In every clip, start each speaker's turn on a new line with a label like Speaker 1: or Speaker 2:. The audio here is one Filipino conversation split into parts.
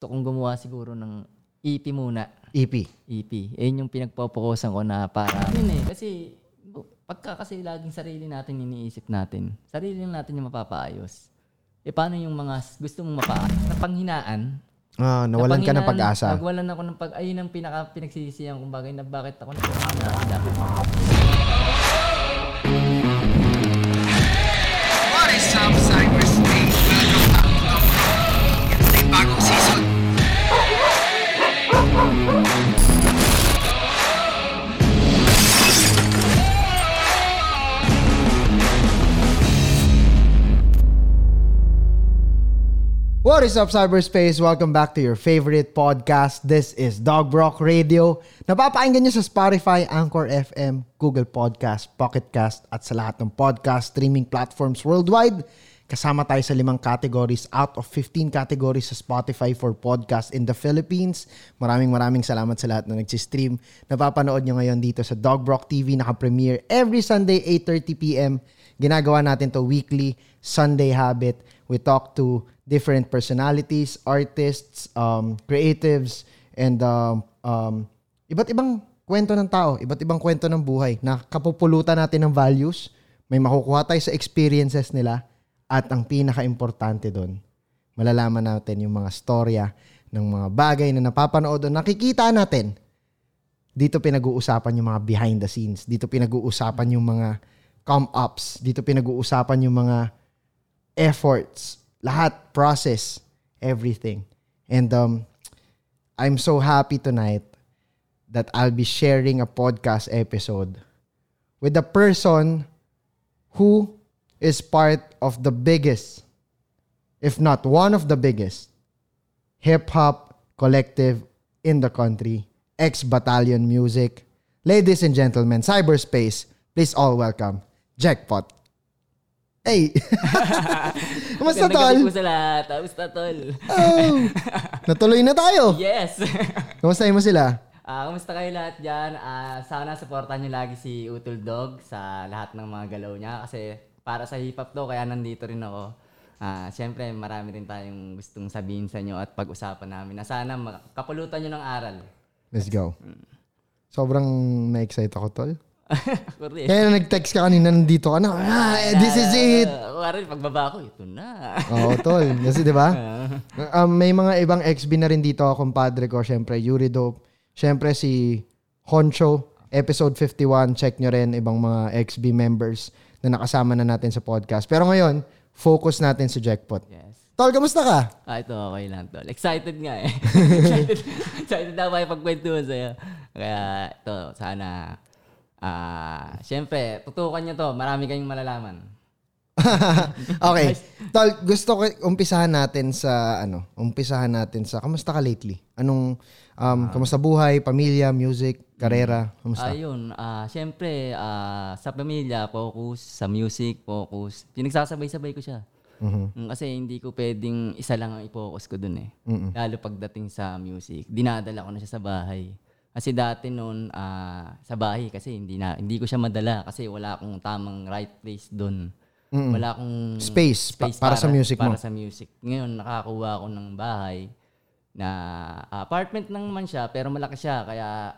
Speaker 1: gusto kong gumawa siguro ng EP muna.
Speaker 2: EP.
Speaker 1: EP. Ayun yung pinagpopokusan ko na para yun eh. Kasi bu- pagka kasi laging sarili natin iniisip natin, sarili lang natin yung mapapaayos. E paano yung mga s- gusto mong mapaayos? Na panghinaan.
Speaker 2: Ah, nawalan ka ng
Speaker 1: panghinaan,
Speaker 2: pag-asa.
Speaker 1: Nagwalan ako ng pag... Ayun ang pinaka pinagsisisihan kung bagay na bakit ako na
Speaker 3: What is up, Cypress Day? Welcome back to the Philippines. May bagong season.
Speaker 2: What is up, cyberspace? Welcome back to your favorite podcast. This is Dog Brock Radio. Napapakinggan nyo sa Spotify, Anchor FM, Google Podcast, Pocket Cast, at sa lahat ng podcast streaming platforms worldwide. Kasama tayo sa limang categories out of 15 categories sa Spotify for podcast in the Philippines. Maraming maraming salamat sa lahat na nagsistream. Napapanood nyo ngayon dito sa Dog Brock TV, naka-premiere every Sunday 8.30pm. Ginagawa natin to weekly, Sunday habit. We talk to different personalities, artists, um, creatives, and um, um, iba't ibang kwento ng tao, iba't ibang kwento ng buhay na kapupulutan natin ng values, may makukuha tayo sa experiences nila, at ang pinaka-importante doon, malalaman natin yung mga storya ng mga bagay na napapanood o nakikita natin dito pinag-uusapan yung mga behind the scenes. Dito pinag-uusapan yung mga come-ups. Dito pinag-uusapan yung mga efforts. Lahat, process, everything. And um, I'm so happy tonight that I'll be sharing a podcast episode with a person who is part of the biggest, if not one of the biggest, hip hop collective in the country, ex battalion music. Ladies and gentlemen, cyberspace, please all welcome Jackpot. Hey! Kumusta
Speaker 1: Magandang gabi
Speaker 2: tol?
Speaker 1: po sa lahat. Kamusta tol?
Speaker 2: Oh, natuloy na tayo.
Speaker 1: Yes!
Speaker 2: Kumustahin mo sila?
Speaker 1: Ah, kumusta kayo lahat dyan? Ah, sana supportan nyo lagi si Utol Dog sa lahat ng mga galaw niya kasi para sa hip-hop to, kaya nandito rin ako. Ah, Siyempre, marami rin tayong gustong sabihin sa inyo at pag-usapan namin na sana makapulutan nyo ng aral.
Speaker 2: Let's go. Sobrang na-excite ako, tol.
Speaker 1: Kuri,
Speaker 2: Kaya na nag-text ka kanina, nandito ka na. Ah, eh, this is it!
Speaker 1: Kuri, Ah, pagbaba ko, ito na.
Speaker 2: Oo, tol. Kasi, di ba? Um, may mga ibang XB na rin dito, kumpadre ko. Siyempre, Yuri Dope. Siyempre, si Honcho. Episode 51. Check nyo rin ibang mga XB members na nakasama na natin sa podcast. Pero ngayon, focus natin sa jackpot.
Speaker 1: Yes.
Speaker 2: Tol, kamusta ka?
Speaker 1: Ah, ito okay lang tol. Excited nga eh. excited, excited na ako ipagkwentuhan sa'yo. Kaya ito, sana, ah, siyempre, tutukan nyo to. Marami kayong malalaman.
Speaker 2: okay. Tol, gusto ko umpisahan natin sa ano, umpisahan natin sa kamusta ka lately? Anong
Speaker 1: Ah.
Speaker 2: um, kamusta buhay, pamilya, music, karera,
Speaker 1: Mm.
Speaker 2: kamusta?
Speaker 1: Ayun, ah, siyempre, ah, sa pamilya, focus, sa music, focus. Pinagsasabay-sabay ko siya. Mm, Kasi hindi ko pwedeng isa lang ang i-focus ko dun eh. Lalo pagdating sa music, dinadala ko na siya sa bahay. Kasi dati noon ah, sa bahay kasi hindi na hindi ko siya madala kasi wala akong tamang right place doon.
Speaker 2: Mm.
Speaker 1: Wala akong
Speaker 2: Space, pa- para, sa music
Speaker 1: para
Speaker 2: mo.
Speaker 1: sa music. Ngayon, nakakuha ako ng bahay na ah, apartment lang man siya, pero malaki siya. Kaya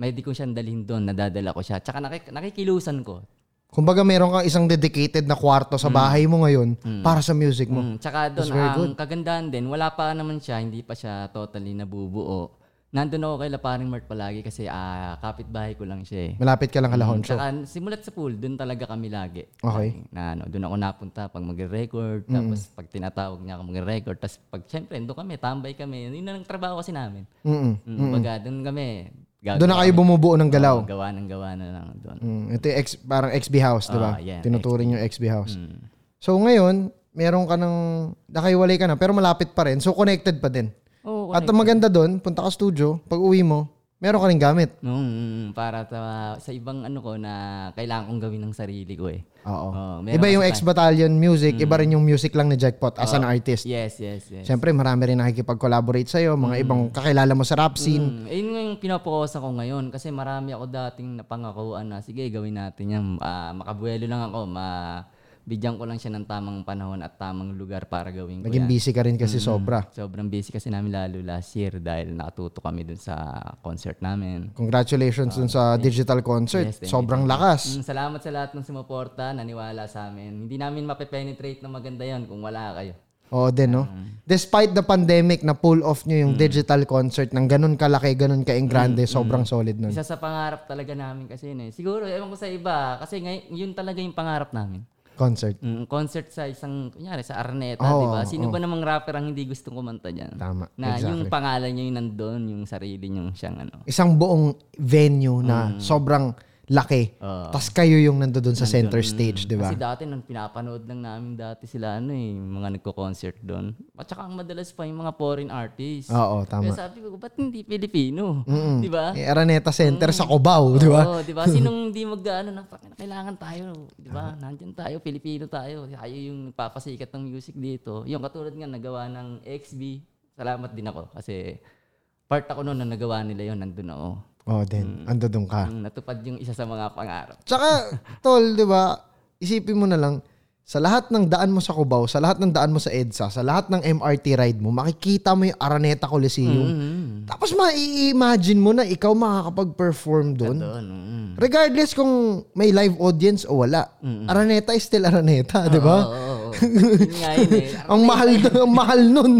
Speaker 1: may di ko siyang dalhin doon, nadadala ko siya. Tsaka nakik- nakikilusan ko.
Speaker 2: Kumbaga meron kang isang dedicated na kwarto sa bahay mo ngayon para sa music mo.
Speaker 1: Mm, tsaka doon,
Speaker 2: very
Speaker 1: ang kagandahan din, wala pa naman siya, hindi pa siya totally nabubuo. Nandun ako kay Laparing Mart palagi kasi ah, kapitbahay ko lang siya eh.
Speaker 2: Malapit ka lang kala Honcho.
Speaker 1: Tsaka simulat sa pool, doon talaga kami lagi.
Speaker 2: Okay. Mm.
Speaker 1: Na ano, doon ako napunta pag magre-record, tapos pag tinatawag niya ako magre-record, tapos pag syempre doon kami, tambay kami. Yun na ang trabaho kasi namin.
Speaker 2: Mm-mm.
Speaker 1: Mm, Baga doon kami. gagawa
Speaker 2: Doon na kayo bumubuo ng galaw.
Speaker 1: Oo, gawa ng gawa na lang doon.
Speaker 2: Mm, Ito yung ex- parang XB house, di ba?
Speaker 1: Ah, yeah, Mm.
Speaker 2: Tinuturing yung XB house. So ngayon, meron ka ng nakaiwalay ka na pero malapit pa rin. So connected pa din.
Speaker 1: Oo,
Speaker 2: At ang maganda doon, punta ka studio, pag uwi mo, meron ka rin gamit.
Speaker 1: Mm, para sa, sa ibang ano ko na kailangan kong gawin ng sarili ko eh.
Speaker 2: Oo.
Speaker 1: Oo, meron
Speaker 2: iba yung
Speaker 1: kasi
Speaker 2: ex-battalion music, iba rin yung music lang ni Jackpot as an artist.
Speaker 1: Yes, yes, Ah, yes.
Speaker 2: Siyempre, marami rin nakikipag-collaborate sa'yo, mga ibang kakilala mo sa rap
Speaker 1: Mm,
Speaker 2: scene.
Speaker 1: ayun nga yung pinapokus ako ngayon kasi marami ako dating napangakuan na sige gawin natin yan. Ah, makabuelo lang ako, ma bigyan ko lang siya ng tamang panahon at tamang lugar para gawin ko
Speaker 2: Naging
Speaker 1: yan.
Speaker 2: busy ka rin kasi
Speaker 1: Mm.
Speaker 2: sobra.
Speaker 1: Sobrang busy kasi namin lalo last year dahil nakatuto kami dun sa concert namin.
Speaker 2: Congratulations dun sa digital
Speaker 1: Ah,
Speaker 2: concert.
Speaker 1: Yes, thank you,
Speaker 2: Sobrang lakas.
Speaker 1: Mm, salamat sa lahat ng sumuporta, naniwala sa amin. Hindi namin mape-penetrate na maganda yon kung wala kayo.
Speaker 2: Oo din, no?
Speaker 1: Mm.
Speaker 2: Despite the pandemic, na-pull off nyo yung digital concert ng ganun kalaki,
Speaker 1: Mm,
Speaker 2: ganun ka-engrande, sobrang solid nun.
Speaker 1: Isa sa pangarap talaga namin kasi yun eh. Siguro, ewan ko sa iba, kasi ngay- yun talaga yung pangarap namin.
Speaker 2: Concert.
Speaker 1: Mm, concert sa isang, kunyari, sa Arneta,
Speaker 2: Oo,
Speaker 1: di ba? Sino
Speaker 2: oo.
Speaker 1: ba namang rapper ang hindi gustong kumanta dyan?
Speaker 2: Tama,
Speaker 1: Na
Speaker 2: exactly.
Speaker 1: yung pangalan niya yung nandun, yung sarili niyang siyang ano.
Speaker 2: Isang buong venue na sobrang laki.
Speaker 1: Oo.
Speaker 2: tas kayo yung nando dun sa center stage, di ba?
Speaker 1: Kasi dati nung pinapanood lang namin dati sila ano eh, yung mga nagko-concert doon. At saka ang madalas pa yung mga foreign artists. Kaya
Speaker 2: Oo, tama.
Speaker 1: sabi ko, ba't hindi Pilipino? Di ba?
Speaker 2: Eh, Araneta Center sa Cubao, di ba?
Speaker 1: Oo, di ba? Sinong hindi mag-ano, kailangan tayo, di ba? Nandyan tayo, Pilipino tayo. Tayo yung papasikat ng music dito. Yung katulad nga, nagawa ng XB. Salamat din ako kasi part ako noon na nagawa nila yon nandun ako.
Speaker 2: Oo, din. Ando dun ka.
Speaker 1: Ang natupad yung isa sa mga pangarap.
Speaker 2: Tsaka, tol, di ba, isipin mo na lang, sa lahat ng daan mo sa Cubao, sa lahat ng daan mo sa EDSA, sa lahat ng MRT ride mo, makikita mo yung
Speaker 1: Mm.
Speaker 2: Araneta Coliseum. Tapos mai-imagine mo na ikaw makakapag-perform doon.
Speaker 1: Doon, mm.
Speaker 2: Regardless kung may live audience o wala, Araneta is still Araneta, di ba?
Speaker 1: Oo, oo, oo. Yun nga yun eh.
Speaker 2: Ang mahal, ang mahal nun.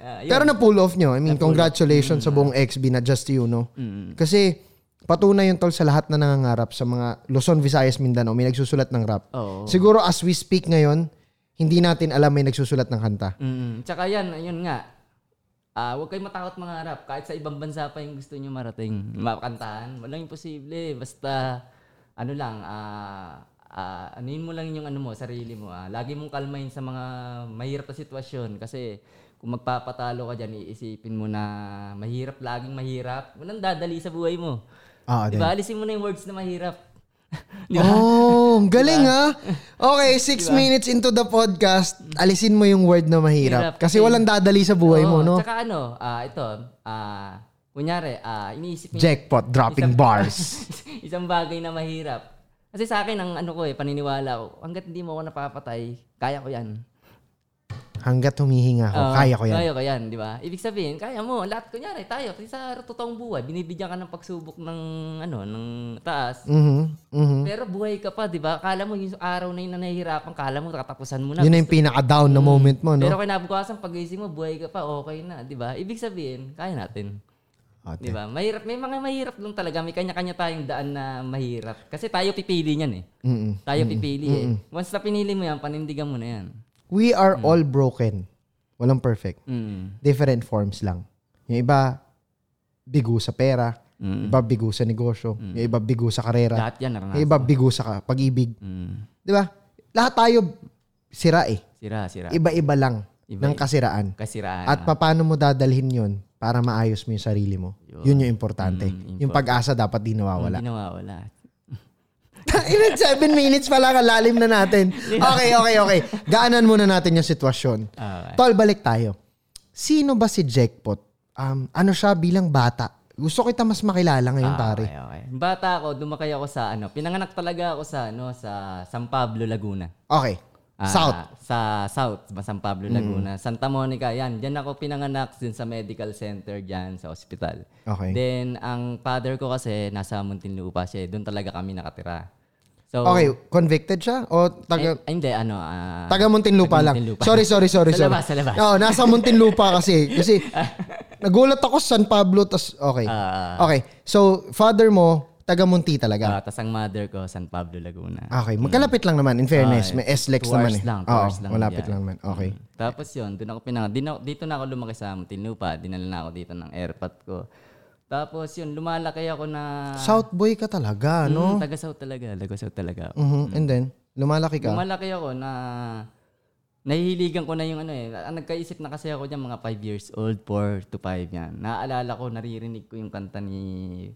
Speaker 1: Ah, yun.
Speaker 2: Pero na-pull off nyo. I mean, congratulations
Speaker 1: Mm.
Speaker 2: sa buong XB, not just you, no? Kasi patunay yun tol sa lahat na nangangarap sa mga Luzon, Visayas, Mindanao. May nagsusulat ng rap.
Speaker 1: Oo.
Speaker 2: Siguro as we speak ngayon, hindi natin alam may nagsusulat ng kanta.
Speaker 1: Mm. Tsaka yan, ayun nga. Ah, huwag kayong matakot mangarap. Kahit sa ibang bansa pa yung gusto nyo marating. Makantahan. Walang imposible. Basta, ano lang, ah, ah, anuin mo lang yung ano mo, sarili mo. ah. Lagi mong kalmahin sa mga mahirap na sitwasyon. Kasi, kung magpapatalo ka dyan, iisipin mo na mahirap, laging mahirap. Walang dadali sa buhay mo.
Speaker 2: Ah,
Speaker 1: Diba? Alisin mo na yung words na mahirap. Di ba?
Speaker 2: Oh, ang galing
Speaker 1: Diba?
Speaker 2: ha. Okay, six minutes into the podcast, alisin mo yung word na mahirap.
Speaker 1: Hirap.
Speaker 2: Kasi walang dadali sa buhay mo,
Speaker 1: Oo,
Speaker 2: no?
Speaker 1: Tsaka ano, ah, ito, ah, kunyari, ah, iniisip mo
Speaker 2: Jackpot, dropping bars.
Speaker 1: isang bagay na mahirap. Kasi sa akin, ang ano ko eh, paniniwala ko, hanggat hindi mo ako napapatay, kaya ko yan.
Speaker 2: Hanggat humihinga ako,
Speaker 1: Oo,
Speaker 2: kaya ko yan.
Speaker 1: Kaya ko yan, di ba? Ibig sabihin, kaya mo. Lahat, kunyari, tayo, kasi sa totoong buhay, binibigyan ka ng pagsubok ng, ano, ng taas.
Speaker 2: Mhm, mhm.
Speaker 1: Pero buhay ka pa, di ba? Kala mo yung araw na yun na nahihirapan, kala mo katapusan mo na.
Speaker 2: Yun na yung pinaka-down na moment mo,
Speaker 1: Mm. Pero
Speaker 2: no?
Speaker 1: kinabukasan, pag-ising mo, buhay ka pa, okay na, di ba? Ibig sabihin, kaya natin.
Speaker 2: Ate.
Speaker 1: Di ba? Mahirap, may mga mahirap lang talaga. May kanya-kanya tayong daan na mahirap. Kasi tayo pipili niyan eh.
Speaker 2: Mm-mm.
Speaker 1: Tayo pipili eh. Once na pinili mo yan, panindigan mo na yan.
Speaker 2: We are all broken. Walang perfect.
Speaker 1: Mm.
Speaker 2: Different forms lang. Yung iba, bigo sa pera.
Speaker 1: Mm.
Speaker 2: Yung iba, bigo sa negosyo. Yung iba, bigo sa karera.
Speaker 1: Lahat yan
Speaker 2: Yung
Speaker 1: naranasan.
Speaker 2: iba, bigo sa ka- pag-ibig.
Speaker 1: Mm.
Speaker 2: Di ba? Lahat tayo sira eh.
Speaker 1: Sira, sira.
Speaker 2: Iba-iba lang
Speaker 1: Iba- eh.
Speaker 2: ng kasiraan.
Speaker 1: Kasiraan.
Speaker 2: At paano mo dadalhin yon para maayos mo yung sarili mo. Yun yung importante.
Speaker 1: Mm,
Speaker 2: Yung pag-asa dapat di nawawala.
Speaker 1: Hindi nawawala.
Speaker 2: Ilan seven minutes pala kalalim na natin. Okay, okay, okay. Gaanan muna natin yung sitwasyon.
Speaker 1: Okay.
Speaker 2: Tol, balik tayo. Sino ba si Jackpot? Um, ano siya bilang bata? Gusto kita mas makilala ngayon, pare.
Speaker 1: Okay, okay. Bata ako, dumakay ako sa ano, pinanganak talaga ako sa ano, sa San Pablo, Laguna.
Speaker 2: Okay.
Speaker 1: Ah,
Speaker 2: South. Mm.
Speaker 1: Sa South, ba, San Pablo, Laguna. Santa Monica, yan. Diyan ako pinanganak din sa medical center diyan sa ospital.
Speaker 2: Okay.
Speaker 1: Then, ang father ko kasi nasa Muntinlupa siya. eh. Doon talaga kami nakatira. So, eh,
Speaker 2: Okay, convicted siya? O
Speaker 1: ay-
Speaker 2: taga...
Speaker 1: ay, hindi, ano, ah,
Speaker 2: Taga Muntinlupa
Speaker 1: taga
Speaker 2: lang.
Speaker 1: Muntinlupa.
Speaker 2: Sorry, sorry, sorry.
Speaker 1: Sa
Speaker 2: sorry.
Speaker 1: labas, sa labas.
Speaker 2: Oo, nasa Muntinlupa kasi. Kasi nagulat ako sa San Pablo. Tas, okay.
Speaker 1: Ah.
Speaker 2: okay. So, father mo, taga Munti talaga.
Speaker 1: ah, tas ang mother ko, San Pablo, Laguna.
Speaker 2: Okay, magkalapit lang naman. In fairness,
Speaker 1: Ah,
Speaker 2: may S-Lex
Speaker 1: two
Speaker 2: Ah, naman
Speaker 1: hours
Speaker 2: eh.
Speaker 1: lang, two
Speaker 2: Oo,
Speaker 1: hours lang
Speaker 2: malapit
Speaker 1: yan.
Speaker 2: lang naman. Okay.
Speaker 1: Tapos yon doon ako pinanganak. Dino- dito na ako lumaki sa Muntinlupa. Dinala na ako dito ng airpot ko. Tapos yun, lumalaki ako na...
Speaker 2: South ano? boy ka talaga, no?
Speaker 1: Mm, taga-South talaga. Taga-South talaga ako.
Speaker 2: Mhm. And then, lumalaki ka.
Speaker 1: Lumalaki ako na nahihiligan ko na yung ano eh. Ang nagkaisip na kasi ako dyan, mga 5 years old, 4 to 5 yan. Naaalala ko, naririnig ko yung kanta ni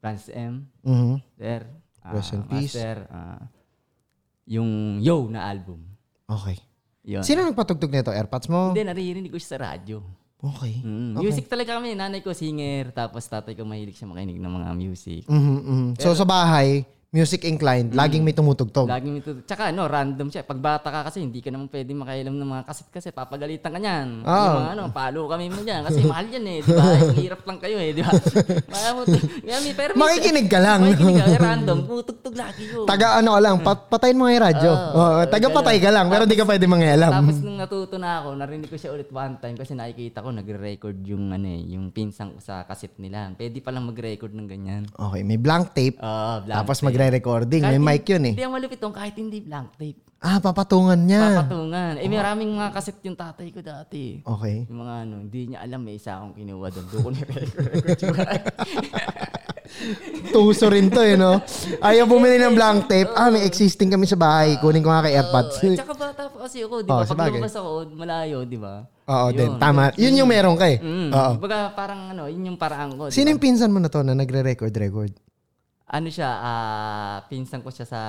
Speaker 1: Franz M.
Speaker 2: Mhm.
Speaker 1: There. ah,
Speaker 2: Rest in peace.
Speaker 1: Master, ah, yung Yo na album.
Speaker 2: Okay.
Speaker 1: Yun.
Speaker 2: Sino nagpatugtog nito? Airpods mo?
Speaker 1: Ah. Hindi, naririnig ko siya sa radyo.
Speaker 2: Okay.
Speaker 1: Mm, Music talaga kami. Nanay ko singer, tapos tatay ko mahilig siya makinig ng mga music.
Speaker 2: Mhm, mhm. So, Mm-hmm, sa bahay, music inclined, laging may
Speaker 1: Mm.
Speaker 2: tumutugtog.
Speaker 1: Laging ito. Tsaka ano, random siya. Pag bata ka kasi, hindi ka naman pwede makailam ng mga kasit kasi papagalitan ka niyan.
Speaker 2: Ah.
Speaker 1: Yung mga ano, palo kami mo niyan. Kasi mahal yan eh, di ba? Ang Hirap lang kayo eh, di ba? Kaya mo- kaya may- pero may-
Speaker 2: Makikinig ka lang.
Speaker 1: Makikinig ka, random. Tutugtog lagi yun.
Speaker 2: Taga ano ka lang,
Speaker 1: Mm.
Speaker 2: pat- patayin mo nga yung radyo.
Speaker 1: Oo,
Speaker 2: Oo, taga patay ka lang, pero di ka pwede mangyalam.
Speaker 1: Ah, Tapos nung natuto na ako, narinig ko siya ulit one time kasi nakikita ko nagre-record yung ano eh, yung pinsang ko sa kasit nila. Pwede palang mag-record ng ganyan.
Speaker 2: Okay, may blank tape.
Speaker 1: Ah, blank
Speaker 2: tapos
Speaker 1: tape.
Speaker 2: magre-recording. May
Speaker 1: Kahit
Speaker 2: mic
Speaker 1: hindi-
Speaker 2: yun eh.
Speaker 1: Hindi ang malupit tong kahit hindi blank tape.
Speaker 2: Ah, papatungan niya.
Speaker 1: Papatungan. Eh, maraming mga kasit yung tatay ko dati.
Speaker 2: Okay.
Speaker 1: Yung mga ano, hindi niya alam may isa akong kinuha doon. Doon ko ni-record.
Speaker 2: Tuso rin to eh, no? Ayaw bumili ng blank tape. Ah, may existing kami sa bahay. Kunin ko nga kay AirPods.
Speaker 1: Eh, Tsaka bata pa kasi ako, di ba?
Speaker 2: Oh,
Speaker 1: Pag
Speaker 2: sabagay.
Speaker 1: lumabas ako, malayo, di ba?
Speaker 2: Oo,
Speaker 1: Yun.
Speaker 2: din. Tama. Yun yung meron kay.
Speaker 1: Mm.
Speaker 2: Oo.
Speaker 1: Baga parang ano, yun yung paraan ko. di
Speaker 2: Sino
Speaker 1: ba?
Speaker 2: yung pinsan mo na to na nagre-record-record?
Speaker 1: ano siya, ah, pinsan ko siya sa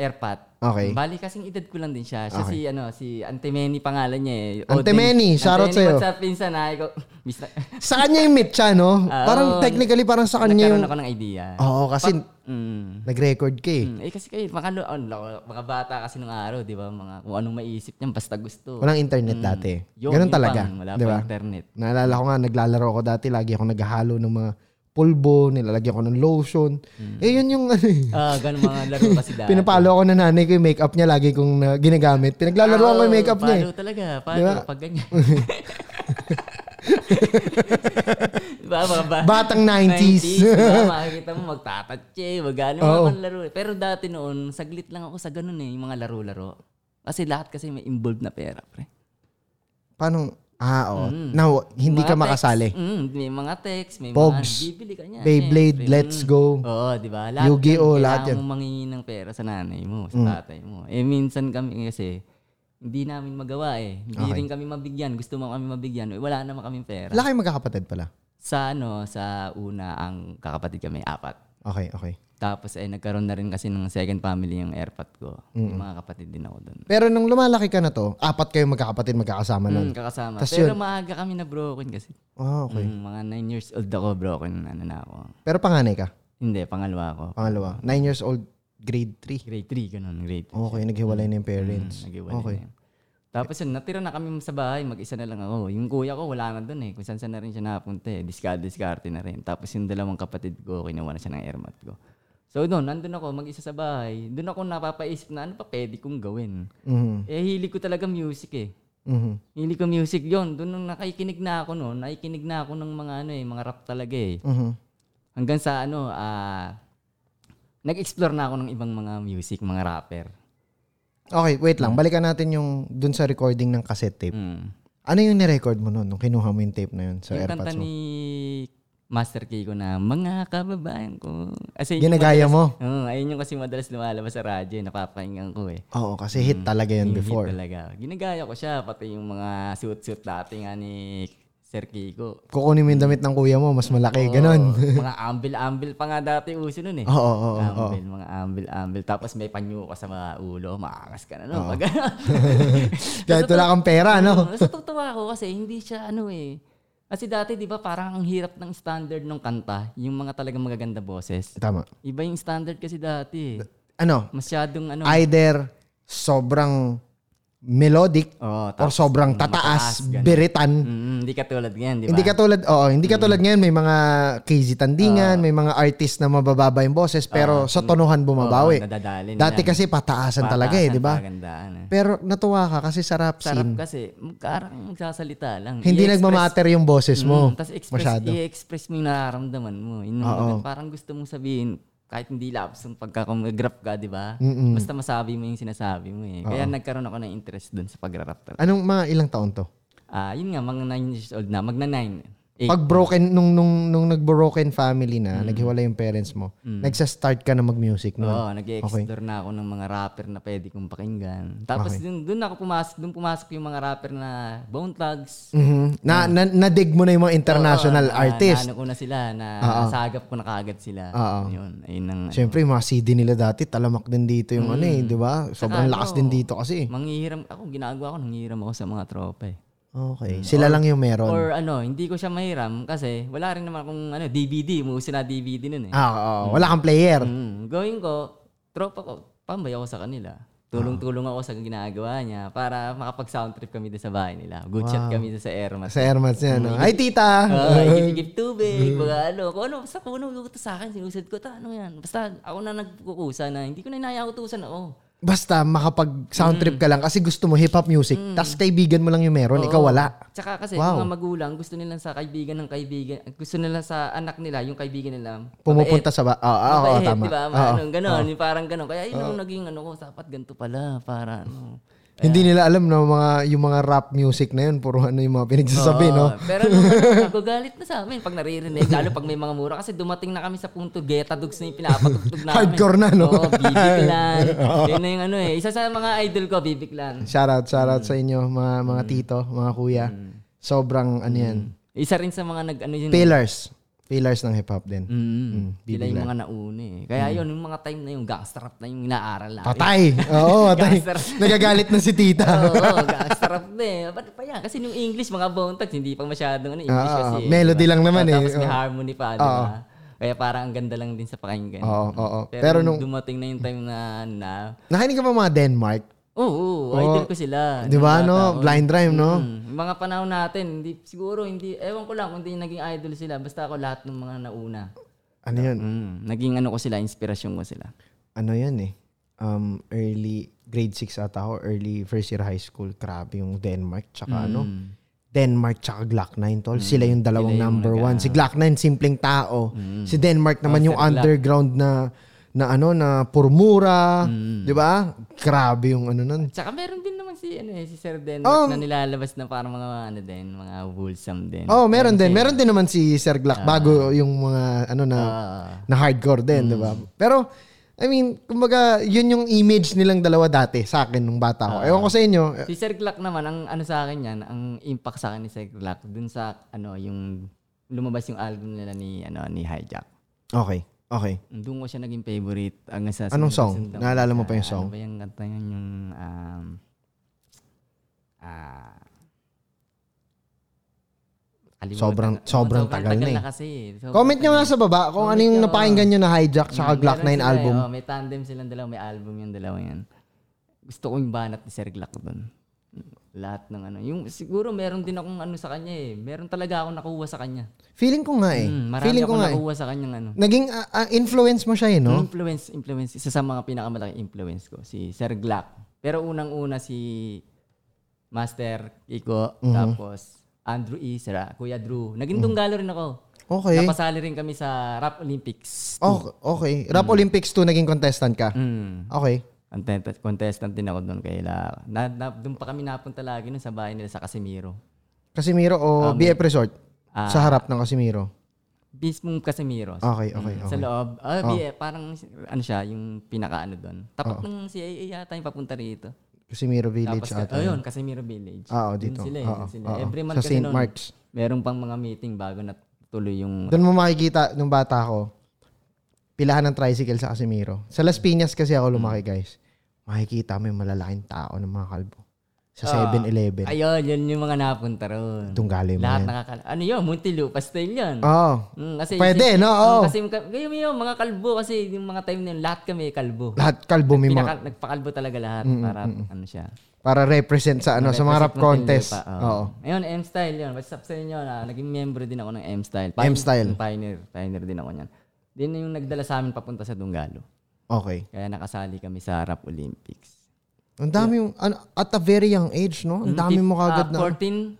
Speaker 1: airpat.
Speaker 2: Okay.
Speaker 1: Bali kasing edad ko lang din siya. Siya si ano, si Antemeni pangalan niya eh.
Speaker 2: Antemeni, shoutout sa'yo.
Speaker 1: Sa pinsan na ko. Miss na,
Speaker 2: Sa kanya yung meet siya, no?
Speaker 1: Ah, oo.
Speaker 2: Parang technically, parang sa kanya yung... Oh,
Speaker 1: nagkaroon ako ng idea.
Speaker 2: Oo, kasi
Speaker 1: Mm.
Speaker 2: nag-record ka eh.
Speaker 1: Mm, Eh kasi kayo, mga, ano, ano, mga bata kasi nung araw, di ba? Mga kung anong maisip niyan, basta gusto.
Speaker 2: Walang internet dati.
Speaker 1: Mm. Yun,
Speaker 2: Ganun
Speaker 1: yun
Speaker 2: talaga.
Speaker 1: pang, wala
Speaker 2: di ba?
Speaker 1: pa internet.
Speaker 2: Naalala ko nga, naglalaro ako dati. Lagi ako naghahalo ng mga pulbo, nilalagyan ko ng lotion.
Speaker 1: Mm.
Speaker 2: Eh, yun yung ano eh.
Speaker 1: Ah, ganun mga laro kasi dati.
Speaker 2: Pinapalo ako ng nanay ko yung makeup niya. Lagi kong na- ginagamit. Pinaglalaro ako yung
Speaker 1: Oo,
Speaker 2: makeup niya eh.
Speaker 1: Ah, Palo talaga. Palo,
Speaker 2: Di ba?
Speaker 1: pag ganyan. diba, mga ba-
Speaker 2: Batang 90s.
Speaker 1: diba, makikita mo magtatatche, magano
Speaker 2: Oo.
Speaker 1: mga panlaro. eh. Pero dati noon, saglit lang ako sa ganun eh, yung mga laro-laro. Kasi lahat kasi may involved na pera, pre.
Speaker 2: Paano? Ah, oo.
Speaker 1: Hmm.
Speaker 2: Now, hindi
Speaker 1: Mga
Speaker 2: ka
Speaker 1: text,
Speaker 2: makasali.
Speaker 1: mm, may mga text, may
Speaker 2: Pogs,
Speaker 1: mga bibili ka niya.
Speaker 2: Beyblade,
Speaker 1: syempre.
Speaker 2: let's
Speaker 1: Mm.
Speaker 2: go.
Speaker 1: Oo, di ba? Lahat
Speaker 2: Yu-Gi-Oh,
Speaker 1: yan,
Speaker 2: lahat Mm.
Speaker 1: kailangan mo mangingi ng pera sa nanay mo, sa tatay mo. Eh, minsan kami kasi, hindi namin magawa eh. Hindi rin kami mabigyan. Gusto mo kami mabigyan. Eh, Wala naman kaming pera.
Speaker 2: Wala kayong magkakapatid pala.
Speaker 1: sa ano, sa una, ang kakapatid kami, apat.
Speaker 2: Okay, okay.
Speaker 1: Tapos eh, nagkaroon na rin kasi ng second family yung airpat ko. Yung mga kapatid din ako doon.
Speaker 2: Pero nung lumalaki ka na to, apat kayong magkakapatid magkakasama
Speaker 1: Mm,
Speaker 2: nun.
Speaker 1: kakasama.
Speaker 2: Tas
Speaker 1: Pero
Speaker 2: yun.
Speaker 1: maaga kami na broken kasi.
Speaker 2: Ah, okay.
Speaker 1: Mm, mga 9 years old ako, broken ano na ako.
Speaker 2: Pero panganay ka?
Speaker 1: Hindi, pangalawa ako.
Speaker 2: Pangalawa. Nine years old, grade three.
Speaker 1: Grade 3, ganun. Grade 3.
Speaker 2: Oh, Okay, naghiwalay na yung parents.
Speaker 1: Nag-iwalay
Speaker 2: Okay.
Speaker 1: Hmm, na yun. Tapos yun, natira na kami sa bahay, mag-isa na lang ako. Yung kuya ko, wala na doon eh. Kung saan saan na rin siya napunta eh. Discard, discarte na rin. Tapos yung dalawang kapatid ko, kinuha na siya ng airmat ko. So doon, nandun ako, mag-isa sa bahay. Doon ako napapaisip na ano pa pwede kong gawin.
Speaker 2: Mhm.
Speaker 1: Eh, hili ko talaga music eh.
Speaker 2: Mhm.
Speaker 1: Hili ko music yon Doon nung nakikinig na ako noon, nakikinig na ako ng mga ano eh, mga rap talaga eh.
Speaker 2: Mhm.
Speaker 1: Hanggang sa ano, ah, nag-explore na ako ng ibang mga music, mga rapper.
Speaker 2: Okay, wait
Speaker 1: Hmm.
Speaker 2: lang. Balikan natin yung dun sa recording ng cassette tape.
Speaker 1: Mm.
Speaker 2: Ano yung nirecord mo nun nung kinuha mo yung tape na yun sa
Speaker 1: yung kanta
Speaker 2: AirPods mo?
Speaker 1: ni Master K ko na, mga kababayan ko. Kasi yun yung
Speaker 2: Ginagaya mo?
Speaker 1: madalas- Oo, ayun yung kasi madalas lumalabas sa radyo, eh, napapakinggan ko eh.
Speaker 2: Oo, kasi hit talaga
Speaker 1: Yung
Speaker 2: yun
Speaker 1: hit
Speaker 2: before.
Speaker 1: Talaga. Ginagaya ko siya, pati yung mga suit-suit dati nga ni Sir Kiko.
Speaker 2: Kukunin mo yung damit ng kuya mo, mas malaki, Eh, ganun.
Speaker 1: mga ambil-ambil pa nga dati uso nun eh.
Speaker 2: Oo, oo, oo, oo.
Speaker 1: ambil, mga ambil-ambil. Tapos may panyo ka sa mga ulo, maakas ka na no. Pag,
Speaker 2: Kahit wala kang pera, no?
Speaker 1: Sa totoo ako kasi hindi siya ano eh. Kasi dati 'di ba parang ang hirap ng standard ng kanta, yung mga talagang magaganda boses.
Speaker 2: Tama.
Speaker 1: Iba yung standard kasi dati. eh.
Speaker 2: Ano,
Speaker 1: Masyadong ano.
Speaker 2: either sobrang melodic
Speaker 1: oh,
Speaker 2: or sobrang tataas, biritan.
Speaker 1: hindi katulad ngayon, 'di ba?
Speaker 2: Hindi katulad, oo, hindi katulad ngayon may mga KZ tandingan, may mga artist na mabababa yung boses pero sa tonuhan
Speaker 1: Oo,
Speaker 2: bumabawi.
Speaker 1: nadadali nila.
Speaker 2: Dati kasi pataasan talaga eh,
Speaker 1: Pataasan,
Speaker 2: di ba?
Speaker 1: Pagandaan. eh.
Speaker 2: Pero natuwa ka kasi sa rap
Speaker 1: Sarap
Speaker 2: scene,
Speaker 1: kasi magkarang magsasalita lang.
Speaker 2: hindi
Speaker 1: I-express-
Speaker 2: nagmamatter yung boses mo.
Speaker 1: Mm, tas express,
Speaker 2: masyado.
Speaker 1: i-express mo yung nararamdaman mo. Yun yung maganda. parang gusto mong sabihin, kahit hindi labs yung pagka kung graph ka, di ba? Basta masabi mo yung sinasabi mo eh. Kaya nagkaroon ako ng interest dun sa pagrarap talaga.
Speaker 2: Anong mga ilang taon to?
Speaker 1: Ah, yun nga, mga 9 years old na, magna 9. Eh, Mm.
Speaker 2: Pag broken nung nung nung nag-broken family na, naghiwalay yung parents mo, nagsa-start ka na mag-music no.
Speaker 1: Oo, nag-explore na ako ng mga rapper na pwede kong pakinggan. Tapos dun, dun ako pumasok, dun pumasok yung mga rapper na Bone Thugs.
Speaker 2: Mhm. Na, na na-dig mo na yung mga international
Speaker 1: Oo, na-
Speaker 2: Mm, artist.
Speaker 1: Na, ano ko na sila, na sagap ko na kaagad sila.
Speaker 2: Oo.
Speaker 1: Yun, ayun ang
Speaker 2: Siyempre, yung mga CD nila dati, talamak din dito yung
Speaker 1: Mm.
Speaker 2: ano eh, di ba? Sobrang
Speaker 1: Saka
Speaker 2: lakas
Speaker 1: ano,
Speaker 2: din dito kasi.
Speaker 1: Manghihiram ako, ginagawa ko, nanghihiram ako sa mga tropa eh.
Speaker 2: Okay. Sila lang yung meron.
Speaker 1: Or ano, hindi ko siya mahiram kasi wala rin naman akong ano, DVD. Umuuso na DVD nun eh.
Speaker 2: ah, oo. wala kang player.
Speaker 1: Mm, going ko, tropa ko, pambay ako sa kanila. Tulong-tulong ako sa ginagawa niya para makapag-sound trip kami doon sa bahay nila. Good shot kami doon sa Airmas.
Speaker 2: Sa Airmans niya,
Speaker 1: Mm.
Speaker 2: no? Ay, tita!
Speaker 1: Ah, Igigip tubig, mga ano. Kung ano, basta kung ano gugutos sa akin, sinusad ko, ta, ano yan. Basta ako na nagkukusa na, hindi ko na inayautusan ako.
Speaker 2: Basta makapag-sound trip
Speaker 1: Mm.
Speaker 2: ka lang kasi gusto mo hip-hop music. Tapos kaibigan mo lang yung meron, ikaw wala.
Speaker 1: Tsaka kasi
Speaker 2: Wow.
Speaker 1: mga magulang, gusto nila sa kaibigan ng kaibigan, gusto nila sa anak nila, yung kaibigan nila.
Speaker 2: Pumupunta sa ba... Oo, oo, Ah, oo,
Speaker 1: Mabait,
Speaker 2: tama.
Speaker 1: Diba?
Speaker 2: Oo.
Speaker 1: Ano, ganon, yung parang ganon. Kaya yun ang naging ano ko, dapat ganito pala, para ano.
Speaker 2: Hindi nila alam na mga, yung mga rap music na yun, puro ano yung mga pinagsasabi, no?
Speaker 1: Oo, Pero nung ano, nagagalit na sa amin pag naririnig, lalo pag may mga mura. Kasi dumating na kami sa punto, geta dogs na yung pinapatugtog namin.
Speaker 2: Hardcore na, no?
Speaker 1: Oo, bibiklan. Yun na yung ano eh. Isa sa mga idol ko, bibiklan.
Speaker 2: Shoutout,
Speaker 1: Mm.
Speaker 2: shoutout sa inyo, mga mga tito, mga kuya. Sobrang, ano yan,
Speaker 1: Isa rin sa mga nag, ano yun. eh.
Speaker 2: pillars. Pillars ng hip-hop din.
Speaker 1: Mm. Sila yung mga nauna eh. Kaya
Speaker 2: Hmm.
Speaker 1: yun, yung mga time na yung gangster rap na yung inaaral namin.
Speaker 2: Patay! Oo, patay.
Speaker 1: Gangster.
Speaker 2: Nagagalit na si tita.
Speaker 1: Oo, oh, gangster rap na eh. Ba't pa yan? Kasi yung English, mga bontags, hindi pa masyadong ano, English
Speaker 2: Ah,
Speaker 1: kasi. eh,
Speaker 2: melody lang naman eh.
Speaker 1: Tapos may
Speaker 2: Oo.
Speaker 1: harmony pa, di ba? Kaya parang ang ganda lang din sa pakinggan.
Speaker 2: Oo, oo.
Speaker 1: Pero,
Speaker 2: Pero
Speaker 1: nung
Speaker 2: nung,
Speaker 1: dumating na yung time na, na
Speaker 2: nakahinig ka pa mga Denmark?
Speaker 1: oo, oo, idol ko sila.
Speaker 2: Di ba,
Speaker 1: Nung bata,
Speaker 2: no?
Speaker 1: oo.
Speaker 2: Blind Rhyme, no?
Speaker 1: Mm, yung mga panahon natin, hindi, siguro hindi, ewan ko lang kung hindi naging idol sila. Basta ako lahat ng mga nauna.
Speaker 2: Ano yun?
Speaker 1: Mm, naging ano ko sila, inspirasyon ko sila.
Speaker 2: ano yun eh, um, early grade 6 ata ako, early first year high school, grabe yung Denmark, tsaka ano, Denmark tsaka Glock 9 tol. Mm. Sila yung dalawang number one. Si Glock 9 simpleng tao. Oh, Si Denmark naman yung underground na na ano na purmura, 'di ba? Grabe yung ano nun.
Speaker 1: Tsaka meron din naman si, ano eh, si Sir Den
Speaker 2: Um,
Speaker 1: na nilalabas na parang mga ano din, mga wholesome din.
Speaker 2: Oh, meron din. Ah. Meron din naman si Sir Glock bago yung mga ano na
Speaker 1: Ah.
Speaker 2: na hardcore din, 'di ba? Pero I mean, kumbaga, yun yung image nilang dalawa dati sa akin nung bata ko. Ewan ko sa inyo.
Speaker 1: Si Sir Glock naman, ang ano sa akin yan, ang impact sa akin ni Sir Glock, dun sa, ano, yung lumabas yung album nila ni, ano, ni Hijack.
Speaker 2: Okay. Okay.
Speaker 1: Doon ko siya naging favorite. Ang sa
Speaker 2: Anong
Speaker 1: sa-
Speaker 2: song?
Speaker 1: sa-
Speaker 2: Naalala mo pa yung
Speaker 1: sa-
Speaker 2: song?
Speaker 1: Ano ba yung kanta yun? Yung, um, ah, kalimutan
Speaker 2: Sobrang-
Speaker 1: na-
Speaker 2: sobrang tagal na eh.
Speaker 1: na kasi. eh. Sobrang
Speaker 2: Comment nyo
Speaker 1: tagal.
Speaker 2: nga sa baba kung ano
Speaker 1: Comment
Speaker 2: yung
Speaker 1: nyo.
Speaker 2: napakinggan nyo na hijack sa
Speaker 1: Mm,
Speaker 2: Glock
Speaker 1: meron
Speaker 2: 9
Speaker 1: sila eh,
Speaker 2: album.
Speaker 1: oh, may tandem silang dalawa, may album yung dalawa yan. Gusto ko yung banat ni Sir Glock doon. Lahat ng ano. Yung, siguro meron din akong ano sa kanya eh. Meron talaga akong nakuha sa kanya.
Speaker 2: Feeling ko nga eh.
Speaker 1: Mm, marami
Speaker 2: Feeling ko
Speaker 1: akong Mm.
Speaker 2: nga eh.
Speaker 1: nakuha sa kanyang ano.
Speaker 2: Naging ah, ah, influence mo siya eh, no?
Speaker 1: Influence, influence. Isa sa mga pinakamalaking influence ko, si Sir Glock. Pero unang-una si Master Iko,
Speaker 2: Mhm.
Speaker 1: tapos Andrew E. Sira, Kuya Drew. Naging tunggalo rin ako.
Speaker 2: Okay.
Speaker 1: Napasali rin kami sa Rap Olympics.
Speaker 2: Oh, okay. Rap Olympics 2 naging contestant ka.
Speaker 1: Mm.
Speaker 2: Okay.
Speaker 1: Contestant, contestant din ako doon kay La. Na, na, doon pa kami napunta lagi nun sa bahay nila sa Casimiro.
Speaker 2: Casimiro o BF Resort?
Speaker 1: Ah.
Speaker 2: sa harap ng Casimiro.
Speaker 1: Mismong Casimiro.
Speaker 2: Okay, okay, okay. Oh.
Speaker 1: Sa loob. Ah, BF, parang ano siya, yung pinakaano doon. Tapat ng CAA yata yung papunta rito.
Speaker 2: Casimiro Oh. Village
Speaker 1: Tapos,
Speaker 2: ata.
Speaker 1: ayun, Casimiro Village.
Speaker 2: Ah, oo,
Speaker 1: Doon
Speaker 2: dito.
Speaker 1: Sila, eh,
Speaker 2: Oo,
Speaker 1: doon sila.
Speaker 2: oo.
Speaker 1: Every month
Speaker 2: Sa
Speaker 1: kasi
Speaker 2: St.
Speaker 1: nun,
Speaker 2: Mark's.
Speaker 1: meron pang mga meeting bago na tuloy yung...
Speaker 2: Doon mo makikita nung bata ko, pilahan ng tricycle sa Casimiro. Sa Las Piñas kasi ako
Speaker 1: Mm.
Speaker 2: lumaki, guys. Makikita mo yung malalaking tao ng mga kalbo. Sa
Speaker 1: Ah,
Speaker 2: 7-Eleven.
Speaker 1: Ayun, yun yung mga napunta ron.
Speaker 2: Itong galing mo
Speaker 1: Lahat
Speaker 2: yan.
Speaker 1: nakakala. Ano yun? Muntilupa style yun.
Speaker 2: Oo.
Speaker 1: Mm, kasi
Speaker 2: Ah, Pwede, no?
Speaker 1: Mm,
Speaker 2: Oo.
Speaker 1: kasi yung ka- kaya yun, mga kalbo kasi yung mga time na yun, lahat kami kalbo.
Speaker 2: Lahat kalbo may mga...
Speaker 1: Pinaka, nagpakalbo talaga lahat para ano siya.
Speaker 2: Para represent sa ano, sa mga rap
Speaker 1: Represent
Speaker 2: contest.
Speaker 1: Muntinlupa,
Speaker 2: Oo.
Speaker 1: Ayun, M-Style yun. What's up sa inyo? Na, naging member din ako ng M-Style.
Speaker 2: M-Style.
Speaker 1: Pioneer. Pioneer din ako niyan. Din yung nagdala sa amin papunta sa Dunggalo.
Speaker 2: Okay.
Speaker 1: Kaya nakasali kami sa Rap Olympics.
Speaker 2: Ang dami yung... ano, at a very young age, no? Ang dami mo kagad
Speaker 1: Ah,
Speaker 2: na...
Speaker 1: 14,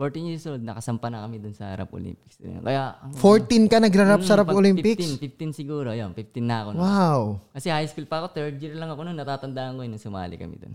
Speaker 1: 14 years old, nakasampa na kami dun sa Rap Olympics. Kaya, ang-
Speaker 2: 14 ka nagrarap sa
Speaker 1: Mm,
Speaker 2: Rap
Speaker 1: pag
Speaker 2: Olympics?
Speaker 1: 15, 15 siguro. Ayun, 15 na ako. nun.
Speaker 2: Wow.
Speaker 1: Kasi high school pa ako, third year lang ako noon, natatandaan ko yun, nung sumali kami dun.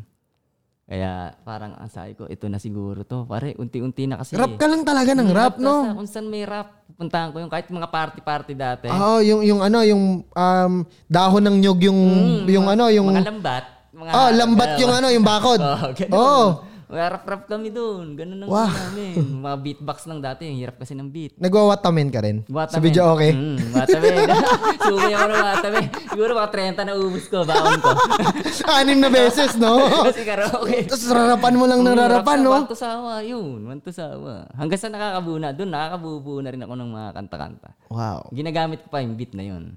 Speaker 1: Kaya parang ang sabi ko, ito na siguro to. Pare, unti-unti na kasi.
Speaker 2: Rap
Speaker 1: eh.
Speaker 2: ka lang talaga ng
Speaker 1: Mm,
Speaker 2: rap,
Speaker 1: ka
Speaker 2: no?
Speaker 1: Sa, kung saan may rap, puntahan ko yung kahit mga party-party dati.
Speaker 2: Oo, yung yung ano, yung um, dahon ng
Speaker 1: Mm,
Speaker 2: nyug yung Ah, yung ano, yung
Speaker 1: Mga lambat. Mga,
Speaker 2: Oh, lambat yung ano, yung bakod.
Speaker 1: Oo, ganun.
Speaker 2: Oo.
Speaker 1: Rap-rap kami doon. Ganun ang
Speaker 2: Wow.
Speaker 1: wow. namin. Mga beatbox lang dati. Ang hirap kasi ng beat.
Speaker 2: Nagwawatamin ka rin? Sa
Speaker 1: Watamin.
Speaker 2: video okay?
Speaker 1: Mm, watamin. Sumi ako ng watamin. Siguro mga 30 na ubus ko. Baon ko.
Speaker 2: Anim na beses, no?
Speaker 1: kasi karaoke.
Speaker 2: Tapos rarapan mo lang
Speaker 1: Mm,
Speaker 2: ng rarapan, no?
Speaker 1: Wanto sawa, yun. Wanto sawa. Hanggang sa nakakabuna, doon nakakabubuo na rin ako ng mga kanta-kanta.
Speaker 2: Wow.
Speaker 1: Ginagamit ko pa yung beat na yun.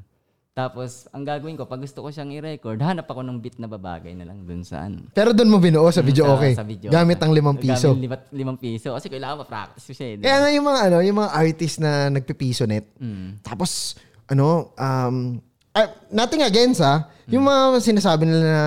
Speaker 1: Tapos, ang gagawin ko, pag gusto ko siyang i-record, hanap ako ng beat na babagay na lang dun sa ano.
Speaker 2: Pero doon mo binuo sa video
Speaker 1: sa-
Speaker 2: okay.
Speaker 1: sa video.
Speaker 2: Gamit ang limang piso.
Speaker 1: Gamit limat, limang piso. Kasi kailangan ma-practice ko siya. Eh. di ba? Mm,
Speaker 2: Kaya nga yung mga ano, yung mga artist na nagpipiso net. Tapos ano, um ah, nothing against ha. Yung
Speaker 1: Mm.
Speaker 2: mga sinasabi nila na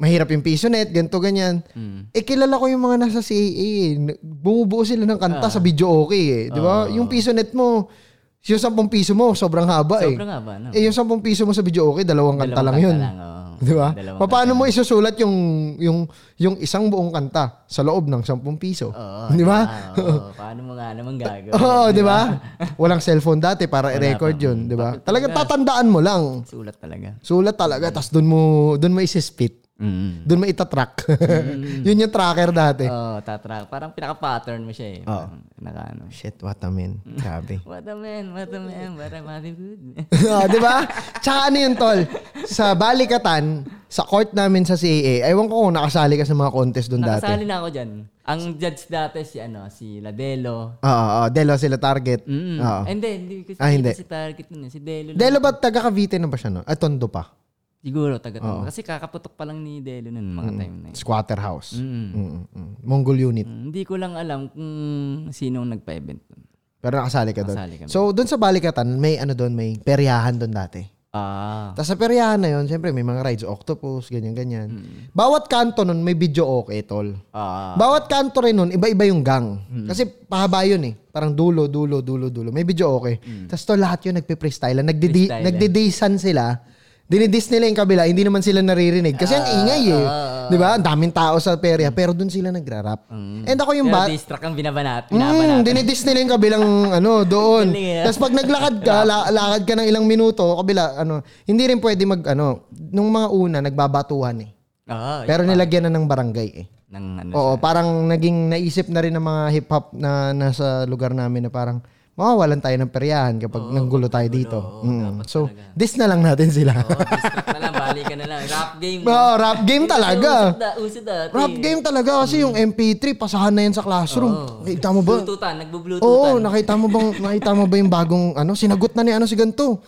Speaker 2: mahirap yung piso net, ganito ganyan.
Speaker 1: mm.
Speaker 2: Eh kilala ko yung mga nasa CAA. eh. N- Bumubuo sila ng
Speaker 1: Ah.
Speaker 2: kanta sa video okay eh, 'di ba? Yung piso net mo, yung 10 piso mo, sobrang haba eh.
Speaker 1: Sobrang haba, no?
Speaker 2: Eh yung 10 piso mo sa video okay, dalawang kanta
Speaker 1: ano? Dalawang
Speaker 2: lang
Speaker 1: kanta lang,
Speaker 2: 'yun.
Speaker 1: oo.
Speaker 2: 'Di ba?
Speaker 1: Dalawang
Speaker 2: Paano mo isusulat yung yung yung isang buong kanta sa loob ng 10 piso?
Speaker 1: Oo,
Speaker 2: 'Di
Speaker 1: Ah,
Speaker 2: ba?
Speaker 1: oo. paano mo nga naman gagawin?
Speaker 2: Oo, di ba? Walang cellphone dati para i-record
Speaker 1: pa.
Speaker 2: yun, di ba?
Speaker 1: Bakit
Speaker 2: Talaga tatandaan mo lang.
Speaker 1: Sulat talaga.
Speaker 2: Sulat talaga, tas doon mo, doon mo isispit.
Speaker 1: Mm.
Speaker 2: Doon mo itatrack. yun yung tracker dati.
Speaker 1: Oo, tatrack. Parang pinaka-pattern mo siya eh.
Speaker 2: Oo.
Speaker 1: Naka ano.
Speaker 2: Shit, what a man. Grabe.
Speaker 1: What a man, what a man, what a man good.
Speaker 2: Oo, Oh, di ba? Tsaka ano yun, tol? Sa Balikatan, sa court namin sa CAA, ewan ko kung nakasali ka sa mga contest doon dati.
Speaker 1: Nakasali na ako dyan. Ang judge dati si ano, si Ladelo.
Speaker 2: Oo, oo. Delo sila target.
Speaker 1: Mm.
Speaker 2: Oo.
Speaker 1: Hindi, hindi ko
Speaker 2: Ah, hindi.
Speaker 1: si target nun. eh. Si Delo. lang.
Speaker 2: Delo ba taga Cavite na ba siya no? At Tondo pa.
Speaker 1: Siguro, taga Kasi kakaputok pa lang ni Delo nun mga time na yun.
Speaker 2: Squatter house.
Speaker 1: Mm.
Speaker 2: Mm, mm, mm. Mongol unit.
Speaker 1: Mm, Hindi ko lang alam kung sinong nagpa-event nun.
Speaker 2: Pero nakasali ka doon.
Speaker 1: Nakasali kami.
Speaker 2: So, doon sa Balikatan, may ano doon, may peryahan doon dati.
Speaker 1: Ah.
Speaker 2: Tapos sa peryahan na yun, syempre may mga rides, octopus, ganyan-ganyan.
Speaker 1: Mm.
Speaker 2: Bawat kanto nun, may video okay, tol.
Speaker 1: Ah.
Speaker 2: Bawat kanto rin nun, iba-iba yung gang. Kasi pahaba yun eh. Parang dulo, dulo, dulo, dulo. May video okay. Tapos tol, lahat yun nagpe-freestyle. Nagdidi-
Speaker 1: Freestyle.
Speaker 2: nagdidisan sila. Dinidis nila yung kabila, hindi naman sila naririnig. Kasi ang ingay eh. Di ba? Ang daming tao sa perya, pero doon sila nagra-rap. And ako yung
Speaker 1: Pero
Speaker 2: ba-
Speaker 1: distract ang binabanat.
Speaker 2: Mm,
Speaker 1: Binabanat.
Speaker 2: dinidis nila yung kabilang ano doon.
Speaker 1: Galing, ah.
Speaker 2: Tapos pag naglakad ka, la- lakad ka ng ilang minuto, kabila ano, hindi rin pwede mag ano, nung mga una nagbabatuhan eh.
Speaker 1: Ah,
Speaker 2: Pero nilagyan na ng barangay eh.
Speaker 1: ng ano.
Speaker 2: Oo, parang naging naisip na rin ng mga hip hop na nasa lugar namin na parang mawawalan tayo ng peryahan kapag nanggulo tayo dito. Mm. So, this na lang natin sila.
Speaker 1: Oh, distract na lang, bali ka na lang. Rap game. no?
Speaker 2: Oo, rap game talaga.
Speaker 1: Uso da, uso dati.
Speaker 2: Rap game talaga kasi yung MP3 pasahan na yan sa classroom. Kita mo ba? Oh.
Speaker 1: Bluetoothan, nagbo-bluetoothan.
Speaker 2: Oo, nakita mo bang nakita mo ba yung bagong ano sinagot na ni ano si ganto.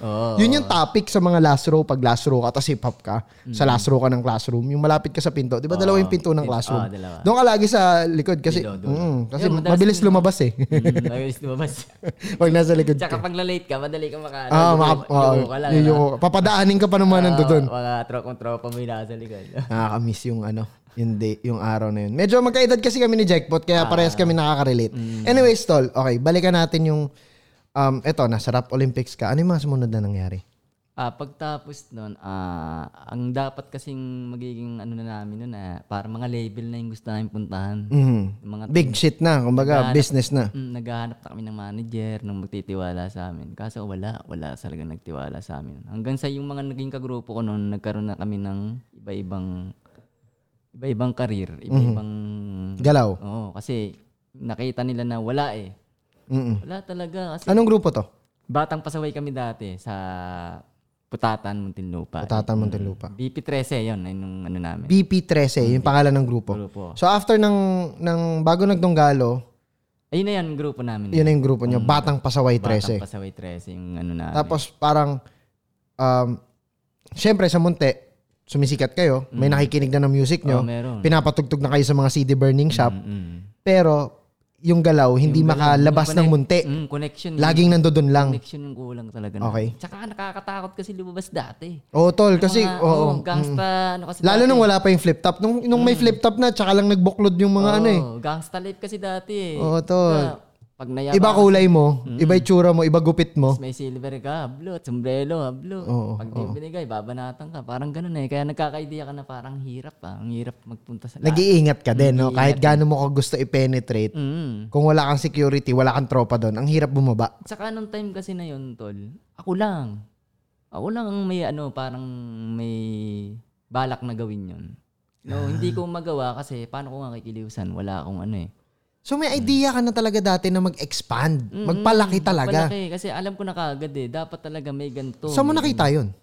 Speaker 2: Yun yung topic sa mga last row pag last row ka tapos hip hop ka. Sa last row ka ng classroom, yung malapit ka sa pinto, 'di ba? Dalawa yung pinto ng classroom.
Speaker 1: Ah, dalawa.
Speaker 2: Doon ka lagi sa likod kasi
Speaker 1: Dulo, dulo.
Speaker 2: Mm, kasi
Speaker 1: Yun, madalas
Speaker 2: mabilis lumabas eh.
Speaker 1: Mm, ayos, lumabas.
Speaker 2: pag nasa likod
Speaker 1: Tsaka
Speaker 2: ka.
Speaker 1: pag na-late ka, madali ka maka...
Speaker 2: Ah,
Speaker 1: yugo-
Speaker 2: maka,
Speaker 1: yugo ka lang.
Speaker 2: oh, yugo ka. papadaanin ka pa ng mga nandoon.
Speaker 1: Mga tropa mo yung nasa likod.
Speaker 2: Nakaka-miss yung ano, yung day, yung araw na yun. Medyo magkaedad kasi kami ni
Speaker 1: Ah.
Speaker 2: Jackpot, kaya parehas kami nakaka-relate.
Speaker 1: Mm.
Speaker 2: Anyways, tol, okay, balikan natin yung, um, eto, nasa Rap Olympics ka. Ano yung mga sumunod na nangyari?
Speaker 1: Ah, pagtapos nun, ah, ang dapat kasing magiging ano na namin nun, ah, para mga label na yung gusto namin puntahan.
Speaker 2: Mhm.
Speaker 1: Yung Mga
Speaker 2: Big shit na, kumbaga,
Speaker 1: Naghahanap-
Speaker 2: business na.
Speaker 1: Mm, naghahanap na kami ng manager nung magtitiwala sa amin. Kaso wala, wala talaga nagtiwala sa amin. Hanggang sa yung mga naging kagrupo ko noon, nagkaroon na kami ng iba-ibang iba-ibang karir, iba-ibang
Speaker 2: Galaw.
Speaker 1: Oo, kasi nakita nila na wala eh.
Speaker 2: Mm-mm.
Speaker 1: Wala talaga kasi
Speaker 2: Anong grupo to?
Speaker 1: batang pasaway kami dati sa Putatan, Muntinlupa. Mm.
Speaker 2: Tatan Montelupa.
Speaker 1: BP13 yon, ay nung ano namin. Mm.
Speaker 2: BP13, yung pangalan ng grupo.
Speaker 1: Grupo.
Speaker 2: So after ng, ng bago nagdonggalo,
Speaker 1: Ayun na yan, grupo namin.
Speaker 2: yun na yung grupo nyo, Batang Pasaway
Speaker 1: Mm. Batang
Speaker 2: 13.
Speaker 1: pasaway 13 yung ano namin.
Speaker 2: Tapos parang, um, syempre sa Monte, sumisikat kayo, may
Speaker 1: Mm.
Speaker 2: nakikinig na ng music nyo,
Speaker 1: Oo, meron. Mm,
Speaker 2: pinapatugtog na kayo sa mga CD burning shop,
Speaker 1: Mm-mm.
Speaker 2: pero yung galaw, hindi makalabas ng munti.
Speaker 1: Mm, connection.
Speaker 2: Laging nandoon lang.
Speaker 1: Connection yung kulang talaga. na.
Speaker 2: Okay.
Speaker 1: Tsaka nakakatakot kasi lumabas dati.
Speaker 2: Oo, tol, kasi,
Speaker 1: Mga,
Speaker 2: oo. Mm.
Speaker 1: oh, gangsta, ano kasi
Speaker 2: Lalo
Speaker 1: dati.
Speaker 2: nung wala pa yung flip top. Nung, nung may flip top na, tsaka lang nagbuklod yung mga
Speaker 1: Oo,
Speaker 2: ano eh.
Speaker 1: Gangsta life kasi dati eh.
Speaker 2: Oo, tol.
Speaker 1: Kaya, Pag nayabang,
Speaker 2: Iba kulay mo,
Speaker 1: Mm.
Speaker 2: iba itsura mo, iba gupit mo.
Speaker 1: may silver ka, hablo, sombrero, hablo.
Speaker 2: Oo,
Speaker 1: Pag di binigay, babanatan ka. Parang ganun eh. Kaya nagkakaideya ka na parang hirap ah. Ang hirap magpunta sa lahat.
Speaker 2: Nag-iingat ka din, no? Kahit gaano mo ka gusto i-penetrate,
Speaker 1: Mm.
Speaker 2: kung wala kang security, wala kang tropa doon, ang hirap bumaba.
Speaker 1: Tsaka nung time kasi na yun, tol, ako lang. Ako lang ang may ano, parang may balak na gawin yun. No, hindi ko magawa kasi paano ko nga kikiliusan? Wala akong ano eh.
Speaker 2: So may idea ka na talaga dati na mag-expand,
Speaker 1: Mm,
Speaker 2: magpalaki talaga.
Speaker 1: Malaki kasi alam ko na kaagad eh. Dapat talaga may ganito.
Speaker 2: Saan mo
Speaker 1: may-
Speaker 2: nakita yun?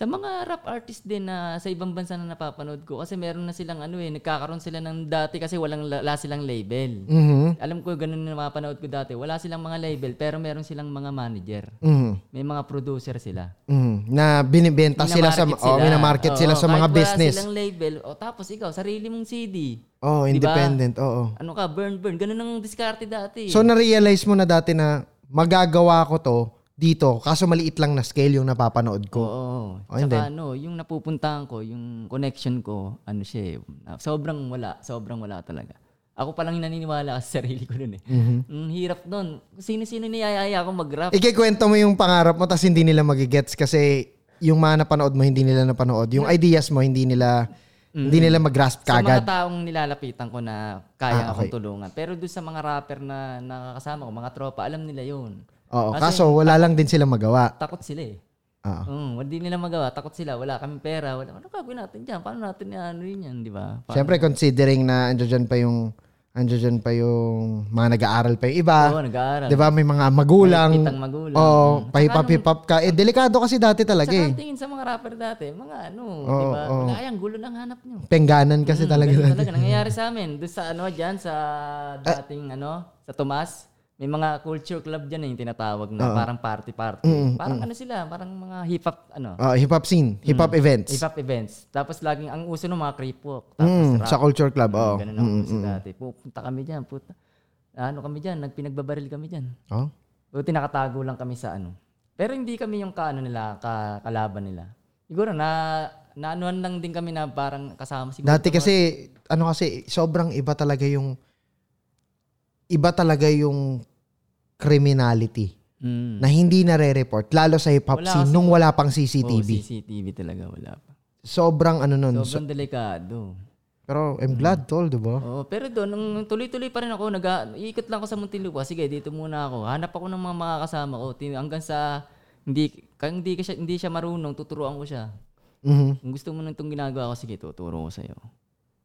Speaker 1: Sa mga rap artist din na sa ibang bansa na napapanood ko kasi meron na silang ano eh, nagkakaroon sila ng dati kasi walang la, la silang label.
Speaker 2: Mm-hmm.
Speaker 1: Alam ko ganun na napapanood ko dati. Wala silang mga label pero meron silang mga manager.
Speaker 2: Mhm.
Speaker 1: May mga producer sila.
Speaker 2: Mhm. Na binibenta sila sa
Speaker 1: Minamarket
Speaker 2: oh, minamarket
Speaker 1: Oo,
Speaker 2: sila sa
Speaker 1: kahit
Speaker 2: mga business.
Speaker 1: Wala silang Diba? label. O tapos ikaw, sarili mong CD.
Speaker 2: Oh,
Speaker 1: Di ba?
Speaker 2: independent. Oo.
Speaker 1: Ano ka, burn, burn. Ganun ang diskarte dati.
Speaker 2: So na-realize mo na dati na magagawa ko to dito kaso maliit lang na scale yung napapanood ko.
Speaker 1: Oo.
Speaker 2: Oh, and
Speaker 1: Tsaka ano, yung napupuntahan ko, yung connection ko, ano siya eh, sobrang wala, sobrang wala talaga. Ako palang yung naniniwala sa sarili ko nun eh.
Speaker 2: Mm-hmm.
Speaker 1: Mm, hirap nun. Kung Sino-sino niyayaya ako
Speaker 2: Eh,
Speaker 1: mag-rap.
Speaker 2: Ikikwento mo yung pangarap mo tas hindi nila magigets kasi yung mga napanood mo hindi nila napanood. Yung ideas mo hindi nila hindi nila mag-grasp
Speaker 1: Mm. sa mga
Speaker 2: kagad.
Speaker 1: taong nilalapitan ko na kaya
Speaker 2: Ah, okay.
Speaker 1: akong tulungan. Pero doon sa mga rapper na nakakasama ko, mga tropa, alam nila yun.
Speaker 2: Oo,
Speaker 1: Kasi
Speaker 2: kaso wala lang din sila magawa.
Speaker 1: Takot sila eh.
Speaker 2: Oo.
Speaker 1: Mm, hindi nila magawa. Takot sila. Wala kami pera. Wala. Ano gagawin natin dyan? Paano natin ano yun yan, di ba? Paano-
Speaker 2: Siyempre considering na andyan dyan pa yung andyan dyan pa yung mga nag-aaral pa yung iba.
Speaker 1: Oo, nag-aaral.
Speaker 2: ah, 'Di ba? May mga magulang.
Speaker 1: May pitang magulang.
Speaker 2: Oo,
Speaker 1: Mm.
Speaker 2: pahipap-hipap ka. Eh delikado kasi dati talaga
Speaker 1: Tsaka
Speaker 2: eh.
Speaker 1: ang tingin sa mga rapper dati, mga ano,
Speaker 2: Oo,
Speaker 1: di ba?
Speaker 2: oo.
Speaker 1: Wala yan, gulo lang hanap nyo.
Speaker 2: Pengganan kasi
Speaker 1: Mm,
Speaker 2: talaga.
Speaker 1: ganun
Speaker 2: dati.
Speaker 1: talaga. Nangyayari sa amin. Doon sa ano, dyan, sa
Speaker 2: Ah.
Speaker 1: dating ano, sa Tomas. May mga culture club dyan eh, yung tinatawag na parang party-party.
Speaker 2: Mm,
Speaker 1: parang ano sila, parang mga hip-hop, ano,
Speaker 2: Ah, hip-hop scene, hip-hop events.
Speaker 1: hip-hop events. Tapos laging ang uso ng mga creep walk. Tapos
Speaker 2: Mm, sa culture club, oo. Mm,
Speaker 1: Ganun ang uso dati. Pupunta kami dyan, puta. Ano kami dyan, nagpinagbabaril kami dyan.
Speaker 2: Oh?
Speaker 1: Buti nakatago lang kami sa ano. Pero hindi kami yung kaano nila, ka, kalaban nila. Siguro na naanuhan lang din kami na parang kasama siguro.
Speaker 2: Dati kasi, ano kasi, sobrang iba talaga yung, iba talaga yung criminality
Speaker 1: Mm.
Speaker 2: na hindi nare-report, lalo sa hip-hop
Speaker 1: Wala
Speaker 2: scene,
Speaker 1: kasi-
Speaker 2: nung wala pang
Speaker 1: CCTV.
Speaker 2: CCTV.
Speaker 1: CCTV talaga wala pa.
Speaker 2: sobrang ano nun. so-
Speaker 1: Sobrang delikado.
Speaker 2: pero I'm glad tol, di ba?
Speaker 1: Oo, pero doon, nung tuloy-tuloy pa rin ako, nag iikot lang ako sa Muntinlupa. Sige, dito muna ako. Hanap ako ng mga makakasama ko. Tin- Hanggang sa, hindi, kaya hindi, ka siya, hindi siya marunong, tuturuan ko siya.
Speaker 2: Mhm.
Speaker 1: Kung gusto mo nung itong ginagawa ko, sige, tuturo ko sa'yo.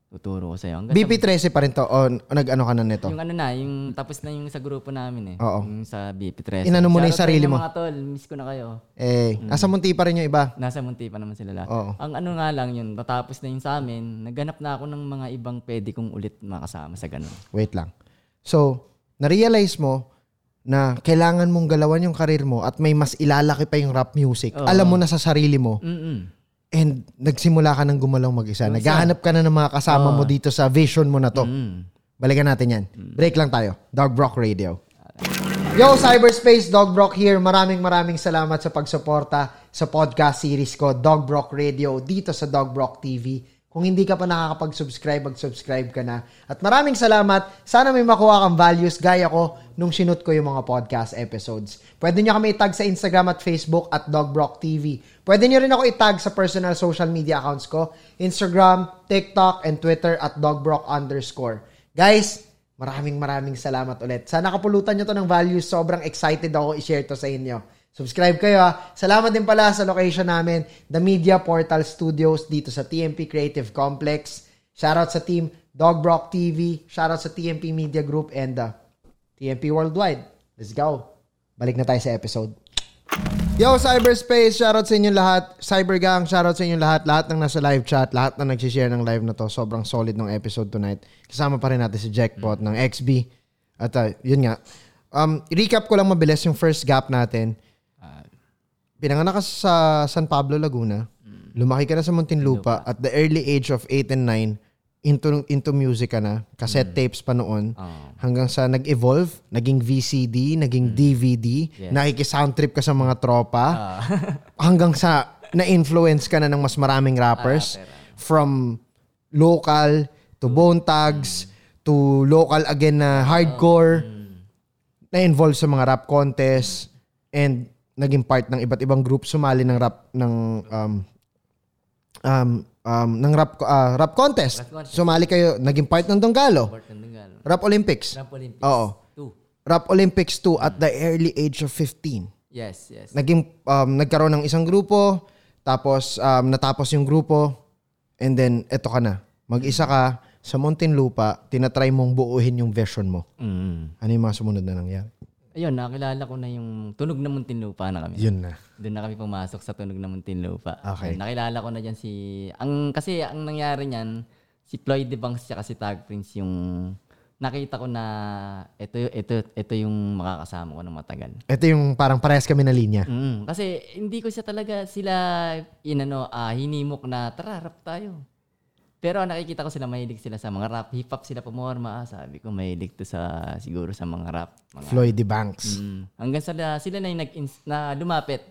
Speaker 1: Tuturo ko sa'yo. Hanggang sa-
Speaker 2: BP13 pa rin to, o nag-ano ka na nito.
Speaker 1: Yung ano na, yung tapos na yung sa grupo namin eh.
Speaker 2: Oo.
Speaker 1: Yung sa BP13.
Speaker 2: Inano mo na yung
Speaker 1: Shoutout sa
Speaker 2: sarili
Speaker 1: inyo,
Speaker 2: mo.
Speaker 1: mga tol, miss ko na kayo.
Speaker 2: Eh,
Speaker 1: Mm.
Speaker 2: nasa munti pa rin yung iba.
Speaker 1: Nasa munti pa naman sila lahat.
Speaker 2: Oo.
Speaker 1: Ang ano nga lang yun, natapos na yun sa amin, naghanap na ako ng mga ibang pwede kong ulit makasama sa ganun.
Speaker 2: Wait lang. So, na-realize mo na kailangan mong galawan yung karir mo at may mas ilalaki pa yung rap music.
Speaker 1: Oo.
Speaker 2: Alam mo na sa sarili mo.
Speaker 1: Mm-mm.
Speaker 2: And nagsimula ka ng gumalaw mag-isa. Naghahanap ka na ng mga kasama mo dito sa vision mo na to.
Speaker 1: Mm.
Speaker 2: Balikan natin yan. Break lang tayo. Dog Brock Radio. Yo, Cyberspace! Dog Brock here. Maraming maraming salamat sa pagsuporta sa podcast series ko, Dog Brock Radio, dito sa Dog Brock TV. Kung hindi ka pa nakakapag-subscribe, mag-subscribe ka na. At maraming salamat. Sana may makuha kang values gaya ko nung sinut ko yung mga podcast episodes. Pwede nyo kami itag sa Instagram at Facebook at Dog Brock TV. Pwede nyo rin ako itag sa personal social media accounts ko, Instagram, TikTok, and Twitter at dogbrock underscore. Guys, Maraming maraming salamat ulit. Sana kapulutan nyo to ng value. Sobrang excited ako i-share to sa inyo. Subscribe kayo ha. Salamat din pala sa location namin, The Media Portal Studios dito sa TMP Creative Complex. Shoutout sa team Dogbrock TV. Shoutout sa TMP Media Group and uh, TMP Worldwide. Let's go. Balik na tayo sa episode. Yo, Cyberspace! Shoutout sa inyo lahat. Cybergang, shoutout sa inyo lahat. Lahat ng nasa live chat, lahat na nagsishare ng live na to. Sobrang solid ng episode tonight. Kasama pa rin natin si Jackpot ng XB. At ah, yun nga. Um, recap ko lang mabilis yung first gap natin. Pinanganak ka sa San Pablo, Laguna. Lumaki ka na sa Muntinlupa. At the early age of 8 and 9, into, into music ka na. Cassette tapes pa noon.
Speaker 1: Ah.
Speaker 2: Hanggang sa nag-evolve, naging VCD, naging DVD,
Speaker 1: Hmm. Yes. Ah.
Speaker 2: nakiki-sound trip ka sa mga tropa. hanggang sa na-influence ka na ng mas maraming rappers
Speaker 1: Ah,
Speaker 2: from local to
Speaker 1: Hmm.
Speaker 2: bone tags to local again na hardcore
Speaker 1: Hmm.
Speaker 2: na-involve sa mga rap contest and naging part ng iba't ibang group sumali ng rap ng um um, um ng rap ah, rap contest.
Speaker 1: Rap contest.
Speaker 2: Sumali kayo, naging part ng Donggalo.
Speaker 1: Part ng Dungal.
Speaker 2: Rap Olympics.
Speaker 1: Trump Olympics.
Speaker 2: Oo.
Speaker 1: Two.
Speaker 2: Rap Olympics 2 at the early age of 15
Speaker 1: Yes, yes.
Speaker 2: naging um, nagkaroon ng isang grupo, tapos um, natapos yung grupo, and then eto ka na. Mag-isa ka sa Muntinlupa, tinatry mong buuhin yung version mo.
Speaker 1: Mm.
Speaker 2: Ano yung mga sumunod na nangyari?
Speaker 1: Ayun, nakilala ko na yung tunog na Muntinlupa na kami.
Speaker 2: Yun na.
Speaker 1: Doon na kami pumasok sa tunog na Muntinlupa.
Speaker 2: Okay.
Speaker 1: Ayun, nakilala ko na dyan si... Ang, kasi ang nangyari niyan, si Floyd de Bangs siya kasi Tag Prince yung nakita ko na ito, ito, ito yung makakasama ko ng matagal.
Speaker 2: Ito yung parang parehas kami na linya.
Speaker 1: Mm, kasi hindi ko siya talaga sila inano ah, hinimok na tara rap tayo. Pero nakikita ko sila mahilig sila sa mga rap, hip hop sila pumorma, ah, sabi ko mahilig to sa siguro sa mga rap. Mga,
Speaker 2: Floyd de Banks.
Speaker 1: mm, hanggang sila sila na yung nag na lumapit.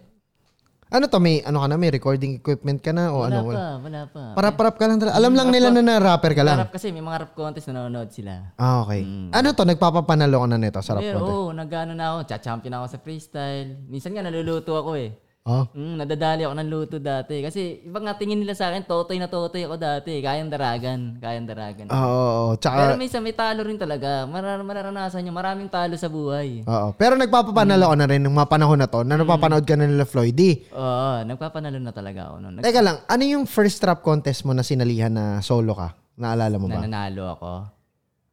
Speaker 2: Ano to? May, ano ka na? May recording equipment ka na? O
Speaker 1: Wala pa,
Speaker 2: ano? Wala.
Speaker 1: wala pa.
Speaker 2: Parap-parap ka lang talaga. Alam lang nila na na-rapper ka lang.
Speaker 1: Mga rap kasi may mga rap contest na nanonood sila.
Speaker 2: Ah, okay. Ano to? Nagpapapanalo ka na nito sa rap
Speaker 1: Pero
Speaker 2: contest?
Speaker 1: oo, nagano na ako, cha-champion ako sa freestyle. Minsan nga naluluto ako eh.
Speaker 2: Oh.
Speaker 1: Mm, nadadali ako ng luto dati. Kasi ibang nga tingin nila sa akin, totoy na totoy ako dati. Kayang daragan, kayang daragan.
Speaker 2: Ah, Oo, oo, oo.
Speaker 1: Pero
Speaker 2: Tsaka,
Speaker 1: minsan may talo rin talaga. Marar mararanasan nyo, maraming talo sa buhay.
Speaker 2: oo. Pero nagpapapanalo ka na rin ng mga panahon na
Speaker 1: Mm.
Speaker 2: to na napapanood ka na nila Floyd D.
Speaker 1: Oo, nagpapanalo na talaga ako noon. Nag-
Speaker 2: Teka lang, ano yung first rap contest mo na sinalihan na solo ka? Naalala mo ba?
Speaker 1: nananalo ako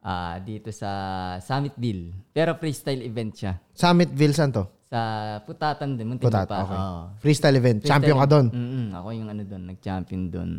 Speaker 1: ah, dito sa Summitville. Pero freestyle event siya.
Speaker 2: Summitville, saan to?
Speaker 1: Sa Putatan din,
Speaker 2: Putat,
Speaker 1: Muntinlupa.
Speaker 2: okay.
Speaker 1: Oo.
Speaker 2: Freestyle event. Champion ka doon.
Speaker 1: Mm-mm, ako yung ano doon, nag-champion doon.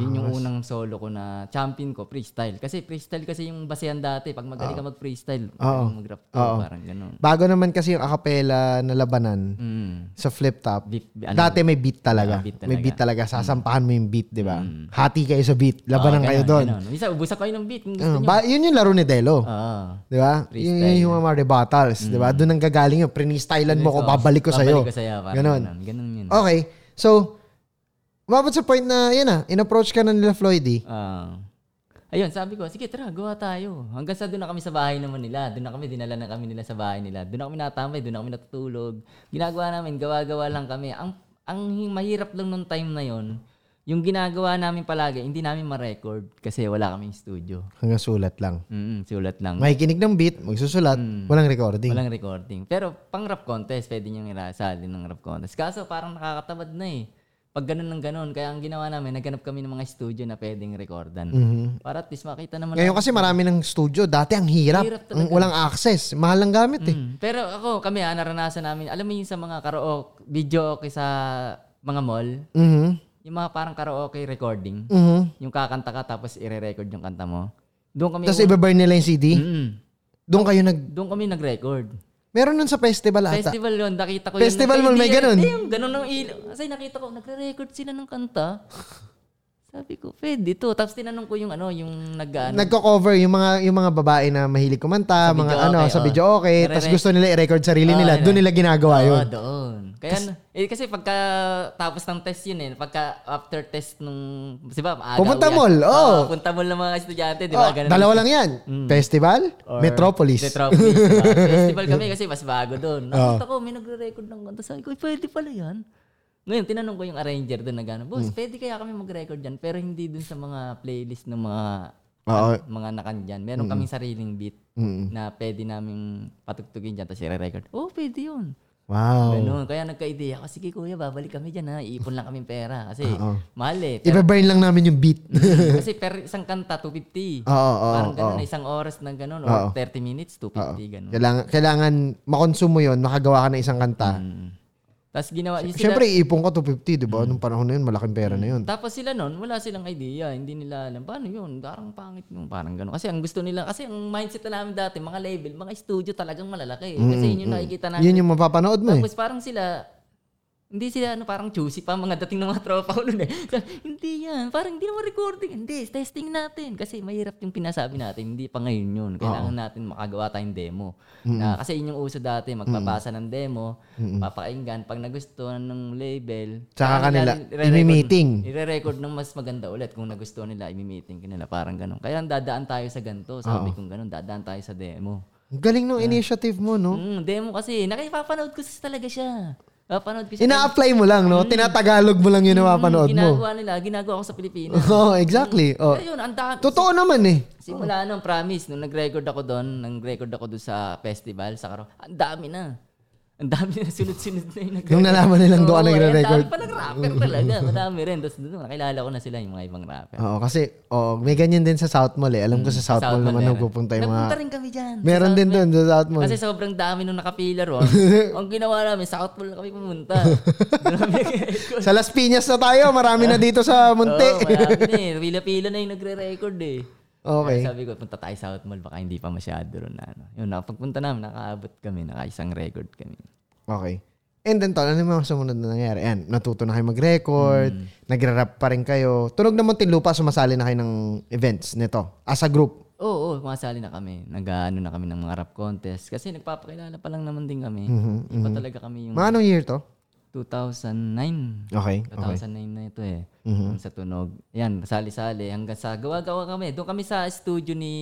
Speaker 1: Yun yung
Speaker 2: Ah,
Speaker 1: unang solo ko na champion ko, freestyle. Kasi freestyle kasi yung basehan dati. Pag magaling
Speaker 2: Ah.
Speaker 1: ka mag-freestyle, magaling mag-rap ka, parang ganun.
Speaker 2: Bago naman kasi yung acapella na labanan
Speaker 1: Mm.
Speaker 2: sa flip top,
Speaker 1: Beat- be- ano?
Speaker 2: dati may beat
Speaker 1: Ah,
Speaker 2: talaga.
Speaker 1: beat talaga.
Speaker 2: May beat talaga. Sasampahan mo yung beat, di ba? Hati kayo sa beat. Labanan
Speaker 1: Oo,
Speaker 2: kayo
Speaker 1: Ah, ganun,
Speaker 2: doon.
Speaker 1: ganun. Isa, ubusan ko yun ng beat. Kung gusto
Speaker 2: Ah,
Speaker 1: nyo. Ah.
Speaker 2: ba- yun yung laro ni Delo.
Speaker 1: Oo.
Speaker 2: Di ba? Yun yun yung mga rebuttals. Di ba? Doon ang gagaling yun. Prinistylan mo ko,
Speaker 1: So,
Speaker 2: babalik ko
Speaker 1: Mm. Babalik
Speaker 2: sa'yo.
Speaker 1: ko sa'yo. Parang
Speaker 2: Ganon.
Speaker 1: ganun. Ganun, yun.
Speaker 2: Okay. So, umabot sa point na, yan ah, in-approach ka na nila Floyd eh.
Speaker 1: Ah. ayun, sabi ko, sige tara, gawa tayo. Hanggang sa doon na kami sa bahay naman nila. Doon na kami, dinala na kami nila sa bahay nila. Doon na kami natambay, doon na kami natutulog. Ginagawa namin, gawa-gawa lang kami. Ang, ang hi- mahirap lang nung time na yon yung ginagawa namin palagi, hindi namin ma-record kasi wala kaming studio.
Speaker 2: Hanggang sulat lang.
Speaker 1: Mm, sulat lang.
Speaker 2: Makikinig ng beat, magsusulat, walang recording.
Speaker 1: Hmm. Walang recording. Pero pang rap contest, pwede niyong irasali ng rap contest. Kaso parang nakakatamad na eh. Pag ganun ng ganun, kaya ang ginawa namin, naghanap kami ng mga studio na pwedeng recordan.
Speaker 2: Mm.
Speaker 1: Para at least makita naman
Speaker 2: Mm-hmm. Ngayon kasi marami ng studio. Dati ang hirap.
Speaker 1: Hirap
Speaker 2: Ang walang access. Mahal ang gamit eh.
Speaker 1: Mm. Pero ako, kami ah, naranasan namin, alam mo yun sa mga karaoke, video okay sa mga mall,
Speaker 2: Mhm.
Speaker 1: yung mga parang karaoke recording,
Speaker 2: Mhm.
Speaker 1: yung kakanta ka tapos ire-record yung kanta mo. Doon kami,
Speaker 2: Tapos ibaburn nila yung CD.
Speaker 1: Mm.
Speaker 2: Doon kayo nag...
Speaker 1: doon kami nag-record.
Speaker 2: Meron nun sa festival ata.
Speaker 1: Festival yun, nakita ko
Speaker 2: Festival
Speaker 1: Ay,
Speaker 2: mall, may
Speaker 1: hindi,
Speaker 2: ganun.
Speaker 1: Hindi, yung ganun ng ilaw. Kasi nakita ko, nagre-record sila ng kanta. Sabi ko, pwede to. Tapos tinanong ko yung ano, yung nag-ano.
Speaker 2: Nagko-cover yung mga yung mga babae na mahilig
Speaker 1: Sa
Speaker 2: kumanta, mga
Speaker 1: video
Speaker 2: ano,
Speaker 1: okay,
Speaker 2: sa
Speaker 1: oh.
Speaker 2: video okay,
Speaker 1: Nare-rec-
Speaker 2: tapos gusto nila i-record sarili
Speaker 1: Oh,
Speaker 2: nila.
Speaker 1: yun
Speaker 2: Doon
Speaker 1: eh.
Speaker 2: nila ginagawa
Speaker 1: Oo,
Speaker 2: Ah, yun.
Speaker 1: doon. Kaya, ano, eh, kasi pagka tapos ng test yun eh, pagka after test nung, di ba, maaga
Speaker 2: Pumunta
Speaker 1: uwi-
Speaker 2: mall, oo.
Speaker 1: Oo, punta mall ng mga estudyante, di
Speaker 2: Oh,
Speaker 1: ba? ganun. Hmm.
Speaker 2: dalawa lang yan. Festival,
Speaker 1: Or
Speaker 2: Metropolis. Oh.
Speaker 1: Metropolis. diba? Festival kami kasi mas bago doon. Nakita ko, may nagre-record ng kanta. Sabi ko, "Uy, pwede pala yan. Ngayon, tinanong ko yung arranger doon na gano'n,
Speaker 2: Hmm.
Speaker 1: Boss, pwede kaya kami mag-record dyan, pero hindi doon sa mga playlist ng mga
Speaker 2: Oo.
Speaker 1: mga nakandyan. Meron kaming sariling beat
Speaker 2: Hmm.
Speaker 1: na pwede naming patugtugin dyan tapos i-record. Oh, pwede yun.
Speaker 2: Wow.
Speaker 1: Ganun. Kaya nagka-idea ako, sige kuya, babalik kami dyan ha. Iipon lang kami pera. Kasi
Speaker 2: Ah,
Speaker 1: mahal eh. Pero-
Speaker 2: Ibaburn lang namin yung beat.
Speaker 1: kasi per isang kanta, 250.
Speaker 2: Oo, Ah, oo, Ah,
Speaker 1: Parang ganun, isang oras na ganun. Or 30 minutes, 250, ganun.
Speaker 2: kailangan, kailangan makonsume mo yun, makagawa ka ng isang kanta.
Speaker 1: Tapos Mm. ginawa niya sila.
Speaker 2: Siyempre, iipon ka 250, di ba? Nung panahon na yun, malaking pera na yun.
Speaker 1: Mm. Tapos sila nun, wala silang idea. Hindi nila alam, paano yun? Parang pangit yun. Parang ganun. Kasi ang gusto nila, kasi ang mindset na namin dati, mga label, mga studio talagang malalaki.
Speaker 2: Mm,
Speaker 1: Kasi yun yung nakikita namin.
Speaker 2: Yun yung mapapanood mo eh.
Speaker 1: Tapos parang sila, hindi sila ano, parang juicy pa mga dating ng mga tropa ko nun eh. hindi yan, parang hindi naman recording. Hindi, testing natin. Kasi mahirap yung pinasabi natin, hindi pa ngayon yun. Kailangan natin makagawa tayong demo. Na, kasi yun yung uso dati, magpapasa ng demo, papakinggan. Pag nagustuhan ng label,
Speaker 2: Tsaka kanila,
Speaker 1: i-re-record-
Speaker 2: imi-meeting.
Speaker 1: I-re-record ng mas maganda ulit kung nagustuhan nila, imi-meeting ka nila. Parang ganun. Kaya dadaan tayo sa ganito. Sabi kong ganun, dadaan tayo sa demo.
Speaker 2: Ang Galing nung initiative mo, no?
Speaker 1: Mm, demo kasi. Nakipapanood ko s- talaga siya. Papanood ko siya.
Speaker 2: Ina-apply mo lang, no? Tinatagalog mo lang yung
Speaker 1: Mm,
Speaker 2: napapanood mo.
Speaker 1: ginagawa nila. Ginagawa ko sa Pilipinas.
Speaker 2: Oo, exactly. Oh.
Speaker 1: Ayun, ang dami.
Speaker 2: Totoo naman eh.
Speaker 1: Simula nung promise, nung nag-record ako doon, nag-record ako doon sa festival, sa Karo, ang dami na. Ang dami na sunod-sunod na yung nag-
Speaker 2: Nung nalaman nilang doon
Speaker 1: Oo,
Speaker 2: ka
Speaker 1: eh,
Speaker 2: nagre-record.
Speaker 1: Ang dami palang rapper talaga. Madami rin. Tapos doon, nakilala ko na sila yung mga ibang rapper.
Speaker 2: Oo, kasi oh, may ganyan din sa South Mall eh. Alam ko sa South, Mall naman
Speaker 1: meron.
Speaker 2: nagpupunta yung mga...
Speaker 1: Nagpunta rin kami dyan. sa
Speaker 2: Meron
Speaker 1: South
Speaker 2: din
Speaker 1: Mall.
Speaker 2: doon sa South Mall.
Speaker 1: Kasi sobrang dami nung nakapila ron. ang ginawa namin, sa South Mall na kami pumunta. Doon kami nag-record.
Speaker 2: Sa Las Piñas na tayo. Marami na dito sa Munti.
Speaker 1: Oo, marami na eh. Pila-pila na yung nagre-record eh.
Speaker 2: okay.
Speaker 1: Kaya sabi ko, punta tayo sa South Mall, baka hindi pa masyado ron na ano. Yun, nakapagpunta namin, nakaabot kami, nakaisang record kami.
Speaker 2: Okay. And then, tol, ano yung mga sumunod na nangyari? Ayan, natuto na kayo mag-record,
Speaker 1: Hmm.
Speaker 2: nagra-rap pa rin kayo. Tunog na Muntinlupa, sumasali na kayo ng events nito as a group.
Speaker 1: Oo, oo, kumasali na kami. Nag-ano na kami ng mga rap contest. Kasi nagpapakilala pa lang naman din kami.
Speaker 2: Mm-hmm,
Speaker 1: Hindi pa talaga kami yung
Speaker 2: Mga anong year to?
Speaker 1: 2009.
Speaker 2: Okay, Mm-hmm.
Speaker 1: 2009
Speaker 2: okay.
Speaker 1: na ito eh. Yung Sa tunog. Yan, sali-sali. Hanggang sa gawa-gawa kami. Doon kami sa studio ni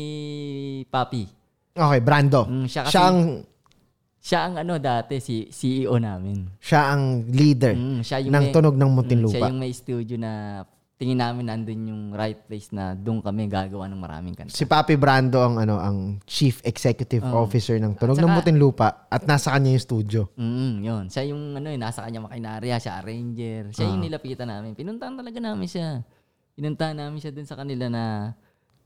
Speaker 1: Papi.
Speaker 2: Okay, Brando.
Speaker 1: Mm, siya kasi-
Speaker 2: siya, ang,
Speaker 1: Siya ang ano dati, si CEO namin.
Speaker 2: siya ang leader
Speaker 1: Mm, siya yung
Speaker 2: ng
Speaker 1: may-
Speaker 2: tunog ng Muntinlupa.
Speaker 1: Siya yung may studio na tingin namin nandun yung right place na doon kami gagawa ng maraming kanta.
Speaker 2: si Papi Brando ang ano ang chief executive
Speaker 1: Oh.
Speaker 2: officer ng Tunog ng Muntinlupa at nasa kanya yung studio.
Speaker 1: Mm, yun. Siya yung ano, eh, nasa kanya makinarya, siya arranger. Siya
Speaker 2: Ah.
Speaker 1: yung nilapitan namin. Pinuntahan talaga namin siya. Pinuntahan namin siya dun sa kanila na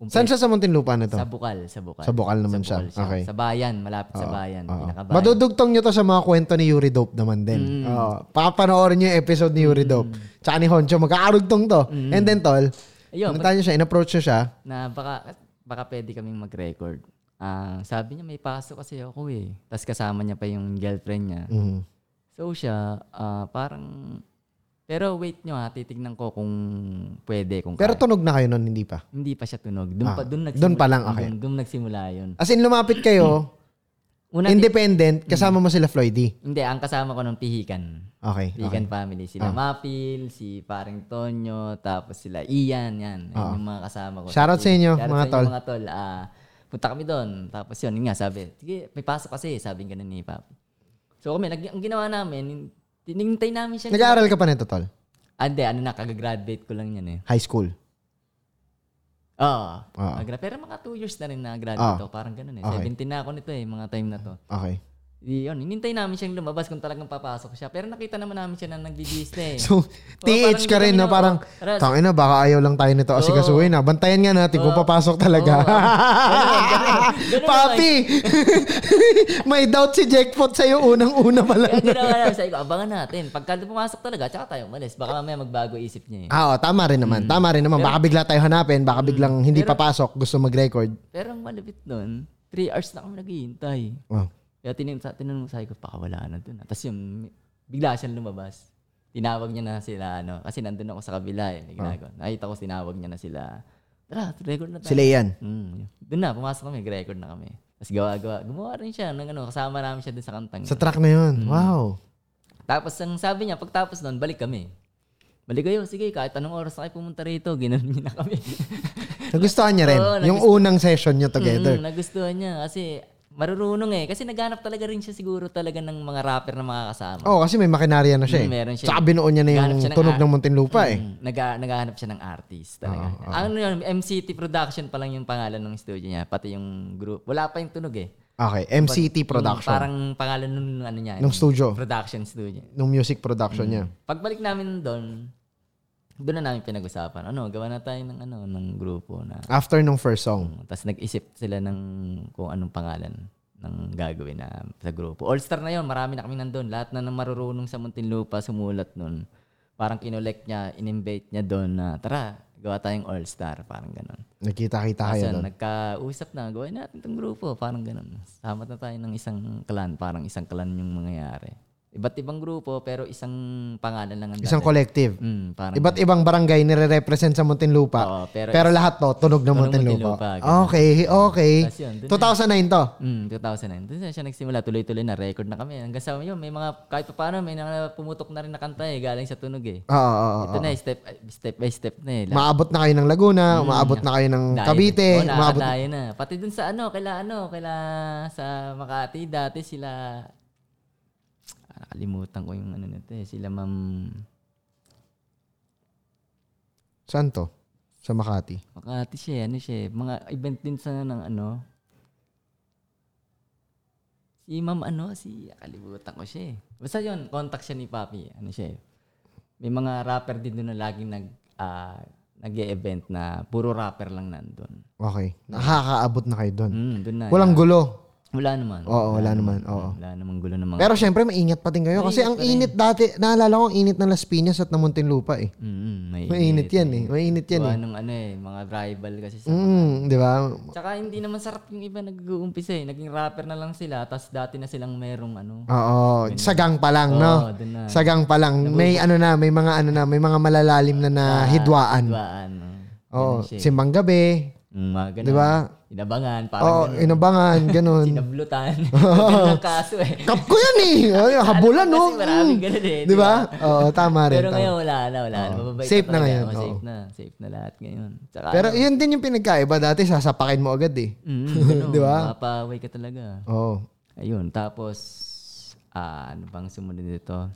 Speaker 2: Saan siya sa Muntinlupa na to?
Speaker 1: sa bukal, sa bukal.
Speaker 2: Sa Bukal naman siya. Okay. Ah,
Speaker 1: Sa bayan, malapit sa bayan.
Speaker 2: Oo.
Speaker 1: Pinakabayan.
Speaker 2: Madudugtong nyo to sa mga kwento ni Yuri Dope naman din. Oo. Papanoorin nyo yung episode ni Yuri Dope. Tsaka ni Honcho, magkakarugtong to. And then, tol,
Speaker 1: Ayun,
Speaker 2: Ayun, nyo siya, in-approach nyo siya.
Speaker 1: na baka, baka pwede kaming mag-record. Ah, sabi niya, may pasok kasi ako eh. Tapos kasama niya pa yung girlfriend niya.
Speaker 2: Mhm.
Speaker 1: So siya, ah, parang, pero wait nyo ha, titignan ko kung pwede, kung
Speaker 2: Pero
Speaker 1: kaya.
Speaker 2: tunog na kayo nun, hindi pa.
Speaker 1: Hindi pa siya tunog. Doon
Speaker 2: Ah,
Speaker 1: pa, doon nagsimula.
Speaker 2: doon pa lang, okay.
Speaker 1: Doon, doon nagsimula yun.
Speaker 2: As in, lumapit kayo,
Speaker 1: Una,
Speaker 2: independent, kasama mo sila Floydie.
Speaker 1: hindi, ang kasama ko nung Pihikan.
Speaker 2: Okay. okay. Ah.
Speaker 1: Pihikan family. Sila Mapil, si Paring Tonyo, tapos sila Ian, yan. Yan yung mga kasama ko.
Speaker 2: Ah. Shoutout sa inyo,
Speaker 1: Shoutout
Speaker 2: mga
Speaker 1: sa inyo,
Speaker 2: tol.
Speaker 1: mga tol. Ah, punta kami doon. Tapos yun, yun nga sabi, sige, may pasok kasi, sabi ganun ni Papi. So kami, nag- ang ginawa namin, tinintay namin siya.
Speaker 2: Nag-aaral ka pa nito, tol?
Speaker 1: Ah, Hindi, ano na, kagagraduate ko lang yan eh.
Speaker 2: High school.
Speaker 1: Oo.
Speaker 2: Oo.
Speaker 1: Nagra- Ah. Pero mga 2 years na rin na graduate
Speaker 2: Oo.
Speaker 1: ako. Parang ganun eh.
Speaker 2: Ah. Okay.
Speaker 1: 17 na ako nito eh, mga time na to.
Speaker 2: Okay.
Speaker 1: Di, Yun, hinintay namin siyang lumabas kung talagang papasok siya. Pero nakita naman namin siya na nagbibis na eh.
Speaker 2: So, TH
Speaker 1: parang
Speaker 2: ka rin na
Speaker 1: ginawa-
Speaker 2: parang,
Speaker 1: Tara,
Speaker 2: tangina, baka ayaw lang tayo nito asikasuhin na. Bantayan nga natin kung papasok talaga.
Speaker 1: ganun
Speaker 2: Papi! May doubt si Jackpot sa'yo unang-una pa lang.
Speaker 1: Kaya ginawa namin, sabi ko, abangan natin. Pagka pumasok talaga, tsaka tayo umalis. Baka mamaya magbago isip niya eh.
Speaker 2: Ah, oo, tama rin naman. Tama rin naman. Baka bigla tayo hanapin, baka biglang hindi papasok, gusto mag-record.
Speaker 1: Pero ang malapit nun, 3 hours na kami naghihintay.
Speaker 2: Wow.
Speaker 1: Kaya tinan sa tinanong sabi ko, baka wala na dun. ah." Tapos yun, bigla siyang lumabas. Tinawag niya na sila, ano, kasi nandun ako sa kabila eh.
Speaker 2: Ah.
Speaker 1: May ginagawa. Nakita ko, tinawag niya na sila. Tara, record na tayo.
Speaker 2: Sila yan.
Speaker 1: Mm. Doon na, pumasok kami, record na kami. Tapos gawa-gawa. Gumawa rin siya ng ano, kasama namin siya dun sa kantang.
Speaker 2: Sa track na yun. Wow.
Speaker 1: Tapos ang sabi niya, pagtapos nun, balik kami. Balik kayo, sige, kahit anong oras na kayo pumunta rito, ginanon niya na kami.
Speaker 2: Nagustuhan Hmm. niya rin.
Speaker 1: Oo,
Speaker 2: yung unang session niyo together.
Speaker 1: Mm, nagustuhan niya kasi marurunong eh. Kasi naghanap talaga rin siya siguro talaga ng mga rapper na makakasama.
Speaker 2: Oo, Oh, kasi may makinarya na siya eh.
Speaker 1: Mm, meron siya.
Speaker 2: Tsaka binuo niya na
Speaker 1: Naghanap siya
Speaker 2: yung
Speaker 1: ng
Speaker 2: tunog
Speaker 1: ar-
Speaker 2: ng Muntinlupa eh.
Speaker 1: Mm, naga- naghahanap siya ng artist talaga. Ano yun, MCT Production pa lang yung pangalan ng studio niya, pati yung group. Wala pa yung tunog eh.
Speaker 2: Okay, MCT
Speaker 1: Yung
Speaker 2: production.
Speaker 1: parang pangalan nung ano niya.
Speaker 2: Nung studio.
Speaker 1: Production studio.
Speaker 2: Nung music production niya.
Speaker 1: Pagbalik namin doon, doon na namin pinag-usapan. Ano, gawa na tayo ng ano, ng grupo na.
Speaker 2: After nung first song.
Speaker 1: Tapos nag-isip sila ng kung anong pangalan ng gagawin na sa grupo. All-star na yon, marami na kami nandun. Lahat na nang marurunong sa Muntinlupa sumulat nun. Parang kinolect niya, in-invite niya doon na, tara, gawa tayong all-star. Parang ganun.
Speaker 2: Nagkita-kita kayo
Speaker 1: Asan,
Speaker 2: doon.
Speaker 1: nagkausap na, gawin natin itong grupo. Parang ganun. Sama na tayo ng isang clan. Parang isang clan yung mangyayari. Iba't ibang grupo, pero isang pangalan lang ang
Speaker 2: Isang
Speaker 1: dati.
Speaker 2: collective.
Speaker 1: Mm, parang
Speaker 2: Iba't ibang barangay nire-represent sa Muntinlupa.
Speaker 1: Oo, pero,
Speaker 2: Pero lahat to, tunog ng
Speaker 1: Tunog Muntinlupa,
Speaker 2: Muntinlupa.
Speaker 1: ganun.
Speaker 2: Okay, okay.
Speaker 1: Tas yun,
Speaker 2: tota-
Speaker 1: dun eh.
Speaker 2: 2009 to.
Speaker 1: Mm, 2009. Doon siya nagsimula. Tuloy-tuloy na record na kami. Hanggang sa yun, may mga, kahit pa paano, may mga pumutok na rin na kanta eh. Galing sa tunog eh.
Speaker 2: Oo, oo, oo.
Speaker 1: Ito na eh, step, step by step na eh.
Speaker 2: Maabot na kayo ng Laguna, maabot na kayo ng
Speaker 1: Layo
Speaker 2: Cavite,
Speaker 1: na. Mm, Oo,
Speaker 2: maabot
Speaker 1: nakakalayo na. Pati dun sa ano, kaila ano, kaila sa Makati, dati sila, ah, nakalimutan ko yung ano nito eh. Sila ma'am,
Speaker 2: Saan to? Sa Makati.
Speaker 1: Makati siya, eh, ano siya eh. Mga event din sa ng ano, Si ma'am ano, si kalimutan ko siya eh. Basta yun, contact siya ni Papi. Ano siya eh. May mga rapper din doon na laging nag, ah, nag-e-event na puro rapper lang nandun.
Speaker 2: Okay. Nakakaabot na kayo doon.
Speaker 1: Mm, doon na.
Speaker 2: Walang gulo.
Speaker 1: Wala naman.
Speaker 2: Oo, wala naman. Oo.
Speaker 1: Wala namang gulo ng mga...
Speaker 2: Pero syempre, maingat pa din kayo. Kasi ang init dati, naalala ko ang init ng Las Piñas at ng Muntinlupa eh.
Speaker 1: Mm, mm, may
Speaker 2: Mainit yan eh. Mainit yan eh.
Speaker 1: Gawa ng ano eh, mga rival kasi sa...
Speaker 2: Mm, di ba?
Speaker 1: Tsaka hindi naman sarap yung iba nag-uumpisa eh. Naging rapper na lang sila, tapos dati na silang merong ano.
Speaker 2: Oo, sagang pa lang,
Speaker 1: Oo,
Speaker 2: no?
Speaker 1: dun na.
Speaker 2: Sagang pa lang. May ano na, may mga ano na, may mga malalalim na na hidwaan.
Speaker 1: Duaan.
Speaker 2: Oo,
Speaker 1: eh.
Speaker 2: simbang gabi,
Speaker 1: ano? Mm, mga ganun.
Speaker 2: Oh, di ba? Oh,
Speaker 1: Inabangan, parang
Speaker 2: Oo, inabangan, ganun.
Speaker 1: sinablutan. Ganun ang kaso eh.
Speaker 2: Kap ko yan eh. Ay, habulan,
Speaker 1: Kasi
Speaker 2: no?
Speaker 1: maraming
Speaker 2: Mm.
Speaker 1: ganun eh.
Speaker 2: Di ba? Oo, tama rin.
Speaker 1: Pero
Speaker 2: tama.
Speaker 1: ngayon wala na, wala na. Mababait
Speaker 2: Safe na
Speaker 1: talaga.
Speaker 2: ngayon,
Speaker 1: Oh,
Speaker 2: oo.
Speaker 1: Safe na. Safe na lahat ngayon. Tsaka,
Speaker 2: Pero yun din yung pinagkaiba dati, sasapakin mo agad eh.
Speaker 1: ano? mm,
Speaker 2: Di
Speaker 1: di
Speaker 2: ba?
Speaker 1: ba? Mapaway ka talaga.
Speaker 2: Oo.
Speaker 1: Ayun, tapos ah, ano bang sumunod dito?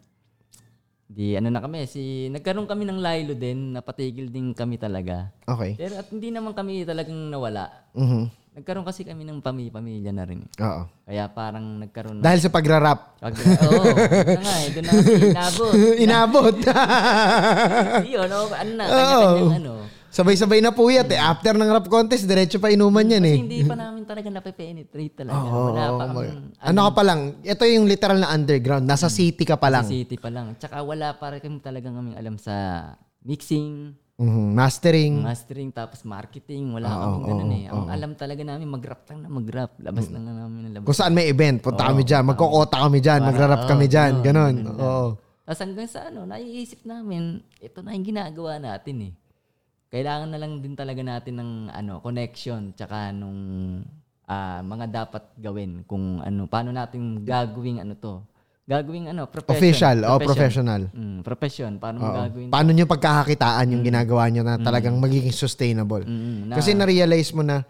Speaker 1: Di ano na kami si nagkaroon kami ng Lilo din, napatigil din kami talaga.
Speaker 2: Okay.
Speaker 1: Pero at hindi naman kami talagang nawala.
Speaker 2: Mhm.
Speaker 1: Nagkaroon kasi kami ng pami- pamilya na rin. eh.
Speaker 2: Oo.
Speaker 1: Kaya parang nagkaroon na
Speaker 2: Dahil sa pagrarap.
Speaker 1: Pag, oo, yun na nga eh, doon na kasi inabot.
Speaker 2: Inabot.
Speaker 1: Yun, oh, ano na, kanya-kanyang ano.
Speaker 2: Sabay-sabay na puyat eh. After ng rap contest, diretso pa inuman yan
Speaker 1: Kasi
Speaker 2: eh.
Speaker 1: hindi pa namin talaga nape-penetrate talaga. Wala pa kami
Speaker 2: Ano ka pa lang? Ito yung literal na underground. Nasa
Speaker 1: Mm.
Speaker 2: city ka pa lang.
Speaker 1: city pa lang. Tsaka wala pa rin talaga kaming alam sa mixing,
Speaker 2: Mhm. Mastering.
Speaker 1: Mm-hmm. mastering, tapos marketing. Wala kaming ganun eh. Ang alam talaga namin, mag-rap lang na mag-rap. Labas lang na namin ng labas.
Speaker 2: Mm. Kung saan may event, punta kami dyan. Magkokota kami dyan. Magrarap kami dyan. Ganon. Oo.
Speaker 1: Tapos hanggang sa ano, naiisip namin, ito na yung ginagawa natin eh. Kailangan na lang din talaga natin ng ano, connection tsaka nung ah, mga dapat gawin kung ano, paano natin gagawing ano to. Gagawing ano, profession.
Speaker 2: Official. Oh, professional.
Speaker 1: Mm, profession. Paano mo gagawin?
Speaker 2: Paano nyo pagkakakitaan yung ginagawa nyo na talagang magiging sustainable?
Speaker 1: Mm, na,
Speaker 2: Kasi na-realize mo na,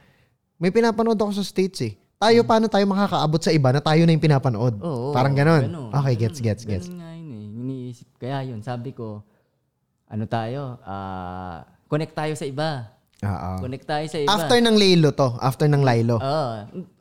Speaker 2: may pinapanood ako sa States eh. Tayo, paano tayo makakaabot sa iba na tayo na yung pinapanood?
Speaker 1: Mm. Oo, oo,
Speaker 2: Parang ganon.
Speaker 1: ganun. Mm.
Speaker 2: Okay, gets, gets,
Speaker 1: Ganun
Speaker 2: gets.
Speaker 1: nga yun eh. Iniisip. Kaya yun, sabi ko, ano tayo, ah, connect tayo sa iba.
Speaker 2: Oo.
Speaker 1: Connect tayo sa iba. Ah.
Speaker 2: After ng Lilo to. After ng Lilo.
Speaker 1: Oo.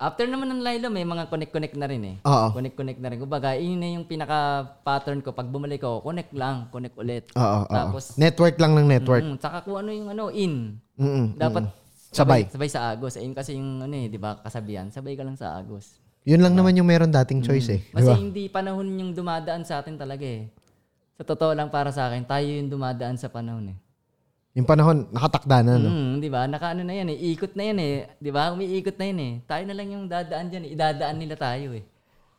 Speaker 1: After naman ng Lilo, may mga connect-connect na rin eh.
Speaker 2: Oo.
Speaker 1: Connect-connect na rin. Kumbaga, yun na yung pinaka-pattern ko. Pag bumalik ako, connect lang, connect ulit.
Speaker 2: Oo, oo.
Speaker 1: Tapos,
Speaker 2: Network lang ng network.
Speaker 1: mm, saka kung ano yung ano, in.
Speaker 2: Mm-mm.
Speaker 1: Dapat
Speaker 2: Sabay.
Speaker 1: Sabay sa agos. Ayun kasi yung ano eh, di ba, kasabihan. Sabay ka lang sa agos.
Speaker 2: Yun lang naman yung meron dating choice eh. Di
Speaker 1: Kasi
Speaker 2: ba?
Speaker 1: hindi panahon yung dumadaan sa atin talaga eh. Sa totoo lang para sa akin, tayo yung dumadaan sa panahon eh.
Speaker 2: Yung panahon, nakatakda na. No?
Speaker 1: Mm, di ba? Nakaano na yan eh. Ikot na yan eh. Di ba? Umiikot na yan eh. Tayo na lang yung dadaan dyan eh. Idadaan nila tayo eh.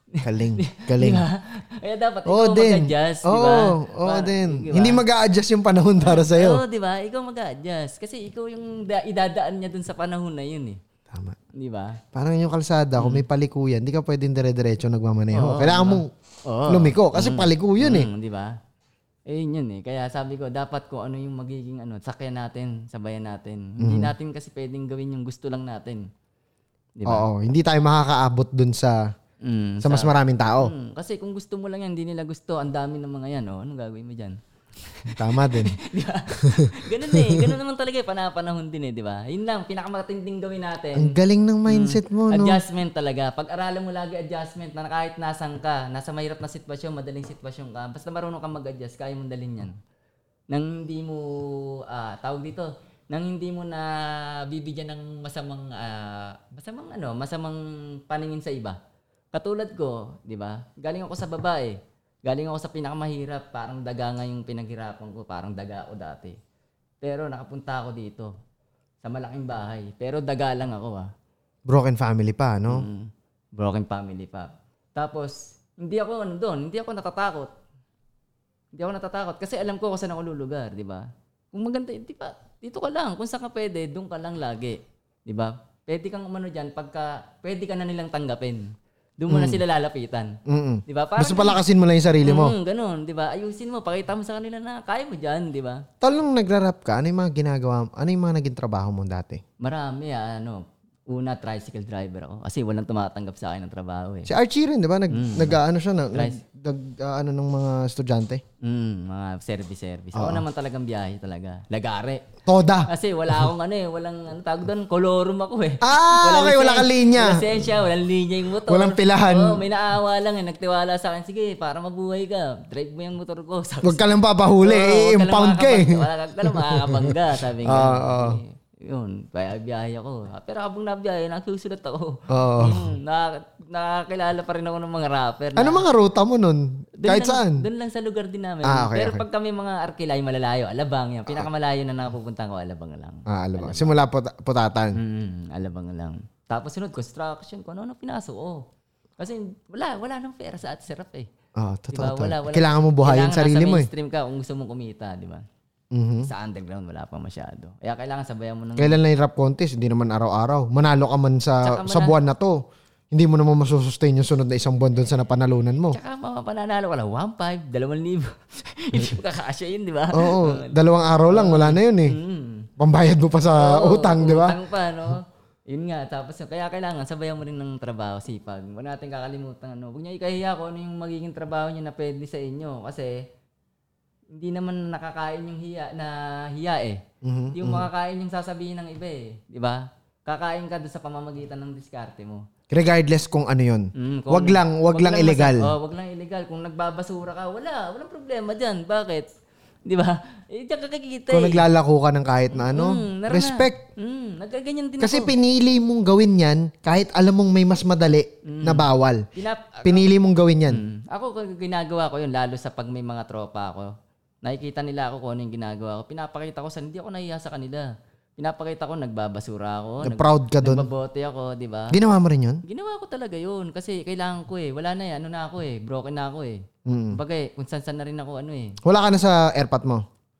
Speaker 2: Kaling, kaling.
Speaker 1: Kaya dapat
Speaker 2: Oo
Speaker 1: ikaw
Speaker 2: din.
Speaker 1: mag-adjust,
Speaker 2: Oo,
Speaker 1: di ba?
Speaker 2: oo
Speaker 1: Para-
Speaker 2: din.
Speaker 1: di ba?
Speaker 2: Hindi mag adjust yung panahon para sa'yo.
Speaker 1: Oo, di ba? Ikaw mag-adjust. Kasi ikaw yung da- idadaan niya dun sa panahon na yun eh.
Speaker 2: Tama.
Speaker 1: Di ba?
Speaker 2: Parang yung kalsada,
Speaker 1: Mm.
Speaker 2: kung may palikuyan, di ka pwedeng dire-diretso nagmamaneho. Kailangan mong lumiko kasi palikuyan eh.
Speaker 1: Mm, di ba? Eh yun eh. Kaya sabi ko, dapat kung ano yung magiging ano, sakyan natin, sabayan natin. Hindi
Speaker 2: Mm-hmm.
Speaker 1: natin kasi pwedeng gawin yung gusto lang natin. Mm, Di ba?
Speaker 2: Oo, hindi tayo makakaabot dun sa
Speaker 1: Mm,
Speaker 2: sa mas maraming tao.
Speaker 1: mm, kasi kung gusto mo lang yan, hindi nila gusto, ang dami ng mga yan, oh. Anong gagawin mo dyan? Mm.
Speaker 2: Tama din.
Speaker 1: Di ba? ganun eh. Ganun naman talaga eh. Panapanahon din eh, di ba? Yun lang, pinakamatinding gawin natin.
Speaker 2: Ang galing
Speaker 1: Mm.
Speaker 2: ng mindset mo, no?
Speaker 1: Adjustment talaga. Pag-aralan mo lagi adjustment na kahit nasan ka, nasa mahirap na sitwasyon, madaling sitwasyon ka, basta marunong kang mag-adjust, kaya mong dalhin yan. Nang hindi mo, ah, tawag dito, nang hindi mo na bibigyan ng masamang, ah, masamang ano, masamang paningin sa iba. Katulad ko, di ba? Galing ako sa babae. Galing ako sa pinakamahirap. Parang daga nga yung pinaghirapan ko. Parang daga ako dati. Pero nakapunta ako dito. Sa malaking bahay. Pero daga lang ako ah.
Speaker 2: Broken family pa, no?
Speaker 1: Mm. Broken family pa. Tapos, hindi ako ano doon, hindi ako natatakot. Hindi ako natatakot kasi alam ko kung saan ako lulugar, di ba? Kung maganda, di ba, dito ka lang. Kung saan ka pwede, doon ka lang lagi. Di ba? Pwede kang umano dyan pagka, pwede ka na nilang tanggapin. Doon
Speaker 2: Mm.
Speaker 1: mo na sila lalapitan.
Speaker 2: Mm-mm.
Speaker 1: Di ba?
Speaker 2: Basta palakasin mo lang yung sarili mo.
Speaker 1: Mm, ganun, di ba? Ayusin mo, pakita mo sa kanila na kaya mo dyan, di ba?
Speaker 2: Tal nung nagra-rap ka, ano yung mga ginagawa mo? Ano yung mga naging trabaho mo dati?
Speaker 1: Marami, ah, ano, Una, tricycle driver ako. Kasi walang tumatanggap sa akin ng trabaho eh.
Speaker 2: Si Archie rin, di ba? Nag,
Speaker 1: Mm.
Speaker 2: nag-ano siya, nag,
Speaker 1: Rice.
Speaker 2: nag, ah, ano ng mga estudyante.
Speaker 1: Mm, mga service-service. Ako naman talagang biyahe talaga. Lagare.
Speaker 2: Toda!
Speaker 1: Kasi wala akong ano eh, walang ano tawag doon, colorum ako eh.
Speaker 2: Ah, okay,
Speaker 1: lisensya-
Speaker 2: wala kang linya.
Speaker 1: Walang lisensya, walang linya yung motor.
Speaker 2: Walang pilahan.
Speaker 1: Oo, may naawa lang eh, nagtiwala sa akin, sige, para mabuhay ka, drive mo yung motor ko. Sabi,
Speaker 2: Huwag ka lang
Speaker 1: Oo,
Speaker 2: papahuli, eh,
Speaker 1: huwag ka lang
Speaker 2: impound ka eh.
Speaker 1: makakabangga, Wala ka lang makakabangga, sabi nga.
Speaker 2: Ah, ah.
Speaker 1: Eh, Yun, kaya biyahe ako. Pero habang nabiyahe, nakiusulat ako.
Speaker 2: Oo.
Speaker 1: Mm, na, nakakilala pa rin ako ng mga rapper. na-
Speaker 2: Ano mga ruta mo nun?
Speaker 1: Doon lang,
Speaker 2: Kahit saan?
Speaker 1: Doon lang sa lugar din namin.
Speaker 2: Ah, okay,
Speaker 1: Pero
Speaker 2: okay.
Speaker 1: pag kami mga arkilay, malalayo. Alabang yan. Pinakamalayo na nakapupunta ko, Alabang lang.
Speaker 2: Ah, alam mo. Simula puta- putatan.
Speaker 1: Mm, alabang lang. Tapos sunod, construction, kung ano-ano pinasok. Oh. Kasi wala, wala nang pera sa at serap eh.
Speaker 2: Ah,
Speaker 1: Diba?
Speaker 2: totoo. totoo.
Speaker 1: Wala, wala.
Speaker 2: Kailangan mo buhayin
Speaker 1: Kailangan
Speaker 2: sarili
Speaker 1: nasa Mm.
Speaker 2: mo eh. Mhm. Hmm?
Speaker 1: mainstream ka kung gusto mong kumita, di ba? Sa underground, wala pa masyado. Kaya kailangan sabayan mo ng...
Speaker 2: Kailan lang yung rap contest? Hindi naman araw-araw. Manalo ka man sa,
Speaker 1: Tsaka manalo-
Speaker 2: sa buwan na to. Hindi mo naman masusustain yung sunod na isang buwan doon sa napanalunan mo.
Speaker 1: Tsaka mapapananalo ka lang, 1,500, 2,000. Hindi mo kakasya yun, diba? di ba?
Speaker 2: Oo, dalawang araw lang, wala na yun eh.
Speaker 1: Mm.
Speaker 2: Pambayad mo pa sa
Speaker 1: Oo,
Speaker 2: Ah, utang, di ba?
Speaker 1: Utang pa, no? Yun nga, tapos kaya kailangan sabayan mo rin ng trabaho, sipag. Huwag natin kakalimutan, ano. Huwag niyo ikahiya kung ano yung magiging trabaho niyo na pwede sa inyo. Kasi, hindi naman nakakain yung hiya, na hiya eh.
Speaker 2: Mhm.
Speaker 1: Hindi mo makakain yung sasabihin ng iba eh. Di ba? Kakain ka doon sa pamamagitan ng diskarte mo.
Speaker 2: Regardless kung ano yun.
Speaker 1: Mm, kung-
Speaker 2: wag lang, wag, lang, illegal.
Speaker 1: masa- oh, wag lang illegal. Kung nagbabasura ka, wala. Walang problema dyan. Bakit? Di ba? Eh, diyan ka kikita eh.
Speaker 2: kung naglalako ka ng kahit na ano,
Speaker 1: Mm, narana.
Speaker 2: respect.
Speaker 1: Mm, nagkaganyan din
Speaker 2: Kasi
Speaker 1: ako.
Speaker 2: pinili mong gawin yan kahit alam mong may mas madali
Speaker 1: Mm.
Speaker 2: na bawal.
Speaker 1: Pinap-
Speaker 2: Pinili mong gawin yan.
Speaker 1: Mm. Ako, kung ginagawa ko yun, lalo sa pag may mga tropa ako, nakikita nila ako kung ano yung ginagawa ko. Pinapakita ko sa, hindi ako nahiya sa kanila. Pinapakita ko, nagbabasura ako.
Speaker 2: Na proud ka dun.
Speaker 1: Nagbabote ako, di ba?
Speaker 2: Ginawa mo rin yun?
Speaker 1: Ginawa ko talaga yun kasi kailangan ko eh. Wala na eh. Ano na ako eh. Broken na ako eh.
Speaker 2: Mm.
Speaker 1: Bagay, kung saan na rin ako ano eh.
Speaker 2: Wala ka na sa airpot mo?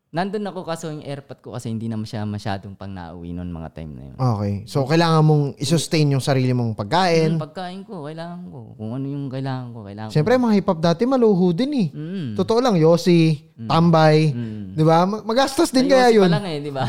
Speaker 1: Nandun ako kaso yung airpot ko kasi hindi naman siya masyadong pang nauwi noon mga time na yun.
Speaker 2: Okay. So,
Speaker 1: Mm.
Speaker 2: kailangan mong isustain yung sarili mong pagkain.
Speaker 1: Yung pagkain ko, kailangan ko. Kung ano yung kailangan ko, kailangan ko.
Speaker 2: Siyempre, mga hip-hop dati maluho din eh.
Speaker 1: Mm.
Speaker 2: Totoo lang, yosi, tambay. Di ba? Ma- Magastos din kaya
Speaker 1: Sayosi
Speaker 2: yun.
Speaker 1: pa lang eh, di ba?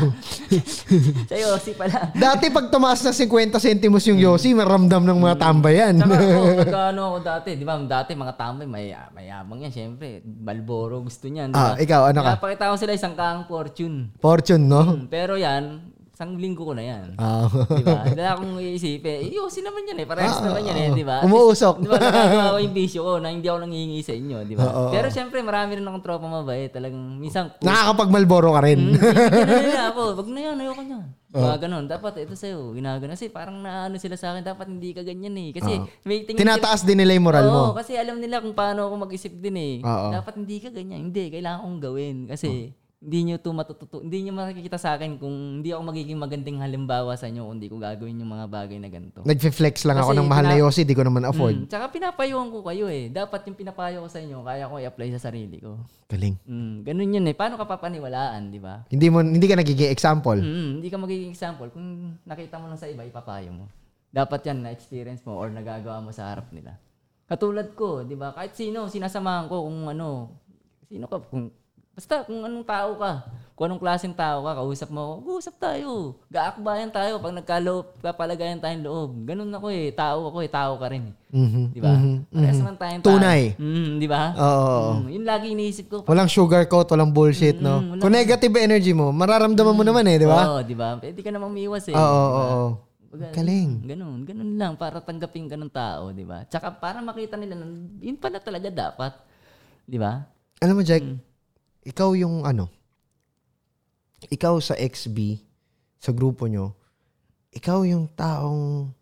Speaker 1: Sayosi pa lang.
Speaker 2: Dati pag tumaas na 50 centimos
Speaker 1: Mm.
Speaker 2: yung yosi, maramdam ng mga tambay yan.
Speaker 1: Tsaka ako, nagkaano ako dati, di ba? Dati mga tambay, may, mayabang yan, syempre. Balboro gusto niyan, di
Speaker 2: Ah,
Speaker 1: ba?
Speaker 2: ikaw, ano ka?
Speaker 1: Pinapakita ko sila isang kaang fortune.
Speaker 2: Fortune, no?
Speaker 1: Hmm, Pero yan, isang linggo ko na yan.
Speaker 2: Ah.
Speaker 1: Di ba? Hindi na akong iisipin. Eh, yosi naman yan eh. Parehas naman yan eh, di ba?
Speaker 2: Umuusok.
Speaker 1: Di ba? Nagagawa ko yung bisyo ko na hindi ako nangihingi sa inyo, di ba? Pero syempre, marami rin akong tropa mabait. Talagang minsan,
Speaker 2: Nakakapag-malboro ka rin.
Speaker 1: Mm. Ganun na ako. Wag na yan, ayoko niyan. Mga ganun. Dapat ito sa'yo, ginagano. Kasi parang naano sila sa akin, dapat hindi ka ganyan eh. Kasi may tingin
Speaker 2: Tinataas din nila yung moral
Speaker 1: Oo,
Speaker 2: mo.
Speaker 1: kasi alam nila kung paano ako mag-isip din eh.
Speaker 2: Oo.
Speaker 1: Dapat hindi ka ganyan. Hindi, kailangan kong gawin. Kasi hindi nyo to matututo, hindi nyo makikita sa akin kung hindi ako magiging magandang halimbawa sa inyo kung hindi ko gagawin yung mga bagay na ganito.
Speaker 2: Nagfe-flex lang ako
Speaker 1: Kasi
Speaker 2: ng mahal na
Speaker 1: pina-
Speaker 2: yosi, di ko naman afford.
Speaker 1: Mm, tsaka pinapayuhan ko kayo eh. Dapat yung pinapayo ko sa inyo, kaya ko i-apply sa sarili ko.
Speaker 2: Galing.
Speaker 1: Mm, ganun yun eh. Paano ka papaniwalaan, di ba?
Speaker 2: Hindi mo hindi ka nagiging example.
Speaker 1: Mm, hindi ka magiging example. Kung nakita mo lang sa iba, ipapayo mo. Dapat yan, na-experience mo or nagagawa mo sa harap nila. Katulad ko, di ba? Kahit sino, sinasamahan ko kung ano, sino ka, kung, basta kung anong tao ka, kung anong klaseng tao ka, kausap mo ako, uusap tayo. Gaakbayan tayo pag nagkaloob, kapalagayan tayong loob. Ganun ako eh, tao ako eh, tao ka rin eh.
Speaker 2: Mhm.
Speaker 1: Di ba? Parehas naman tayong
Speaker 2: Tunay.
Speaker 1: tao. Mm, di ba?
Speaker 2: Oo.
Speaker 1: Mm, yun lagi iniisip ko.
Speaker 2: Walang sugarcoat, walang bullshit, no?
Speaker 1: Mm, wala.
Speaker 2: Kung negative energy mo, mararamdaman mo naman eh, di ba?
Speaker 1: Oo, di ba? Pwede ka namang umiwas eh.
Speaker 2: Oo, oo,
Speaker 1: di ba?
Speaker 2: oo.
Speaker 1: Baga,
Speaker 2: Galing.
Speaker 1: Ganun, ganun lang para tanggapin ka ng tao, 'di ba? Tsaka para makita nila na yun pala talaga dapat, 'di ba?
Speaker 2: Alam mo,
Speaker 1: Mm.
Speaker 2: Jack, ikaw yung ano, ikaw sa XB, sa grupo nyo, ikaw yung taong,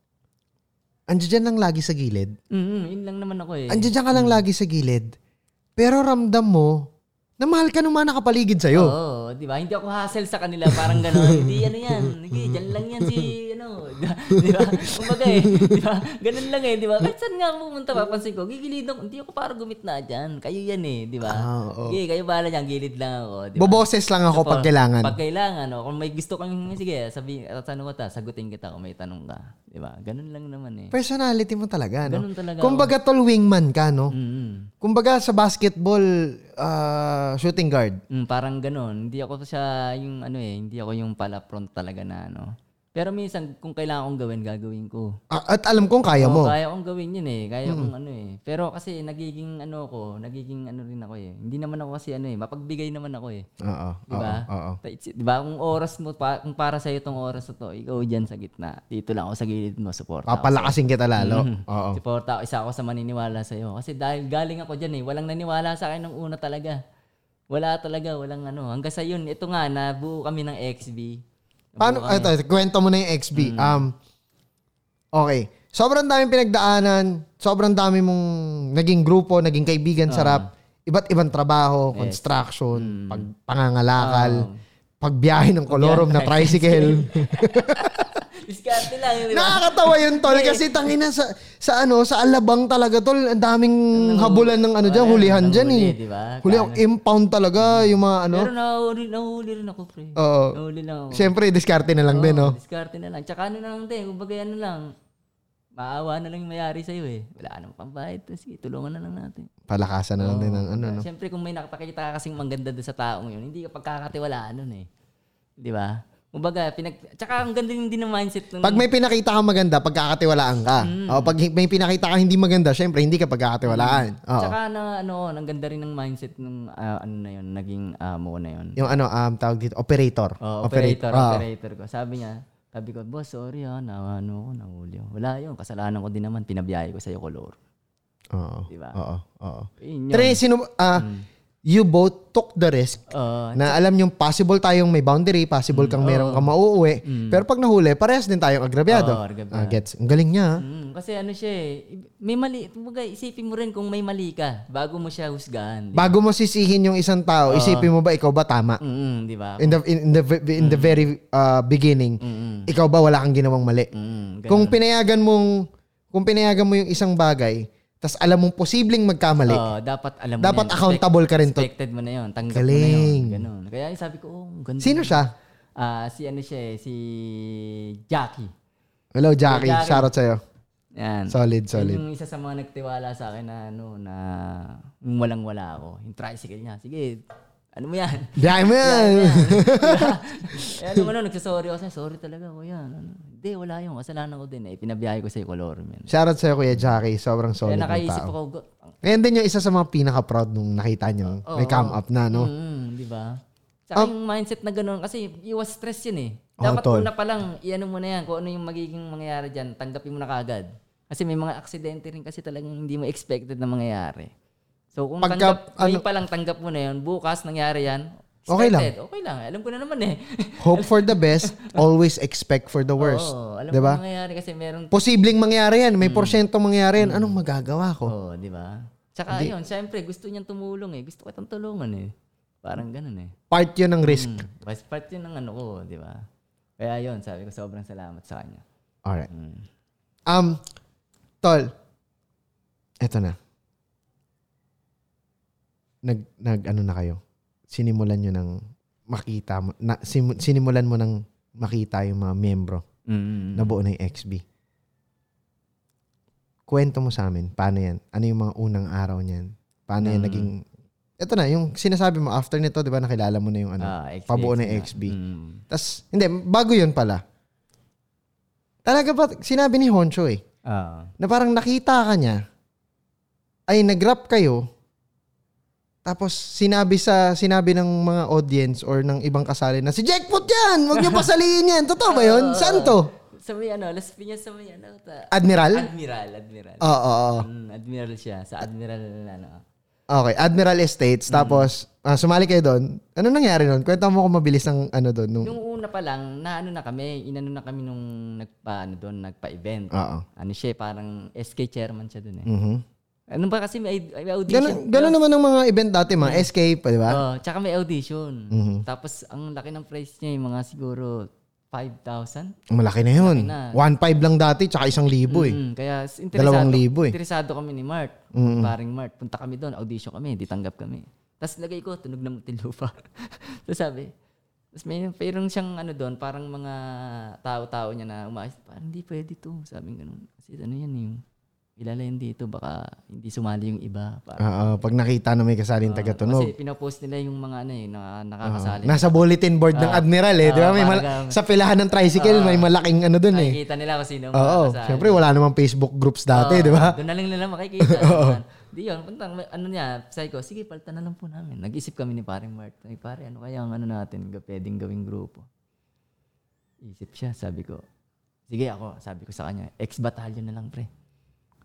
Speaker 2: andyan dyan lang lagi sa gilid.
Speaker 1: Mm, yun lang naman ako eh.
Speaker 2: Andyan dyan ka lang lagi sa gilid. Pero ramdam mo, na mahal ka nung mga nakapaligid sa'yo.
Speaker 1: Oo, 'di ba? Hindi ako hassle sa kanila, parang gano'n. Hindi ano 'yan. Hindi diyan lang 'yan si ano, 'di ba? Kumbaga eh, 'di ba? Ganun lang eh, 'di ba? Kahit saan nga ako pumunta papansin ko, gigilid ako. Hindi ako para gumitna diyan. Kayo 'yan eh, 'di ba?
Speaker 2: Ah, oo.
Speaker 1: Okay, kayo bahala diyan, gilid lang ako, 'di ba?
Speaker 2: Boboses lang ako
Speaker 1: Opo,
Speaker 2: pag kailangan.
Speaker 1: Pag kailangan, o. Kung may gusto kang, sige, sabi, tatanong ko ta, sagutin kita kung may tanong ka. Di ba? Ganun lang naman eh.
Speaker 2: Personality mo talaga, no?
Speaker 1: Ganun talaga
Speaker 2: ano, Kumbaga tol wingman ka, no?
Speaker 1: Mm,
Speaker 2: Kumbaga sa basketball, ah, shooting guard.
Speaker 1: mm, parang ganun. Hindi ako siya yung ano eh, hindi ako yung palapron talaga na ano. Pero minsan, kung kailangan kong gawin, gagawin ko.
Speaker 2: Ah, at alam kong kaya
Speaker 1: Oo,
Speaker 2: mo.
Speaker 1: Kaya kong gawin yun eh. Kaya kong ano eh. Pero kasi nagiging ano ko, nagiging ano rin ako eh. Hindi naman ako kasi ano eh, mapagbigay naman ako eh.
Speaker 2: Oo.
Speaker 1: Di ba?
Speaker 2: oo, oo.
Speaker 1: Ta- it's- Di ba? Kung oras mo, pa, kung para sa'yo itong oras na to, ikaw dyan sa gitna. Dito lang ako sa gilid mo, support ako.
Speaker 2: Papalakasin kita lalo.
Speaker 1: Hmm.
Speaker 2: Oo.
Speaker 1: Support ako. Isa ako sa maniniwala sa'yo. Kasi dahil galing ako dyan eh, walang naniwala sa akin nung una talaga. Wala talaga, walang ano. Hanggang sa yun, ito nga, nabuo kami ng XB.
Speaker 2: Paano, ito, ito, kwento mo na yung XB.
Speaker 1: Mm.
Speaker 2: Um, okay. Sobrang daming pinagdaanan, sobrang dami mong naging grupo, naging kaibigan
Speaker 1: Ah.
Speaker 2: sa rap, iba't ibang trabaho,
Speaker 1: Mm.
Speaker 2: construction, pag, pangangalakal,
Speaker 1: Ah.
Speaker 2: pagbiyahe ng kolorom na tricycle.
Speaker 1: Discarte lang yun, di ba?
Speaker 2: Nakakatawa yun, tol, kasi tangina sa, sa ano, sa alabang talaga, tol, ang daming habulan ng ano dyan,
Speaker 1: Wala,
Speaker 2: hulihan
Speaker 1: ng
Speaker 2: dyan
Speaker 1: huli,
Speaker 2: eh.
Speaker 1: di ba?
Speaker 2: Huli, impound talaga, yung mga ano.
Speaker 1: Pero nahuli, nahuli rin ako, pre.
Speaker 2: Oo.
Speaker 1: Nahuli lang ako.
Speaker 2: Oh.
Speaker 1: Oh,
Speaker 2: Siyempre, diskarte na lang din, oh. no?
Speaker 1: Diskarte na lang. Tsaka ano na lang din, kumbaga ano lang, maawa na lang yung mayari sa'yo eh. Wala ka namang pambayad. Sige, tulungan na lang natin.
Speaker 2: Palakasan na lang din ng ano, no?
Speaker 1: Diba? Siyempre kung may nakapakita ka kasing mangganda doon sa taong yun, hindi ka pagkakatiwalaan nun eh. Di ba? Kumbaga, pinag... Tsaka ang ganda din din ng mindset ng...
Speaker 2: Pag may pinakita kang maganda, pagkakatiwalaan ka.
Speaker 1: Mm.
Speaker 2: O pag hi- may pinakita kang hindi maganda, syempre hindi ka pagkakatiwalaan. Oo.
Speaker 1: Tsaka na ano, ang ganda rin ng mindset ng ah, ano na yun, naging amo ko na yun.
Speaker 2: Yung ano, um, tawag dito, operator.
Speaker 1: Oh,
Speaker 2: Ah.
Speaker 1: operator,
Speaker 2: Oo.
Speaker 1: operator ko. Sabi niya, sabi ko, boss, sorry ha, na, ano ko, nahuli ako." Wala yun, kasalanan ko din naman, pinabiyahe ko sa'yo kolor.
Speaker 2: Oo.
Speaker 1: Diba?
Speaker 2: Oo. Oo.
Speaker 1: Yun Mm. yun.
Speaker 2: Tre, sino, ah, you both took the risk
Speaker 1: Oo.
Speaker 2: na alam yung possible tayong may boundary, possible
Speaker 1: Mm.
Speaker 2: kang meron kang mauuwi. Pero pag nahuli, parehas din tayong agrabyado.
Speaker 1: Oo, agrabyado.
Speaker 2: Ah, gets. Ang galing niya. ah.
Speaker 1: Mm, kasi ano siya eh, may mali, kumbaga isipin mo rin kung may mali ka bago mo siya husgahan. Di-
Speaker 2: Bago mo sisihin yung isang tao, isipin mo ba ikaw ba tama?
Speaker 1: Mm, di ba?
Speaker 2: In the in the in
Speaker 1: Mm.
Speaker 2: the very ah, beginning, ikaw ba wala kang ginawang mali?
Speaker 1: Mm, ganun.
Speaker 2: Kung pinayagan mong kung pinayagan mo yung isang bagay, tas alam mong posibleng magkamali.
Speaker 1: Oo, dapat alam mo
Speaker 2: Dapat
Speaker 1: na yun.
Speaker 2: accountable ka rin to.
Speaker 1: Expected mo na yun. Tanggap mo na
Speaker 2: Galing.
Speaker 1: yun. Ganun. Kaya sabi ko, oh, ang ganda.
Speaker 2: Sino siya?
Speaker 1: Ah, si ano siya eh, si Jackie.
Speaker 2: Hello Jackie,
Speaker 1: Jackie. Mm.
Speaker 2: shoutout sa'yo.
Speaker 1: Yan.
Speaker 2: Solid,
Speaker 1: Yun
Speaker 2: solid.
Speaker 1: Yung isa sa mga nagtiwala sa akin na ano, na yung walang-wala ako. Yung tricycle niya. Sige, ano mo yan?
Speaker 2: Diamond!
Speaker 1: eh, ano mo nun, nagsasorry ako sa'yo. Sorry talaga, kuya. Ano, ano. Hindi, wala yun. Kasalanan ko din. Eh, pinabiyahe ko sa'yo color, man.
Speaker 2: shoutout sa'yo Kuya Jackie, sobrang
Speaker 1: Kaya
Speaker 2: solid ng
Speaker 1: nakaisip
Speaker 2: tao.
Speaker 1: ako, go-
Speaker 2: Ngayon din yung isa sa mga pinaka-proud nung nakita niyo. may come up na, no?
Speaker 1: Mm, di ba? Tsaka yung mindset na gano'n, kasi iwas stress yun eh. Dapat
Speaker 2: Um, Oh, tol.
Speaker 1: una pa lang, iano mo na yan, kung ano yung magiging mangyayari dyan, tanggapin mo na kagad. Kasi may mga aksidente rin kasi talagang hindi mo expected na mangyayari. So kung
Speaker 2: Pagka- ano-
Speaker 1: tanggap, ngayon pa lang tanggap mo na yun, bukas nangyari yan,
Speaker 2: Okay lang.
Speaker 1: expected. Okay lang, alam ko na naman eh.
Speaker 2: Hope for the best, always expect for the worst.
Speaker 1: Oo, alam
Speaker 2: Di
Speaker 1: ko
Speaker 2: ba?
Speaker 1: na mangyayari kasi meron,
Speaker 2: Posibleng mangyari yan.
Speaker 1: Mm.
Speaker 2: May porsyento mangyari yan. Anong magagawa ko?
Speaker 1: oh, di ba? Tsaka yun, syempre gusto niyang tumulong eh. Gusto ko itong tulungan eh. Parang ganun eh.
Speaker 2: Part yun ng risk.
Speaker 1: Mm, mas part yun ng ano ko, di ba? Kaya yun, sabi ko sobrang salamat sa kanya.
Speaker 2: Alright.
Speaker 1: Mm.
Speaker 2: Um, tol. Eto na. Nag, nag, ano na kayo? Sinimulan nyo ng makita mo, na, sim, sinimulan mo ng makita yung mga miyembro
Speaker 1: Mm.
Speaker 2: na buo na yung XB. Kwento mo sa amin, paano yan? Ano yung mga unang araw niyan? Paano yan
Speaker 1: Mm.
Speaker 2: naging... Eto na, yung sinasabi mo, after nito, di ba, nakilala mo na yung ano,
Speaker 1: Ah, XB,
Speaker 2: pabuo na yung
Speaker 1: na.
Speaker 2: XB.
Speaker 1: Mm.
Speaker 2: Tas, hindi, bago yun pala. Talaga ba, sinabi ni Honcho eh,
Speaker 1: Ah.
Speaker 2: na parang nakita ka niya, ay nag-rap kayo, tapos sinabi sa sinabi ng mga audience or ng ibang kasali na si Jackpot yan! Huwag niyo pasaliin yan! Totoo ba yun? Saan to?
Speaker 1: Sa may ano, Las Piñas sa may ano. Ta-
Speaker 2: Admiral?
Speaker 1: Admiral, Admiral.
Speaker 2: Oo, oo, oo.
Speaker 1: Mm, admiral siya. Sa Admiral na ano.
Speaker 2: Okay, Admiral
Speaker 1: Mm.
Speaker 2: Estates. Tapos, ah, sumali kayo doon. Ano nangyari noon? Kwenta mo kung mabilis ng ano doon. Nung,
Speaker 1: Nung una pa lang, na ano na kami, inano na kami nung nagpa, ano doon, nagpa-event.
Speaker 2: oo.
Speaker 1: Ano siya, parang SK chairman siya doon eh.
Speaker 2: Mhm.
Speaker 1: Ano ba kasi may, may audition?
Speaker 2: Ganun, ganun naman ng mga event dati, mga SK pa, di ba?
Speaker 1: Mm. Oo, tsaka may audition.
Speaker 2: Mhm.
Speaker 1: Tapos ang laki ng price niya, yung mga siguro 5,000.
Speaker 2: Malaki na yun.
Speaker 1: Malaki
Speaker 2: 1.5 lang dati, tsaka isang libo eh.
Speaker 1: Mm, kaya s- interesado,
Speaker 2: Dalawang libo eh.
Speaker 1: interesado kami ni Mart.
Speaker 2: Mm.
Speaker 1: Paring Mart, punta kami doon, audition kami, di tanggap kami. Tapos nagay ko, tunog na matilupa. Tapos sabi, tapos may mayroon siyang ano doon, parang mga tao-tao niya na umaayos. Parang hindi pwede to. Sabi ganun. Kasi ano yan yung kilala yun dito, baka hindi sumali yung iba. Parang, ah,
Speaker 2: Ah, ah, pag nakita na may kasaling
Speaker 1: kasi
Speaker 2: taga-tunog.
Speaker 1: pinapost nila yung mga ano eh, na, nakakasali.
Speaker 2: Nasa bulletin board ng Admiral eh. Di ba? May
Speaker 1: Ah,
Speaker 2: mala-
Speaker 1: parang-
Speaker 2: sa pilahan ng tricycle, may malaking ano dun eh.
Speaker 1: Nakikita nila kasi sino ang
Speaker 2: Oo.
Speaker 1: nakakasali.
Speaker 2: Siyempre, wala namang Facebook groups dati,
Speaker 1: Oo,
Speaker 2: di ba?
Speaker 1: Doon na lang nila makikita. Ganun. Di yun, puntang, ano niya, sabi ko, sige, palitan na lang po namin. Nag-isip kami ni paring Mart. Ay, pare, ano kaya ang ano natin, ga- pwedeng gawing grupo? Isip siya, sabi ko, sige ako, sabi ko sa kanya, ex-battalion na lang, pre.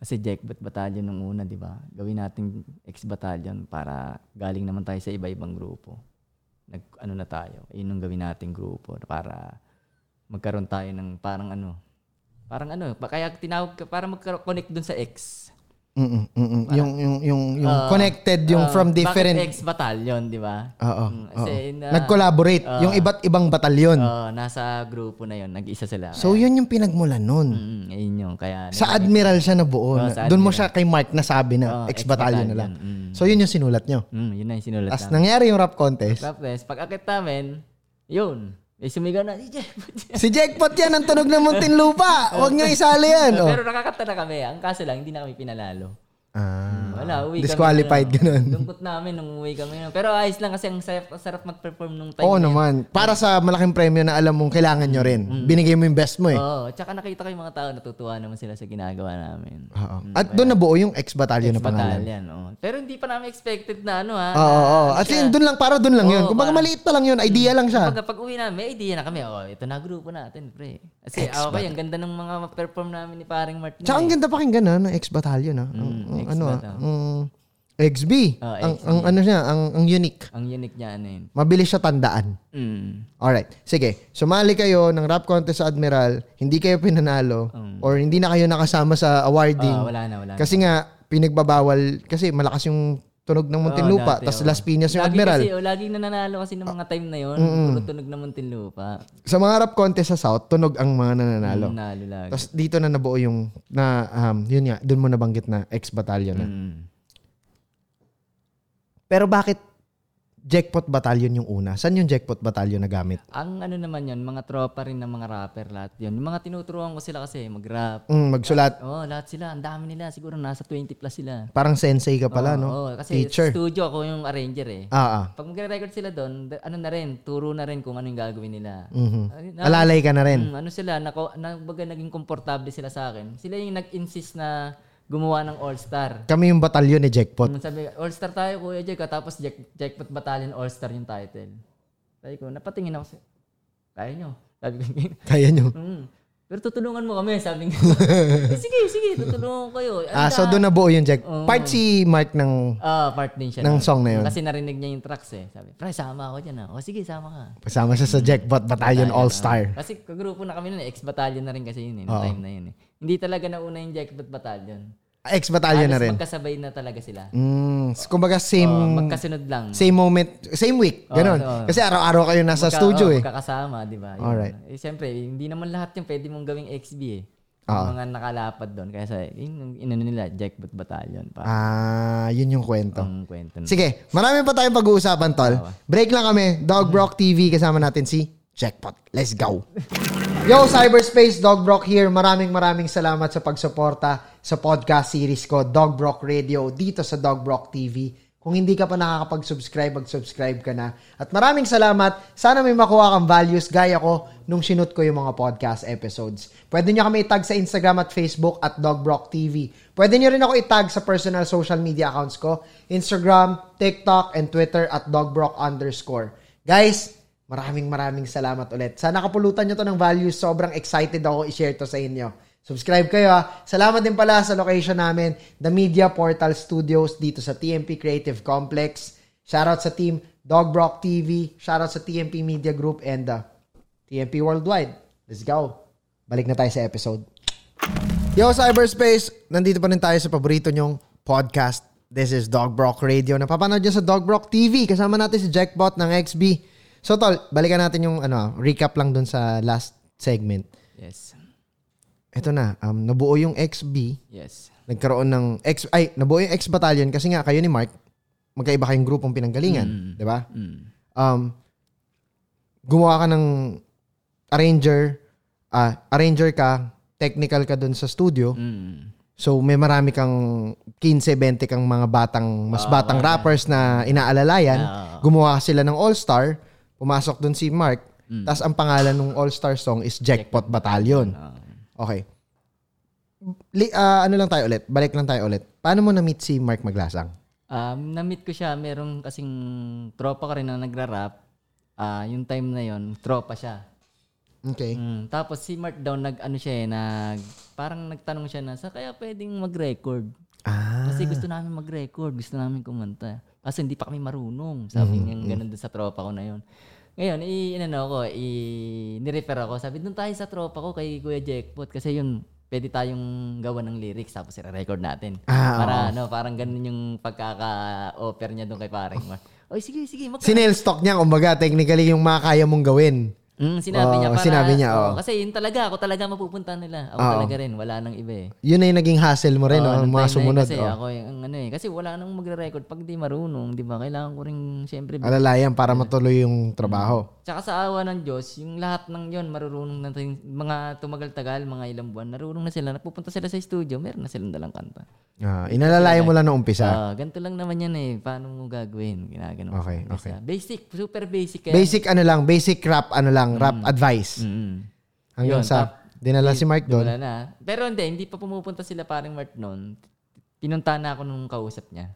Speaker 1: Kasi jackpot battalion nung una, di ba? Gawin natin ex-battalion para galing naman tayo sa iba-ibang grupo. Nag, ano na tayo, yun ang gawin nating grupo para magkaroon tayo ng parang ano, parang ano, pa- kaya tinawag ka, para mag-connect dun sa ex.
Speaker 2: Mm-mm, mm-mm. Yung, yung, yung, yung connected, yung from different...
Speaker 1: Ah.
Speaker 2: Ah,
Speaker 1: ex battalion, di ba?
Speaker 2: Oo.
Speaker 1: Mm, Kasi na, Ah.
Speaker 2: Nag-collaborate. yung iba't ibang batalyon.
Speaker 1: oo, ah, nasa grupo na yon nag-isa sila.
Speaker 2: so, yun yung pinagmulan nun.
Speaker 1: Mm, ayun yung, kaya...
Speaker 2: Sa Admiral siya nabuo.
Speaker 1: Oo,
Speaker 2: na-
Speaker 1: Oh, sa
Speaker 2: Doon mo siya kay Mark nasabi
Speaker 1: Oo,
Speaker 2: na ex-batalyon na lang.
Speaker 1: ex-batalyon,
Speaker 2: So, yun yung sinulat nyo.
Speaker 1: Mm, yun na yung sinulat
Speaker 2: As
Speaker 1: namin.
Speaker 2: nangyari yung rap contest,
Speaker 1: Tapos, pag akit namin, yun, may sumigaw na, DJ,
Speaker 2: si Jackpot yan ang tunog ng Muntinlupa. Huwag nyo isali yan. Oh.
Speaker 1: Pero nakakata na kami. Ang kaso lang, hindi na kami pinalalo.
Speaker 2: Ah,
Speaker 1: Wala, uwi
Speaker 2: disqualified
Speaker 1: kami. ano,
Speaker 2: ganun.
Speaker 1: Lungkot namin nung uwi kami. nun. Pero ayos lang kasi ang sarap, ang sarap mag-perform nung time.
Speaker 2: Oo
Speaker 1: na yun.
Speaker 2: naman. Para sa malaking premyo na alam mong kailangan nyo rin. Binigay mo yung best mo eh.
Speaker 1: Mm. Oo, tsaka nakita ko yung mga tao, natutuwa naman sila sa ginagawa namin.
Speaker 2: Oo. At doon nabuo yung ex-batalyon na Ah, pangalan.
Speaker 1: Batalyan, oo. Pero hindi pa namin expected na ano ha.
Speaker 2: Oo, oo, oo. At yun, doon lang, para doon lang yun. Kung maliit na lang yun, idea lang siya.
Speaker 1: Pag, pag uwi namin, may idea na kami. Oh, ito na grupo natin, pre. Kasi okay, ang ganda ng mga perform namin ni paring Martin. eh.
Speaker 2: Tsaka ang ganda pakinggan na, ng ex-batalyon
Speaker 1: Mm,
Speaker 2: ah. Ang, ang ano ah, ang XB.
Speaker 1: Oo,
Speaker 2: ang, ang ano siya, ang, ang unique.
Speaker 1: Ang unique niya, ano yun.
Speaker 2: Mabilis siya tandaan.
Speaker 1: Mm.
Speaker 2: Alright, sige. Sumali kayo ng rap contest sa Admiral, hindi kayo pinanalo, or hindi na kayo nakasama sa awarding.
Speaker 1: Mm. Ah, wala na, wala na.
Speaker 2: Kasi nga, pinagbabawal, kasi malakas yung tunog ng Muntinlupa,
Speaker 1: dati, oo.
Speaker 2: tas Las Piñas yung
Speaker 1: Lagi
Speaker 2: Admiral.
Speaker 1: kasi, oh, laging nananalo kasi ng mga time na yun. Puro tunog na Muntinlupa.
Speaker 2: Sa mga rap contest sa South, tunog ang mga nananalo.
Speaker 1: Nanalo lagi.
Speaker 2: Tapos dito na nabuo yung, na, um, yun nga, dun mo nabanggit na ex-batalyon na.
Speaker 1: Mm.
Speaker 2: Pero bakit jackpot battalion yung una? Saan yung jackpot battalion na gamit?
Speaker 1: Ang ano naman yun, mga tropa rin ng mga rapper lahat yun. Yung mga tinuturuan ko sila kasi mag-rap.
Speaker 2: Mm, magsulat.
Speaker 1: Oh, lahat sila. Ang dami nila. Siguro nasa 20 plus sila.
Speaker 2: Parang sensei ka pala,
Speaker 1: Oo,
Speaker 2: no?
Speaker 1: oo. kasi
Speaker 2: Teacher.
Speaker 1: studio ako yung arranger eh.
Speaker 2: Ah, ah.
Speaker 1: Pag magre-record sila doon, da- ano na rin, turo na rin kung ano yung gagawin nila.
Speaker 2: Mhm.
Speaker 1: Ay, na-
Speaker 2: Alalay ka na rin.
Speaker 1: Mm, ano sila, nako, na, baga naging komportable sila sa akin. Sila yung nag-insist na gumawa ng all-star.
Speaker 2: Kami yung batalyon ni jackpot.
Speaker 1: Mm, Sabi, all-star tayo Kuya Jack, ah, tapos Jack, Jackpot Battalion all-star yung title. Sabi ko, napatingin ako sa, kaya nyo. Sabi ko,
Speaker 2: Kaya nyo.
Speaker 1: mm, pero tutulungan mo kami, sabi ko. "Eh, sige, sige, tutulungan ko kayo.
Speaker 2: Ah, so
Speaker 1: Anda.
Speaker 2: doon nabuo yung jack. Part si Mark ng
Speaker 1: Ah, part din siya.
Speaker 2: Ng
Speaker 1: nun.
Speaker 2: song na yun.
Speaker 1: Kasi narinig niya yung tracks eh. Sabi, pre, sama ako dyan ah. O sige, sama ka.
Speaker 2: kasama siya sa Jackpot
Speaker 1: Battalion,
Speaker 2: Battalion All-Star.
Speaker 1: ah. Kasi kagrupo na kami nun, eh. ex-battalion na rin kasi yun eh, nung time na yun eh. Hindi talaga nauna yung Jackpot Battalion.
Speaker 2: Ex-battalion na
Speaker 1: Halos
Speaker 2: rin.
Speaker 1: magkasabay na talaga sila.
Speaker 2: Mm, s- kumbaga
Speaker 1: Oh,
Speaker 2: same
Speaker 1: Magkasunod lang.
Speaker 2: same moment, same week, ganun.
Speaker 1: oo.
Speaker 2: Kasi araw-araw kayo nasa
Speaker 1: Oh, Magka-
Speaker 2: studio
Speaker 1: oh,
Speaker 2: eh.
Speaker 1: Magkakasama, di ba? Yun.
Speaker 2: Alright.
Speaker 1: Eh, siyempre, hindi naman lahat yung pwede mong gawing XB eh.
Speaker 2: Oo.
Speaker 1: Yung mga nakalapad doon. Kaya sa, yung inano nila, Jackpot Battalion. Pa,
Speaker 2: Ah, yun yung kwento.
Speaker 1: ang kwento. nun.
Speaker 2: Sige, marami pa tayong pag-uusapan, tol. Break lang kami.
Speaker 1: Mm.
Speaker 2: Dog Brock TV, kasama natin si Jackpot. Let's go! Yo, Cyberspace, Dog Brock here. Maraming maraming salamat sa pagsuporta sa podcast series ko, Dog Brock Radio, dito sa Dog Brock TV. Kung hindi ka pa nakakapag-subscribe, mag-subscribe ka na. At maraming salamat. Sana may makuha kang values gaya ko nung sinut ko yung mga podcast episodes. Pwede nyo kami itag sa Instagram at Facebook at Dog Brock TV. Pwede nyo rin ako itag sa personal social media accounts ko, Instagram, TikTok, and Twitter at dogbrock underscore. Guys, Maraming maraming salamat ulit. Sana kapulutan nyo to ng values. Sobrang excited ako i-share to sa inyo. Subscribe kayo ha. Salamat din pala sa location namin, The Media Portal Studios dito sa TMP Creative Complex. Shoutout sa team Dog Brock TV. Shoutout sa TMP Media Group and uh, TMP Worldwide. Let's go. Balik na tayo sa episode. Yo, Cyberspace! Nandito pa rin tayo sa paborito nyong podcast. This is Dog Brock Radio. Napapanood nyo sa Dog Brock TV. Kasama natin si Jackpot ng XB. So, tol, balikan natin yung ano, recap lang dun sa last segment.
Speaker 1: Yes.
Speaker 2: Ito na, um, nabuo yung XB.
Speaker 1: Yes.
Speaker 2: Nagkaroon ng X... Ay, nabuo yung X Battalion kasi nga kayo ni Mark, magkaiba kayong grupong pinanggalingan. Di ba?
Speaker 1: Mm.
Speaker 2: um, gumawa ka ng arranger, ah, arranger ka, technical ka dun sa studio,
Speaker 1: Mm.
Speaker 2: So may marami kang 15, 20 kang mga batang
Speaker 1: Ah,
Speaker 2: mas batang rappers na inaalalayan. Gumawa sila ng All-Star, pumasok dun si Mark.
Speaker 1: Hmm.
Speaker 2: tas ang pangalan ng All-Star song is Jackpot Battalion.
Speaker 1: Ah.
Speaker 2: Okay. Li, ah, ano lang tayo ulit? Balik lang tayo ulit. Paano mo na-meet si Mark Maglasang?
Speaker 1: Um, na-meet ko siya, merong kasing tropa ko rin na nagra-rap. Ah, yung time na yon tropa siya.
Speaker 2: Okay.
Speaker 1: Mm, tapos si Mark daw nag ano siya eh, nag parang nagtanong siya na sa kaya pwedeng mag-record.
Speaker 2: Ah.
Speaker 1: Kasi gusto namin mag-record, gusto namin kumanta. Kasi hindi pa kami marunong. Sabi
Speaker 2: Mm-hmm.
Speaker 1: niya ganun dun sa tropa ko na yon. Ngayon, i inano ko, i nirefer ako. Sabi doon tayo sa tropa ko kay Kuya Jackpot kasi yun pwede tayong gawa ng lyrics tapos i-record natin.
Speaker 2: Ah,
Speaker 1: para ano, parang ganun yung pagkaka-offer niya doon kay pareng Mark. Oy, sige, sige, mag-
Speaker 2: Sinel stock niya, kumbaga, technically yung mga kaya mong gawin.
Speaker 1: Mm, sinabi
Speaker 2: Oo,
Speaker 1: niya para.
Speaker 2: sinabi niya, oo.
Speaker 1: kasi yun talaga, ako talaga mapupunta nila. Ako talaga rin, wala nang iba eh.
Speaker 2: Yun na yung naging hassle mo rin,
Speaker 1: Oo,
Speaker 2: no?
Speaker 1: Ah, nung
Speaker 2: mga
Speaker 1: time na yun
Speaker 2: sumunod.
Speaker 1: Kasi
Speaker 2: oh.
Speaker 1: ako yung ang ano eh, kasi wala nang magre-record pag di marunong, di ba? Kailangan ko rin syempre. bi-
Speaker 2: Alalayan para matuloy yung trabaho.
Speaker 1: Tsaka sa awa ng Diyos, yung lahat ng yon marurunong na tin- mga tumagal-tagal, mga ilang buwan, narunong na sila, napupunta sila sa studio, meron na silang dalang kanta.
Speaker 2: Ah, inalalayan mo lang nung umpisa.
Speaker 1: Ah, ganito lang naman yan eh, paano mo gagawin? Ginagano.
Speaker 2: Okay, okay.
Speaker 1: Basic, super basic. eh. Kaya,
Speaker 2: Basic ano lang, basic rap ano lang, rap advice.
Speaker 1: Mm.
Speaker 2: Hanggang
Speaker 1: Yun,
Speaker 2: sa dinala si Mark doon.
Speaker 1: Wala na. Pero hindi, hindi pa pumupunta sila parang Mart noon. Pinunta na ako nung kausap niya.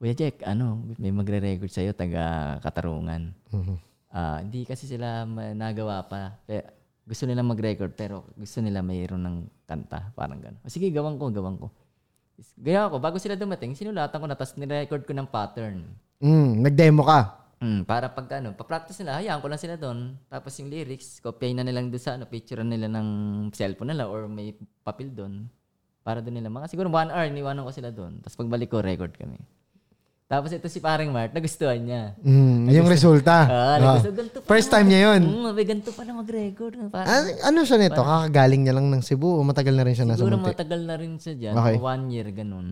Speaker 1: Kuya Jack, ano, may magre-record sa'yo, taga Katarungan.
Speaker 2: Mm-hmm.
Speaker 1: Ah, hindi kasi sila ma- nagawa pa. Pe- gusto nila mag-record, pero gusto nila mayroon ng kanta. Parang gano'n. O, sige, gawan ko, gawan ko. Gaya ako, bago sila dumating, sinulatan ko na, tapos nirecord ko ng pattern.
Speaker 2: Mm, nag-demo ka.
Speaker 1: Mm, para pag ano, papractice nila, hayaan ko lang sila doon. Tapos yung lyrics, kopyahin na nilang doon sa ano, picture nila ng cellphone nila or may papel doon. Para doon nila. Mga siguro one hour, iniwanan ko sila doon. Tapos pagbalik ko, record kami. Tapos ito si paring Mart, nagustuhan niya.
Speaker 2: Mm, yung
Speaker 1: Ah,
Speaker 2: resulta. Ah.
Speaker 1: nagustuhan. Ganito pala
Speaker 2: First
Speaker 1: mag-
Speaker 2: time niya yun.
Speaker 1: Mm, may ganito pala mag-record. Parang,
Speaker 2: Ah, ano siya nito? Kakagaling niya lang ng Cebu o matagal na rin siya Ah, nasa
Speaker 1: siguro
Speaker 2: Munti?
Speaker 1: matagal na rin siya dyan.
Speaker 2: Okay. Mm-hmm.
Speaker 1: One year, ganun.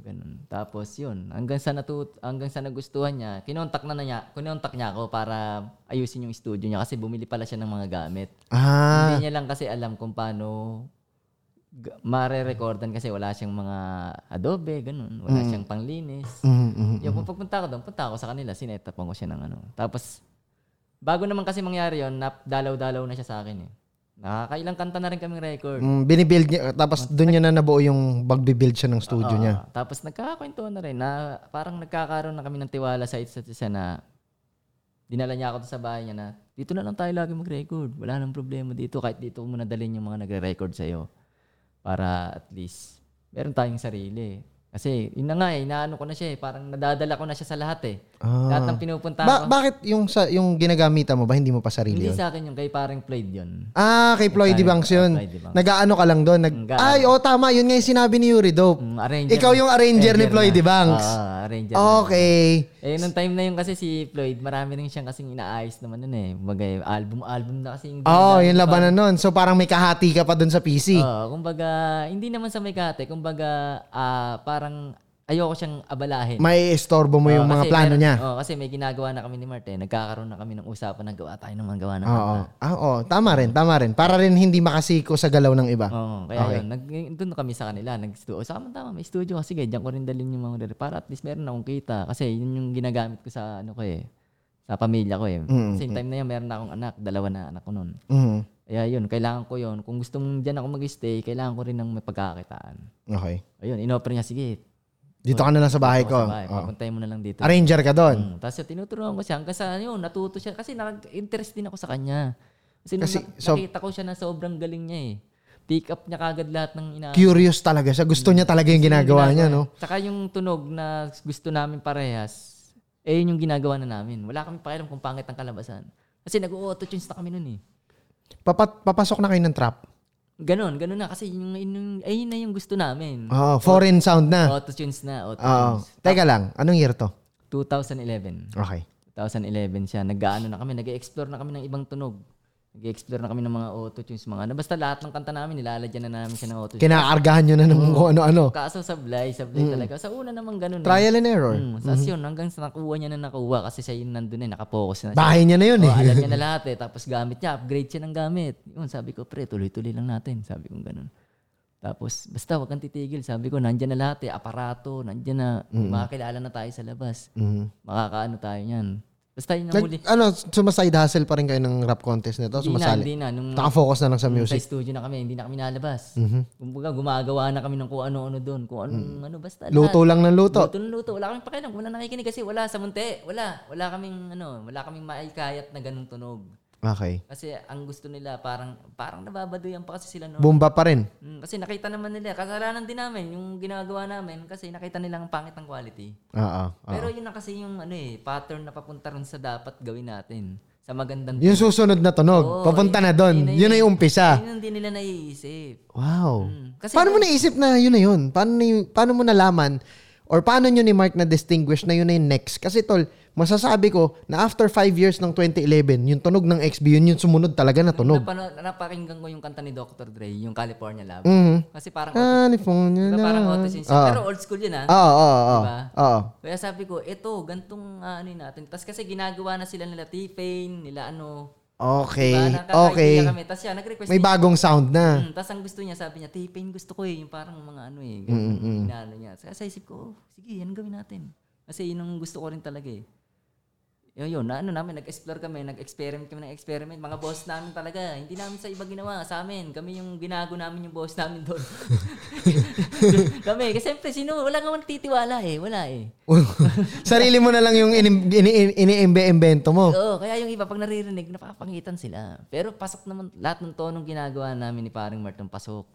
Speaker 1: ganun. Tapos yun, hanggang sa, natu- hanggang sa nagustuhan niya, kinontak na, na niya, kinontak niya ako para ayusin yung studio niya kasi bumili pala siya ng mga gamit.
Speaker 2: Ah,
Speaker 1: Hindi niya lang kasi alam kung paano g- mare-recordan kasi wala siyang mga Adobe, ganun. Wala siyang panglinis.
Speaker 2: mm, mm.
Speaker 1: Yung kung pagpunta ko doon, punta ako sa kanila, sinetapan ko siya ng ano. Tapos, bago naman kasi mangyari yon nap, dalaw-dalaw na siya sa akin eh. Nakakailang kanta na rin kaming record.
Speaker 2: Mm, binibuild niya. Tapos doon niya na nabuo yung pagbibuild siya ng studio niya.
Speaker 1: Ah, tapos nagkakakwentuhan na rin na parang nagkakaroon na kami ng tiwala sa isa't isa na dinala niya ako doon sa bahay niya na dito na lang tayo lagi mag-record. Wala nang problema dito kahit dito mo na dalhin yung mga nagre-record sa'yo para at least meron tayong sarili. Kasi yun na nga eh, inaano ko na siya eh. Parang nadadala ko na siya sa lahat eh.
Speaker 2: Ah.
Speaker 1: Lahat ng pinupunta
Speaker 2: Ba-
Speaker 1: ko.
Speaker 2: bakit yung sa yung ginagamita mo ba hindi mo pa sarili
Speaker 1: Hindi
Speaker 2: yun?
Speaker 1: sa akin yung kay parang Floyd yun.
Speaker 2: Ah, kay Floyd Banks yun.
Speaker 1: Floyd Dibangs.
Speaker 2: Nag-aano ka lang doon. Nag-
Speaker 1: Nag-aano.
Speaker 2: Ay, oh tama. Yun nga yung sinabi ni Yuri Dope.
Speaker 1: Mm, arranger.
Speaker 2: Ikaw yung arranger ni Floyd
Speaker 1: na.
Speaker 2: Dibangs.
Speaker 1: Oo, arranger. na.
Speaker 2: Okay.
Speaker 1: Eh, nung time na yun kasi si Floyd, marami rin siyang kasing inaayos naman nun eh. Bagay, album-album na kasi yung...
Speaker 2: Oo, oh, yung labanan nun. So parang may kahati ka pa doon sa PC.
Speaker 1: Oo, kumbaga, hindi naman sa may kate. Kumbaga, ah, parang ayoko siyang abalahin.
Speaker 2: May estorbo mo yung
Speaker 1: Oo,
Speaker 2: mga
Speaker 1: kasi
Speaker 2: plano
Speaker 1: meron-
Speaker 2: niya.
Speaker 1: Oo, kasi may ginagawa na kami ni Marte. Nagkakaroon na kami ng usapan na gawa tayo ng mga gawa na.
Speaker 2: Oo. Ah, oo. Tama rin, tama rin. Para rin hindi makasiko sa galaw ng iba.
Speaker 1: Oo, kaya yun, nag, doon kami sa kanila. Nag-studio. Sama tama, may studio. Kasi ganyan ko rin dalhin yung mga Para at least meron akong kita. Kasi yun yung ginagamit ko sa ano ko eh. Sa pamilya ko eh.
Speaker 2: Mm,
Speaker 1: Same time na yun, meron na akong anak. Dalawa na anak ko nun.
Speaker 2: Mhm.
Speaker 1: Kaya yun, kailangan ko yun. Kung gusto mong dyan ako mag-stay, kailangan ko rin ng may pagkakakitaan.
Speaker 2: Okay.
Speaker 1: Ayun, inoffer niya, sige.
Speaker 2: Dito ka na lang sa bahay ko.
Speaker 1: Sa bahay,
Speaker 2: Oo. Ano
Speaker 1: papuntahin mo na lang dito.
Speaker 2: Arranger ka doon.
Speaker 1: Mm, Tapos yun, tinuturuan ko siya hanggang sa yun, natuto siya. Kasi nag-interest din ako sa kanya. Kasi, nung
Speaker 2: Kasi,
Speaker 1: nak-
Speaker 2: so-
Speaker 1: nakita ko siya na sobrang galing niya eh. Pick up niya kagad lahat ng ina
Speaker 2: Curious talaga siya. Gusto niya talaga yung ginagawa niya, no?
Speaker 1: Tsaka yung tunog na gusto namin parehas, eh yun yung ginagawa na namin. Wala kami pakialam kung pangit ang kalabasan. Kasi nag-auto-tunes na kami nun eh.
Speaker 2: Papat, papasok na kayo ng trap.
Speaker 1: Ganon, ganon na. Kasi yung, yung, ayun na yung gusto namin.
Speaker 2: Oo, foreign sound na.
Speaker 1: Auto-tunes na,
Speaker 2: Oo.
Speaker 1: auto-tunes.
Speaker 2: Teka lang, anong year to?
Speaker 1: 2011.
Speaker 2: Okay.
Speaker 1: 2011 siya. Nag-ano na kami, nag-explore na kami ng ibang tunog. Nag-explore na kami ng mga auto-tunes, mga ano. Basta lahat ng kanta namin, nilalagyan na namin siya ng auto-tunes.
Speaker 2: Kinaargahan nyo na ng kung ano-ano.
Speaker 1: Kaso sablay, sablay talaga. Sa una naman ganun. eh.
Speaker 2: Hmm. Trial Hmm. and error.
Speaker 1: Mm, Tapos yun, hanggang sa nakuha niya na nakuha kasi siya yun nandun eh, nakapokus na siya.
Speaker 2: Bahay niya na yun
Speaker 1: Oh,
Speaker 2: eh.
Speaker 1: alam niya na lahat eh. Tapos gamit niya, upgrade siya ng gamit. Yun, sabi ko, pre, tuloy-tuloy lang natin. Sabi ko ganun. Tapos, basta wag kang titigil. Sabi ko, nandyan na lahat eh. Aparato, nandyan na. Makakilala na tayo sa labas. Makakaano tayo niyan. Basta yun ang huli.
Speaker 2: Nag, Mm-hmm. ano, sumaside hustle pa rin kayo ng rap contest nito?
Speaker 1: Hindi na,
Speaker 2: Sumasali?
Speaker 1: hindi na. Nung,
Speaker 2: Nakafocus na lang sa
Speaker 1: nung
Speaker 2: music. Mm-hmm.
Speaker 1: Sa studio na kami, hindi na kami nalabas. Kumbaga, gumagawa na kami ng kung ano-ano doon. Kung anong ano, basta
Speaker 2: Mm. Luto
Speaker 1: lahat.
Speaker 2: lang ng luto.
Speaker 1: Luto ng luto. Wala kaming pakialam. Wala nakikinig kasi wala sa munti. Wala. Wala kaming, ano, wala kaming maikayat na ganung tunog.
Speaker 2: Okay.
Speaker 1: Kasi ang gusto nila, parang, parang nababadoyan pa kasi sila noon.
Speaker 2: Bumba pa rin.
Speaker 1: Mm, kasi nakita naman nila, kasalanan din namin yung ginagawa namin kasi nakita nila ang pangit ng quality.
Speaker 2: Oo. oo.
Speaker 1: Pero yun na kasi yung ano eh, pattern na papunta rin sa dapat gawin natin. Sa magandang...
Speaker 2: Yung susunod na tunog,
Speaker 1: Oo,
Speaker 2: papunta
Speaker 1: yun-
Speaker 2: na doon.
Speaker 1: yun na
Speaker 2: Yun na yung umpisa.
Speaker 1: Yun ang hindi nila naiisip.
Speaker 2: Wow.
Speaker 1: kasi-
Speaker 2: paano mo naisip na yun na yun? Paano, ni- paano mo nalaman or paano nyo ni Mark na-distinguish na yun na yung next? Kasi tol, masasabi ko na after five years ng 2011, yung tunog ng XB, yun yung sumunod talaga na tunog.
Speaker 1: Napano, napakinggan ko yung kanta ni Dr. Dre, yung California Love.
Speaker 2: Mhm.
Speaker 1: Kasi parang, auto,
Speaker 2: California
Speaker 1: diba, parang
Speaker 2: na.
Speaker 1: auto-sense.
Speaker 2: Oo.
Speaker 1: Pero old school yun ah.
Speaker 2: Oo, oo, oo.
Speaker 1: Diba?
Speaker 2: Oo.
Speaker 1: Kaya sabi ko, eto, gantong ah, ano yun natin. Tapos kasi ginagawa na sila nila T-Pain, nila ano.
Speaker 2: Okay,
Speaker 1: Diba?
Speaker 2: okay.
Speaker 1: Nakaka-idea kami. Tapos siya, nag-request
Speaker 2: May
Speaker 1: din
Speaker 2: bagong sound na.
Speaker 1: Mm, tapos ang gusto niya, sabi niya, T-Pain gusto ko eh. Yung parang mga ano eh. Mm, Inaano niya. Kaya sa isip ko, oh, sige, yan gawin natin. Kasi yun ang gusto ko rin talaga eh. Yun, yun, na, ano namin, nag-explore kami, nag-experiment kami ng experiment. Mga boss namin talaga, hindi namin sa iba ginawa, sa amin. Kami yung ginago namin yung boss namin doon. kami, kasi siyempre, sino, wala nga titiwala eh, wala eh.
Speaker 2: Sarili mo na lang yung inim- ini- ini-imbe-imbento mo.
Speaker 1: Oo, kaya yung iba, pag naririnig, napapangitan sila. Pero pasok naman, lahat ng tonong ginagawa namin ni paring Martin, pasok.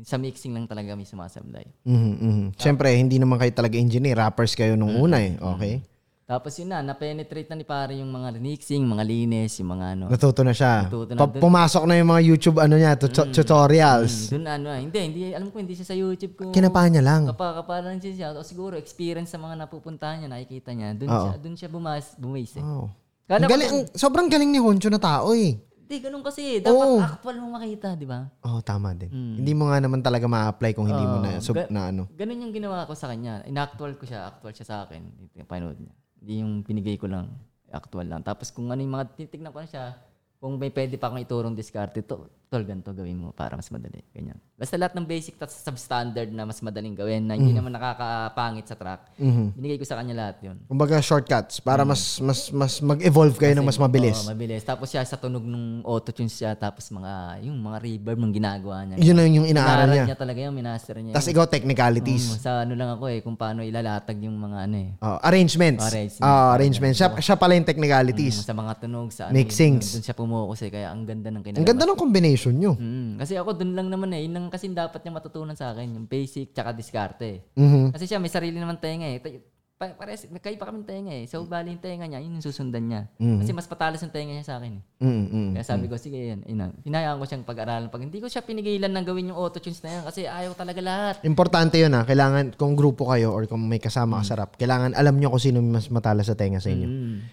Speaker 1: Sa mixing lang talaga may sumasablay.
Speaker 2: Mhm, mhm. Siyempre, hindi naman kayo talaga engineer. Rappers kayo nung una eh. Okay?
Speaker 1: Tapos yun na, na-penetrate na ni pare yung mga remixing, mga linis, yung mga ano.
Speaker 2: Natuto na siya.
Speaker 1: Natuto na.
Speaker 2: Pa- pumasok na yung mga YouTube ano niya, tut- tutorials.
Speaker 1: Doon ano, ah, hindi, hindi, alam ko hindi siya sa YouTube ko.
Speaker 2: Kinapahan niya lang.
Speaker 1: Kapa, kapa lang siya siya. O siguro, experience sa mga napupuntahan niya, nakikita niya. Doon
Speaker 2: Oo.
Speaker 1: siya, doon siya bumas, bumis eh.
Speaker 2: Wow.
Speaker 1: Kala
Speaker 2: Ang
Speaker 1: ko-
Speaker 2: galing, ang- sobrang galing ni Honcho na tao eh.
Speaker 1: Hindi, ganun kasi. Dapat
Speaker 2: Oo.
Speaker 1: actual mong makita, di ba?
Speaker 2: Oh, tama din. Hindi mo nga naman talaga ma-apply kung hindi mo
Speaker 1: Oo.
Speaker 2: na, sub,
Speaker 1: Ga-
Speaker 2: na ano.
Speaker 1: Ganun yung ginawa ko sa kanya. Inactual ko siya, actual siya sa akin. Ito yung panood niya. Hindi yung pinigay ko lang, actual lang. Tapos kung ano yung mga titignan ko na siya, kung may pwede pa akong iturong diskarte, to, tol, ganito gawin mo para mas madali. Ganyan. Basta lahat ng basic at substandard na mas madaling gawin na
Speaker 2: Mhm.
Speaker 1: hindi naman nakakapangit sa track. Binigay ko sa kanya lahat yun.
Speaker 2: Kumbaga shortcuts para mas mas mas mag-evolve kayo ng mas mabilis.
Speaker 1: Oo, mabilis. Tapos siya sa tunog ng auto-tunes siya, tapos mga, yung mga reverb ng ginagawa niya.
Speaker 2: Yun ang yung inaaral niya.
Speaker 1: talaga yun, minaster niya.
Speaker 2: Tapos
Speaker 1: yun.
Speaker 2: ikaw technicalities.
Speaker 1: Oo, sa ano lang ako eh, kung paano ilalatag yung mga ano eh.
Speaker 2: Oh, arrangements.
Speaker 1: Arrangements. Mm.
Speaker 2: Ah, arrangements. Siya, siya pala yung technicalities.
Speaker 1: Sa mga tunog, sa ano.
Speaker 2: Mixings.
Speaker 1: Doon siya pumukus eh, kaya ang ganda ng kinalabas.
Speaker 2: Ang ganda ng combination nyo.
Speaker 1: Mm, kasi ako doon lang naman eh, yun lang kasi dapat niya matutunan sa akin, yung basic tsaka diskarte.
Speaker 2: Mhm.
Speaker 1: Kasi siya may sarili naman tenga eh. Tay- Pa, pares, magkaiba kami tenga eh. So bali yung tenga niya, yun yung susundan niya.
Speaker 2: Mm-hmm.
Speaker 1: Kasi mas patalas yung tenga niya sa akin eh.
Speaker 2: Mm, mm.
Speaker 1: Kaya sabi ko, sige yan, ina. Hinayaan ko siyang pag-aralan. Pag hindi ko siya pinigilan na gawin yung auto-tunes na yan kasi ayaw talaga lahat.
Speaker 2: Importante yun ah. Kailangan, kung grupo kayo or kung may
Speaker 1: Mm.
Speaker 2: kasama ka sa rap, kailangan alam nyo kung sino mas matala sa tenga sa inyo.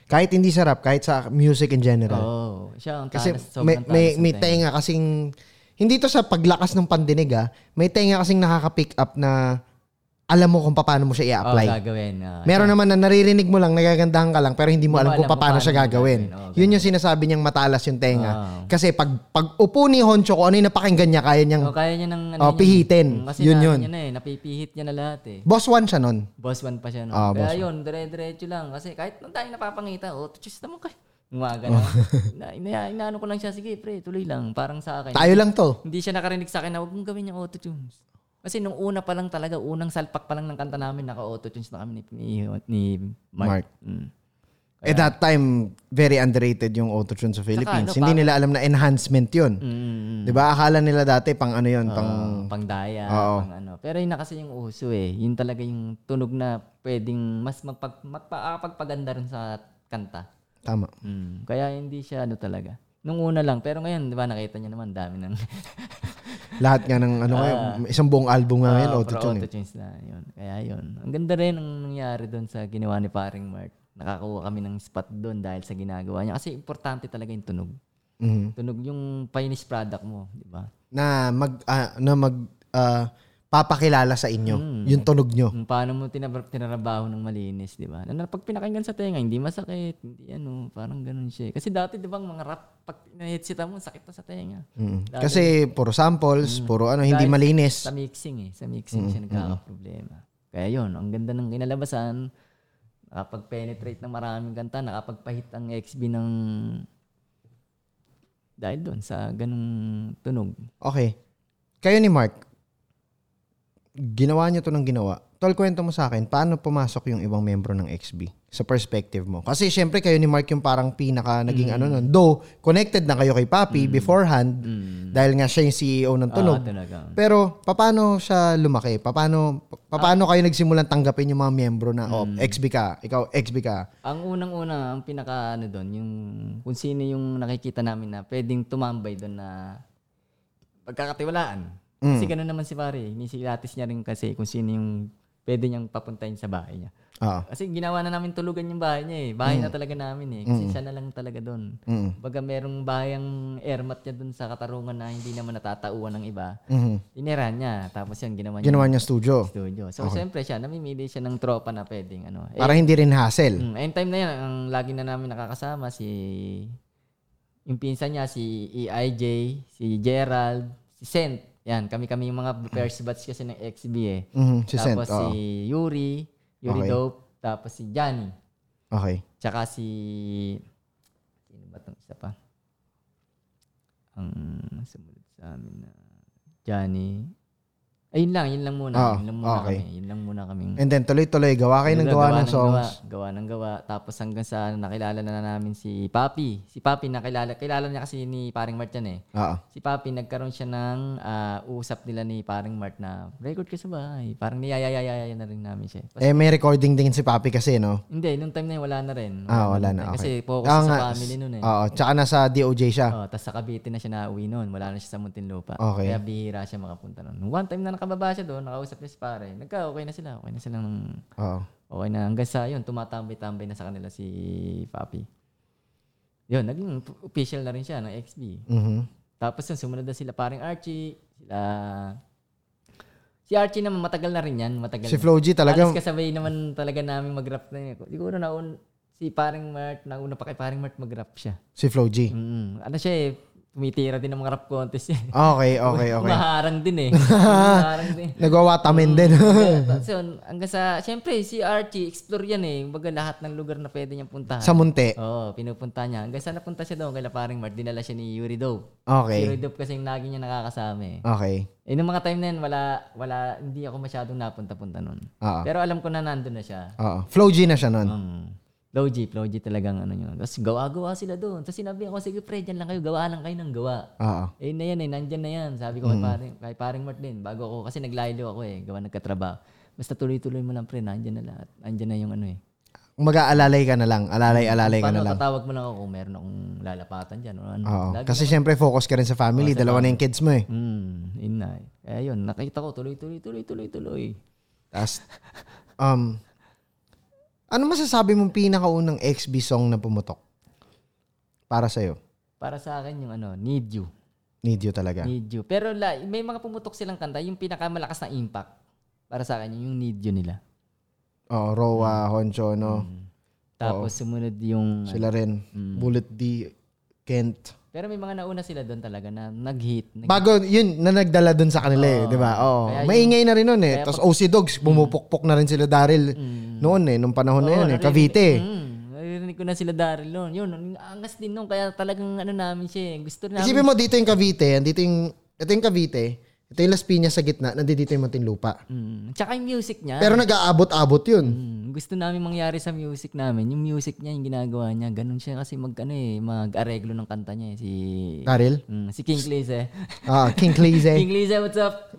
Speaker 2: Kahit hindi sa rap, kahit sa music in general.
Speaker 1: Oo. Mm. Oh, siya ang
Speaker 2: kasi
Speaker 1: talas,
Speaker 2: may,
Speaker 1: sobrang
Speaker 2: may,
Speaker 1: talas ng
Speaker 2: may tenga kasing, hindi to sa paglakas ng pandinig ah, may tenga kasing nakaka-pick up na alam mo kung paano mo siya
Speaker 1: Oo,
Speaker 2: i-apply.
Speaker 1: gagawin. ah.
Speaker 2: Meron naman na naririnig mo lang, nagagandahan ka lang, pero hindi mo alam kung paano siya gagawin.
Speaker 1: gagawin. Oo,
Speaker 2: Yun yung sinasabi niyang matalas yung tenga.
Speaker 1: Ah.
Speaker 2: Kasi pag, pag upo ni Honcho, kung ano yung napakinggan niya, kaya
Speaker 1: O,
Speaker 2: niyang...
Speaker 1: kaya niya ng ano
Speaker 2: Oh,
Speaker 1: niya.
Speaker 2: pihitin.
Speaker 1: Mm, Kasi
Speaker 2: Yun
Speaker 1: na,
Speaker 2: yun.
Speaker 1: yun na eh, napipihit niya na lahat eh.
Speaker 2: Boss one siya nun.
Speaker 1: Boss one pa siya. No?
Speaker 2: Ah, boss
Speaker 1: Kaya yun, dire-diretso lang. Kasi kahit nang tayo napapangita, oh, tschüss naman kayo. Umaga na. na, ina, inaano ko lang siya, sige pre, tuloy lang. Parang sa akin.
Speaker 2: Tayo lang to.
Speaker 1: Hindi siya nakarinig sa akin na huwag mong gawin yung auto-tunes. Kasi nung una pa lang talaga, unang salpak pa lang ng kanta namin, naka-auto-tunes na kami ni, ni, ni Mark.
Speaker 2: Mark.
Speaker 1: Mm.
Speaker 2: At that time, very underrated yung autotune sa
Speaker 1: ano,
Speaker 2: Philippines. Hindi nila alam na enhancement yun.
Speaker 1: Mm.
Speaker 2: 'Di ba? Akala nila dati pang ano yun, pang
Speaker 1: pangdaya,
Speaker 2: Oo.
Speaker 1: pang ano. Pero yun na kasi yung uso eh. Yun talaga yung tunog na pwedeng mas magpag, magpapagpaganda rin sa kanta.
Speaker 2: tama.
Speaker 1: Mm. Kaya hindi siya ano talaga. Nung una lang. Pero ngayon, di ba, nakita niyo naman, dami ng
Speaker 2: Lahat nga ng ano ngayon, isang buong album nga ngayon
Speaker 1: Ah,
Speaker 2: autotune.
Speaker 1: pro
Speaker 2: eh.
Speaker 1: auto-tunes na. Yun. Kaya yun. Ang ganda rin ang nangyari doon sa ginawa ni paring Mark. Nakakuha kami ng spot doon dahil sa ginagawa niya. Kasi importante talaga yung tunog.
Speaker 2: Mhm.
Speaker 1: Tunog yung finished product mo, di ba?
Speaker 2: Na mag ah, na mag ah, papakilala sa inyo yung tunog nyo.
Speaker 1: Kung paano mo tinab- tinarabaho ng malinis, di ba? Na pag pinakinggan sa tenga, hindi masakit, hindi ano, parang ganun siya. Kasi dati, di ba, ang mga rap, pag na-headset mo, sakit pa sa tenga. Dati,
Speaker 2: Kasi puro samples, puro ano,
Speaker 1: Mm.
Speaker 2: hindi
Speaker 1: Dahil-
Speaker 2: malinis.
Speaker 1: Sa mixing eh. Sa
Speaker 2: Mm,
Speaker 1: mixing siya nagkakaproblema. Kaya yun, ang ganda ng kinalabasan, nakapag-penetrate ng maraming kanta, nakapagpahit ang XB ng... Dahil doon sa ganung tunog.
Speaker 2: Okay. Kayo ni Mark, ginawa niyo to ng ginawa. Tol, kwento mo sa akin, paano pumasok yung ibang membro ng XB sa perspective mo? Kasi syempre kayo ni Mark yung parang pinaka naging
Speaker 1: Mm.
Speaker 2: ano nun. Though, connected na kayo kay Papi beforehand Mm. dahil nga siya yung CEO ng
Speaker 1: Ah,
Speaker 2: tunog.
Speaker 1: talaga.
Speaker 2: Pero paano siya lumaki? Paano
Speaker 1: Ah.
Speaker 2: paano kayo nagsimulan tanggapin yung mga miyembro na oh,
Speaker 1: Mm.
Speaker 2: XB ka, ikaw XB ka.
Speaker 1: Ang unang-una, ang pinaka ano doon, yung kung sino yung nakikita namin na pwedeng tumambay doon na pagkakatiwalaan. Kasi
Speaker 2: Mm.
Speaker 1: ganun naman si pare. eh. Inisilatis niya rin kasi kung sino yung pwede niyang papuntahin sa bahay niya.
Speaker 2: Oo.
Speaker 1: Kasi ginawa na namin tulugan yung bahay niya eh. Bahay na talaga namin eh. Kasi siya na lang talaga doon.
Speaker 2: Mm.
Speaker 1: Baga merong bayang airmat niya doon sa Katarungan na hindi naman natatauan ng iba.
Speaker 2: Mhm.
Speaker 1: Tinira niya. Tapos yun, ginawa niya
Speaker 2: Ginawa niya studio
Speaker 1: ng studio. So, siyempre siya, namimili siya ng tropa na pwedeng ano. Eh,
Speaker 2: para hindi rin hassle.
Speaker 1: Mm, and time na yan, ang lagi na namin nakakasama si yung pinsan niya, si EIJ, si Gerald, si Sent. Yan, kami-kami yung mga first batch kasi ng XB eh.
Speaker 2: Mhm, Mm. si Sent.
Speaker 1: tapos
Speaker 2: oo.
Speaker 1: si Yuri, Yuri
Speaker 2: Okay.
Speaker 1: Dope, tapos si Johnny,
Speaker 2: Okay.
Speaker 1: tsaka si... Sino ba tong isa pa? Ang sumunod sa amin na Johnny. Ayun lang, yun lang muna.
Speaker 2: Ah,
Speaker 1: yun lang muna
Speaker 2: okay.
Speaker 1: kami. Yun lang muna kaming
Speaker 2: And then tuloy-tuloy gawa kayo
Speaker 1: Yun
Speaker 2: ng
Speaker 1: na,
Speaker 2: gawa ng songs.
Speaker 1: Mm. Gawa, gawa ng gawa. Tapos hanggang sa nakilala na namin si Papi. Si Papi nakilala, kilala niya kasi ni Paring Mart yan eh.
Speaker 2: Oo.
Speaker 1: Si Papi nagkaroon siya ng ah, uusap nila ni Paring Mart na record ka sa bahay. Parang niyayayayaya na rin namin siya. Tapos,
Speaker 2: Eh may recording din si Papi kasi no.
Speaker 1: hindi, nung time na yun, wala na rin.
Speaker 2: Ah, wala na.
Speaker 1: rin. Kasi
Speaker 2: Okay.
Speaker 1: focus
Speaker 2: Ah,
Speaker 1: siya
Speaker 2: nga.
Speaker 1: sa family nun eh.
Speaker 2: Oo, tsaka nasa DOJ siya.
Speaker 1: Oh, tapos sa Cavite na siya nauwi noon. Wala na siya sa Muntinlupa.
Speaker 2: Ah. Okay.
Speaker 1: Kaya bihira siya makapunta noon. Nung One time na nakababa siya doon, nakausap niya si pare. Nagka-okay na sila. Okay na sila ng
Speaker 2: Oo.
Speaker 1: Okay na. Hanggang sa yun, tumatambay-tambay na sa kanila si Papi. Yun, naging official na rin siya ng XB.
Speaker 2: Mhm.
Speaker 1: Tapos yun, sumunod na sila paring Archie. Sila... Si Archie naman, matagal na rin yan. Matagal
Speaker 2: Si
Speaker 1: na.
Speaker 2: Flo G talaga.
Speaker 1: Halos kasabay naman talaga namin mag-rap na yun. Siguro naun, si paring Mart, nauna pa kay paring Mart mag-rap siya.
Speaker 2: Si Flo G.
Speaker 1: Mm, ano siya eh, tumitira din ng mga rap contest eh.
Speaker 2: Ah, Okay, okay, okay.
Speaker 1: Umaharang din eh. Umaharang din.
Speaker 2: Nagwawatamin din.
Speaker 1: Mm. so, yun, hanggang sa, syempre, si Archie, explore yan eh. Baga lahat ng lugar na pwede niyang puntahan.
Speaker 2: sa Munte.
Speaker 1: Oo, pinupunta niya. Hanggang sa napunta siya doon, kay paring Mart, dinala siya ni Yuri Dope. Si Yuri
Speaker 2: Okay.
Speaker 1: Dope kasi yung lagi niya nakakasama eh.
Speaker 2: Okay.
Speaker 1: Eh, nung mga time na yun, wala, wala, hindi ako masyadong napunta-punta nun.
Speaker 2: Oo.
Speaker 1: Pero alam ko na nandun na siya.
Speaker 2: Oo. Flo G na siya nun.
Speaker 1: Um, low G, low G talagang ano yun. Tapos gawa-gawa sila doon. Tapos sinabi ako, sige pre, dyan lang kayo, gawa lang kayo ng gawa.
Speaker 2: Oo.
Speaker 1: Eh na yan eh, nandyan na yan. Sabi ko kay
Speaker 2: Mm.
Speaker 1: paring, kay paring Mart din, bago ako, kasi naglaylo ako eh, gawa nagkatrabaho. Basta tuloy-tuloy mo lang pre, nandyan na lahat. Nandyan na yung ano eh.
Speaker 2: Mag-aalalay ka na lang. Alalay-alalay ka na
Speaker 1: Paano,
Speaker 2: lang.
Speaker 1: tatawag mo lang ako kung meron akong lalapatan dyan. o Ano,
Speaker 2: Oo.
Speaker 1: Lagi-
Speaker 2: Kasi syempre focus ka rin sa family. Dalawa na yung kids mo eh.
Speaker 1: Hmm, yun na eh. Kaya yun, nakita ko, tuloy-tuloy, tuloy-tuloy, tuloy.
Speaker 2: Tapos, um, ano masasabi mong pinakaunang XB song na pumutok? Para sa'yo.
Speaker 1: Para sa akin yung ano, need you.
Speaker 2: Need you talaga.
Speaker 1: Need you. Pero la, may mga pumutok silang kanta, yung pinakamalakas na impact para sa akin, yun yung need you nila.
Speaker 2: Oh, Roa, Honcho, no?
Speaker 1: Tapos sumunod yung... ano, mm.
Speaker 2: Sila rin. Bullet D, Kent.
Speaker 1: Pero may mga nauna sila doon talaga na nag-hit. nag-
Speaker 2: Bago, yun, na nagdala dun sa kanila eh, di ba? Oo.
Speaker 1: Kaya yun-
Speaker 2: Maingay na rin nun eh.
Speaker 1: kaya
Speaker 2: Tapos OC Dogs, bumupukpok na rin sila Daryl
Speaker 1: Mm.
Speaker 2: noon eh, nung panahon na
Speaker 1: Oo,
Speaker 2: yun eh.
Speaker 1: narinig-
Speaker 2: Cavite.
Speaker 1: Mm, narinig ko na sila Daryl noon. Yun, ang angas din noon. Kaya talagang ano namin siya. eh. Gusto namin.
Speaker 2: Isipin mo, dito yung Cavite, dito yung, ito yung Cavite, ito yung Las Piñas sa gitna, nandito yung Muntinlupa.
Speaker 1: Mm, tsaka yung music niya.
Speaker 2: Pero nag-aabot-abot yun.
Speaker 1: Mm, gusto namin mangyari sa music namin. Yung music niya, yung ginagawa niya. Ganun siya kasi mag, ano eh, mag-areglo ng kanta niya eh. Si,
Speaker 2: Daryl?
Speaker 1: Mm, si King Clise.
Speaker 2: Ah, King Clize.
Speaker 1: King Clise, what's up?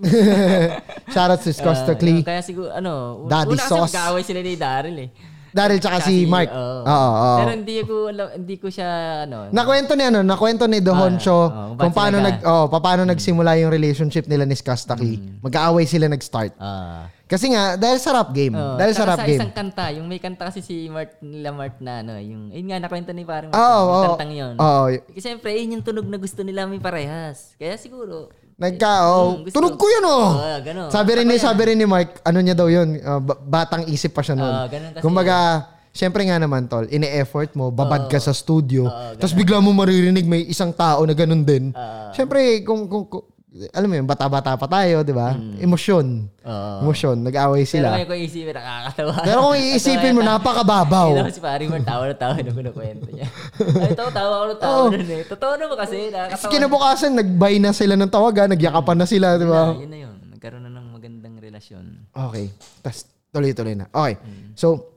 Speaker 2: Shoutout to Costa
Speaker 1: Ah, yun,
Speaker 2: Clee.
Speaker 1: kaya siguro, ano, un-
Speaker 2: Daddy
Speaker 1: una kasi
Speaker 2: Sauce.
Speaker 1: magkaaway sila ni Daryl eh.
Speaker 2: Daryl tsaka si Mark. Oo,
Speaker 1: oo.
Speaker 2: oo.
Speaker 1: Pero hindi ko, alam- hindi ko siya, ano,
Speaker 2: Nakwento ni ano, nakwento ni The Honcho
Speaker 1: oo, Ah,
Speaker 2: kung
Speaker 1: ba't
Speaker 2: paano
Speaker 1: sila Hmm.
Speaker 2: nag oh, paano nagsimula yung relationship nila ni Costa Clee. Magkaaway sila nag-start.
Speaker 1: ah,
Speaker 2: Kasi nga dahil sa rap game,
Speaker 1: Oo,
Speaker 2: Mm. dahil sa
Speaker 1: Oh, tsaka
Speaker 2: rap game.
Speaker 1: isang kanta, yung may kanta kasi si Mart nila Mart na ano, yung yun nga nakwento ni parang
Speaker 2: Oo,
Speaker 1: yung
Speaker 2: oo.
Speaker 1: kantang yun.
Speaker 2: Oo.
Speaker 1: Kasi syempre, yun yung tunog na gusto nila may parehas. Kaya siguro,
Speaker 2: Nagka, oh,
Speaker 1: Mm, gusto.
Speaker 2: tunog ko yun, oh.
Speaker 1: Oo, ganun.
Speaker 2: sabi rin ni, sabi rin ni Mark, ano niya daw yun, uh, ba- batang isip pa siya noon.
Speaker 1: Oo, ah, ganun kasi
Speaker 2: Kumbaga, syempre nga naman, tol, ine-effort mo, babad ka sa studio, tapos bigla mo maririnig may isang tao na ganun din. syempre, kung, kung, kung- alam mo yun, bata-bata pa tayo, di ba? Emosyon. Emosyon. Nag-away
Speaker 1: Sila. Mm. Pero
Speaker 2: sila.
Speaker 1: ngayon ko iisipin, nakakatawa.
Speaker 2: Pero kung iisipin mo,
Speaker 1: Hindi
Speaker 2: napakababaw.
Speaker 1: si Pari Mar, tawa na tawa nung kinukwento niya. Ay, tawa, tawa ko na
Speaker 2: Oh.
Speaker 1: tawa nun eh. Totoo naman kasi,
Speaker 2: Kasi
Speaker 1: nakakatawa.
Speaker 2: kinabukasan, nag-buy na sila ng tawagan, nagyakapan na sila, di ba?
Speaker 1: Ah, yun na yun. Nagkaroon na ng magandang relasyon. Hmm.
Speaker 2: Okay. Tapos tuloy-tuloy na. Okay. So,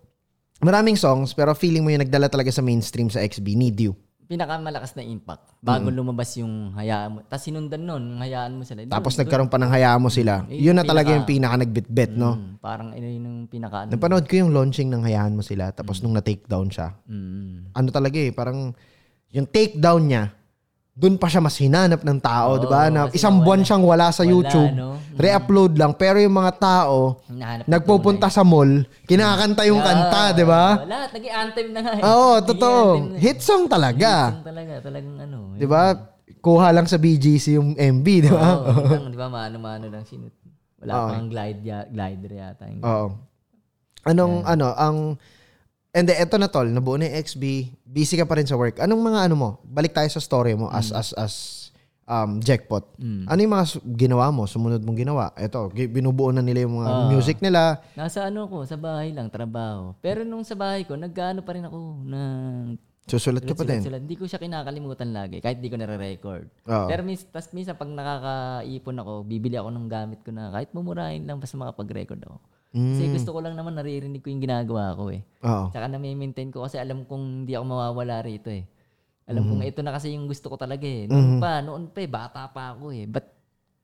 Speaker 2: maraming songs pero feeling mo yung nagdala talaga sa mainstream sa XB, Need You.
Speaker 1: Pinakamalakas na impact. Bago
Speaker 2: Mm.
Speaker 1: lumabas yung hayaan mo. Tapos sinundan nun, yung hayaan mo sila.
Speaker 2: Tapos
Speaker 1: Dun-
Speaker 2: nagkaroon pa ng hayaan mo
Speaker 1: Mm.
Speaker 2: sila. Yun
Speaker 1: Pinaka-
Speaker 2: na talaga yung pinaka nagbitbit, no?
Speaker 1: Mm, parang ino yun yung pinaka ano.
Speaker 2: Mm. Napanood ko yung launching ng hayaan mo sila tapos nung na-take down siya.
Speaker 1: Mm.
Speaker 2: Ano talaga eh, parang yung take down niya, doon pa siya mas hinanap ng tao,
Speaker 1: Oo,
Speaker 2: di ba? Na
Speaker 1: kasi
Speaker 2: isang buwan
Speaker 1: wala-
Speaker 2: siyang wala sa
Speaker 1: wala,
Speaker 2: YouTube.
Speaker 1: no? Mm,
Speaker 2: Re-upload lang. Pero yung mga tao,
Speaker 1: Hinahanap ng
Speaker 2: nagpupunta sa mall, kinakanta
Speaker 1: Ah.
Speaker 2: yung kanta, di ba?
Speaker 1: Oo, Lahat, naging anthem na nga. eh.
Speaker 2: Oo,
Speaker 1: Naging anthem
Speaker 2: totoo.
Speaker 1: na.
Speaker 2: Hit song talaga.
Speaker 1: Yung talaga, talagang ano.
Speaker 2: Di ba? Kuha lang sa BGC yung diba? MB, di ba?
Speaker 1: Oo, lang, di ba? Maano-maano lang sinut. Wala
Speaker 2: Oo.
Speaker 1: pang glide ya, glider yata. Yung,
Speaker 2: Oo. Anong, ano, ang... And then, eto na tol, nabuo na yung XB, busy ka pa rin sa work. Anong mga ano mo? Balik tayo sa story mo as, as, as um, jackpot.
Speaker 1: Mm.
Speaker 2: Ano yung mga su- ginawa mo? Sumunod mong ginawa? Eto, gi- binubuo na nila yung mga
Speaker 1: Ah.
Speaker 2: music nila.
Speaker 1: Nasa ano ko, sa bahay lang, trabaho. Pero nung sa bahay ko, nag-ano pa rin ako ng
Speaker 2: Susulat ka pa din.
Speaker 1: sulat-sulat. Hindi ko siya kinakalimutan lagi, kahit di ko nare-record.
Speaker 2: Oo.
Speaker 1: Pero mis, tas minsan pag nakakaipon ako, bibili ako ng gamit ko na kahit mumurahin lang basta makapag-record ako. Kasi
Speaker 2: Hmm.
Speaker 1: gusto ko lang naman naririnig ko yung ginagawa ko eh.
Speaker 2: Oo.
Speaker 1: Tsaka na-maintain ko kasi alam kong hindi ako mawawala rito eh. Alam kong
Speaker 2: Hmm.
Speaker 1: ito na kasi yung gusto ko talaga eh. Noon pa, noon pa eh, bata pa ako eh. Ba't,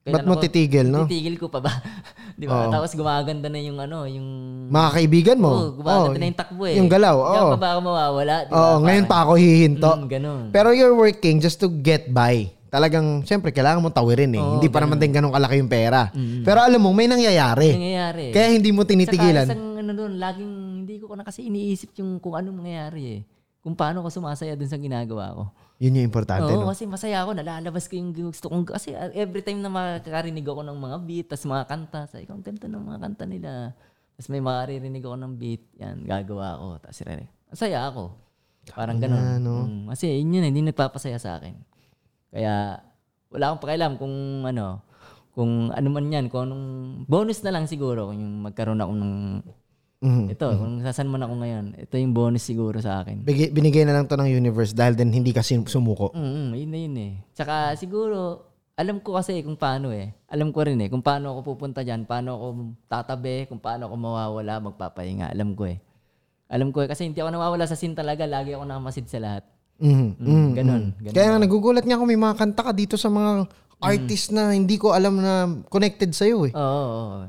Speaker 2: Ba't mo titigil, no?
Speaker 1: Titigil ko pa ba? Di ba? Tapos gumaganda na yung ano, yung...
Speaker 2: Mga kaibigan mo.
Speaker 1: Oo, gumaganda
Speaker 2: Oo,
Speaker 1: na yung takbo eh.
Speaker 2: Yung galaw, oo.
Speaker 1: Diyan pa ba ako mawawala? Di ba?
Speaker 2: Oo, ngayon pa ako hihinto.
Speaker 1: Mm, ganun.
Speaker 2: Pero you're working just to get by. Talagang, syempre, kailangan mo tawirin eh. hindi pa naman din ganun kalaki yung pera. Pero alam mo, may nangyayari.
Speaker 1: nangyayari.
Speaker 2: Kaya hindi mo
Speaker 1: Saka
Speaker 2: tinitigilan.
Speaker 1: isang ano doon, laging hindi ko na kasi iniisip yung kung anong nangyayari eh. Kung paano ako sumasaya dun sa ginagawa ko.
Speaker 2: Yun yung importante,
Speaker 1: Oo,
Speaker 2: no?
Speaker 1: kasi masaya ako. Nalalabas ko yung gusto kong... Kasi uh, every time na makakarinig ako ng mga beat, tas mga kanta, sabi ko, ang ganda ng mga kanta nila. Tapos may makaririnig ako ng beat, yan, gagawa ako. Tapos rere. Masaya ako. Parang ganun. Mm, kasi yun yun, eh, hindi nagpapasaya sa akin. Kaya wala akong pakialam kung ano, kung ano man yan, kung anong bonus na lang siguro kung yung magkaroon ako ng
Speaker 2: Mhm.
Speaker 1: ito, kung sasan man ako ngayon, ito yung bonus siguro sa akin.
Speaker 2: Bigi- binigay na lang to ng universe dahil din hindi ka sin- sumuko.
Speaker 1: Mm, mm, yun na yun eh. Tsaka
Speaker 2: Mm.
Speaker 1: siguro, alam ko kasi kung paano eh. Alam ko rin eh, kung paano ako pupunta dyan, paano ako tatabi, kung paano ako mawawala, magpapahinga. Alam ko eh. Alam ko eh, kasi hindi ako nawawala sa scene talaga. Lagi ako nakamasid sa lahat.
Speaker 2: Mhm.
Speaker 1: Mm,
Speaker 2: Mhm.
Speaker 1: Ganon.
Speaker 2: Ganun.
Speaker 1: ganon.
Speaker 2: Kaya nga, nagugulat nga ako may mga kanta ka dito sa mga artist na hindi ko alam na connected sa'yo eh.
Speaker 1: Oo, oo, oo.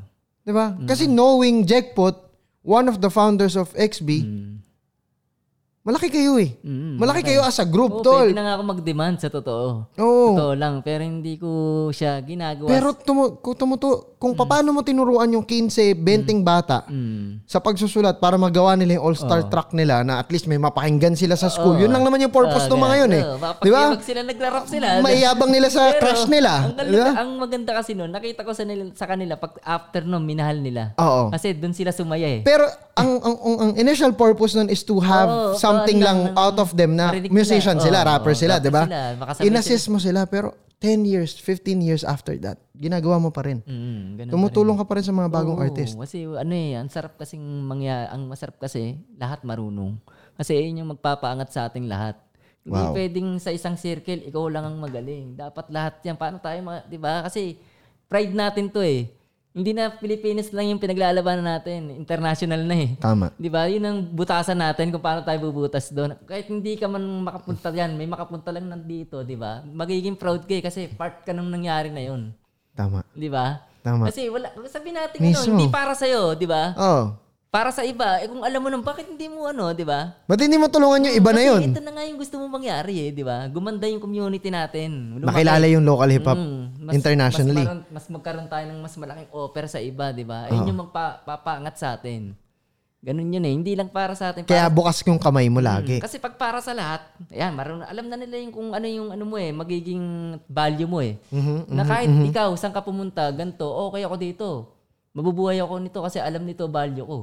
Speaker 2: Di ba?
Speaker 1: Mm-hmm.
Speaker 2: Kasi knowing Jackpot, one of the founders of XB, malaki kayo eh.
Speaker 1: Mm,
Speaker 2: Malaki kayo as a
Speaker 1: Oo,
Speaker 2: group, tol.
Speaker 1: pwede na nga ako mag-demand sa totoo.
Speaker 2: Oo.
Speaker 1: Totoo lang, pero hindi ko siya ginagawa.
Speaker 2: Pero tumu, kung, tumutu, kung paano mo tinuruan yung 15, 20 bata
Speaker 1: Mm.
Speaker 2: sa pagsusulat para magawa nila yung all-star track nila na at least may mapakinggan sila sa school. Yun lang naman yung purpose
Speaker 1: Oo,
Speaker 2: ng mga
Speaker 1: kaya-
Speaker 2: yun eh.
Speaker 1: oo, baka
Speaker 2: Di ba?
Speaker 1: pag sila, nagrarap sila.
Speaker 2: Maiyabang nila sa
Speaker 1: Pero,
Speaker 2: crush nila.
Speaker 1: Ang,
Speaker 2: Di
Speaker 1: ganda,
Speaker 2: ba?
Speaker 1: ang maganda kasi noon, nakita ko sa, nila, sa kanila, pag after noon, minahal nila.
Speaker 2: Oo.
Speaker 1: Kasi doon sila sumaya eh.
Speaker 2: Pero ang, ang, ang, ang initial purpose nun is to have
Speaker 1: Oo,
Speaker 2: something
Speaker 1: oo, lang-
Speaker 2: lang out of them na
Speaker 1: Marinig
Speaker 2: musician
Speaker 1: nila.
Speaker 2: sila,
Speaker 1: Oo,
Speaker 2: rapper
Speaker 1: oo,
Speaker 2: sila, di ba?
Speaker 1: rapper sila. Baka sabihin
Speaker 2: Inassist mo sila pero 10 years, 15 years after that, ginagawa mo pa rin.
Speaker 1: Mm, ganun
Speaker 2: Tumutulong ka pa rin sa mga bagong
Speaker 1: Oo,
Speaker 2: artist.
Speaker 1: Kasi ano eh, ang sarap kasing mangya, ang masarap kasi lahat marunong. Kasi yun yung magpapaangat sa ating lahat. Hindi
Speaker 2: Wow.
Speaker 1: pwedeng sa isang circle, ikaw lang ang magaling. Dapat lahat yan. Paano tayo, ma- di ba? Kasi pride natin to eh. Hindi na Pilipinas lang yung pinaglalabanan natin. International na eh.
Speaker 2: Tama.
Speaker 1: Di ba? Yun ang butasan natin kung paano tayo bubutas doon. Kahit hindi ka man makapunta yan, may makapunta lang nandito, di ba? Magiging proud ka eh kasi part ka nung nangyari na yun.
Speaker 2: Tama.
Speaker 1: Di ba?
Speaker 2: Tama.
Speaker 1: Kasi wala, sabi natin
Speaker 2: Mismo.
Speaker 1: ano, hindi para sa'yo, di ba?
Speaker 2: Oh.
Speaker 1: Para sa iba, eh kung alam mo nun, bakit hindi mo ano, di ba?
Speaker 2: Ba't hindi mo tulungan yung iba na
Speaker 1: Kasi
Speaker 2: yun?
Speaker 1: ito na nga yung gusto mo mangyari eh, di ba? Gumanda yung community natin. Lumaki.
Speaker 2: Nakilala yung local hip-hop
Speaker 1: Mm, mas-
Speaker 2: internationally.
Speaker 1: Mas, maroon- mas magkaroon tayo ng mas malaking offer sa iba, di ba? Ayun yung magpapaangat sa atin. Ganun yun eh. Hindi lang para sa atin.
Speaker 2: Kaya
Speaker 1: para-
Speaker 2: bukas yung kamay mo lagi.
Speaker 1: Kasi pag para sa lahat, ayan, marun, alam na nila yung kung ano yung ano mo eh, magiging value mo eh.
Speaker 2: Mm. Mm-hmm.
Speaker 1: na kahit ikaw, saan ka pumunta, ganito, okay ako dito. Mabubuhay ako nito kasi alam nito value ko.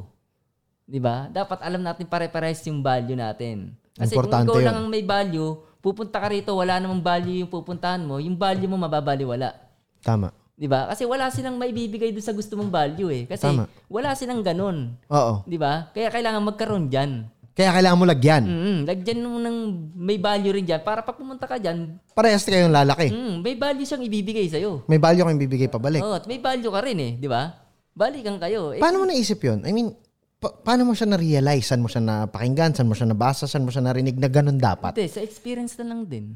Speaker 1: 'Di ba? Dapat alam natin pare-pares yung value natin. Kasi
Speaker 2: Importante
Speaker 1: kung ikaw
Speaker 2: yun.
Speaker 1: lang ang may value, pupunta ka rito, wala namang value yung pupuntahan mo, yung value mo mababaliwala.
Speaker 2: Tama.
Speaker 1: 'Di ba? Kasi wala silang maibibigay doon sa gusto mong value eh. Kasi
Speaker 2: Tama.
Speaker 1: wala silang ganun.
Speaker 2: Oo.
Speaker 1: 'Di ba? Kaya kailangan magkaroon diyan.
Speaker 2: Kaya kailangan mo lagyan.
Speaker 1: Mm, lagyan mo ng may value rin dyan. Para pag pumunta ka dyan,
Speaker 2: Parehas kayong lalaki.
Speaker 1: mm, may value siyang ibibigay sa'yo.
Speaker 2: May value kayong bibigay pabalik.
Speaker 1: Oh, at may value ka rin eh, di ba? Balikan kayo. Eh,
Speaker 2: Paano mo naisip yun? I mean, pa- paano mo siya na-realize? Saan mo siya napakinggan? Saan mo siya nabasa? Saan mo siya narinig na ganun dapat?
Speaker 1: Hindi, sa experience na lang din.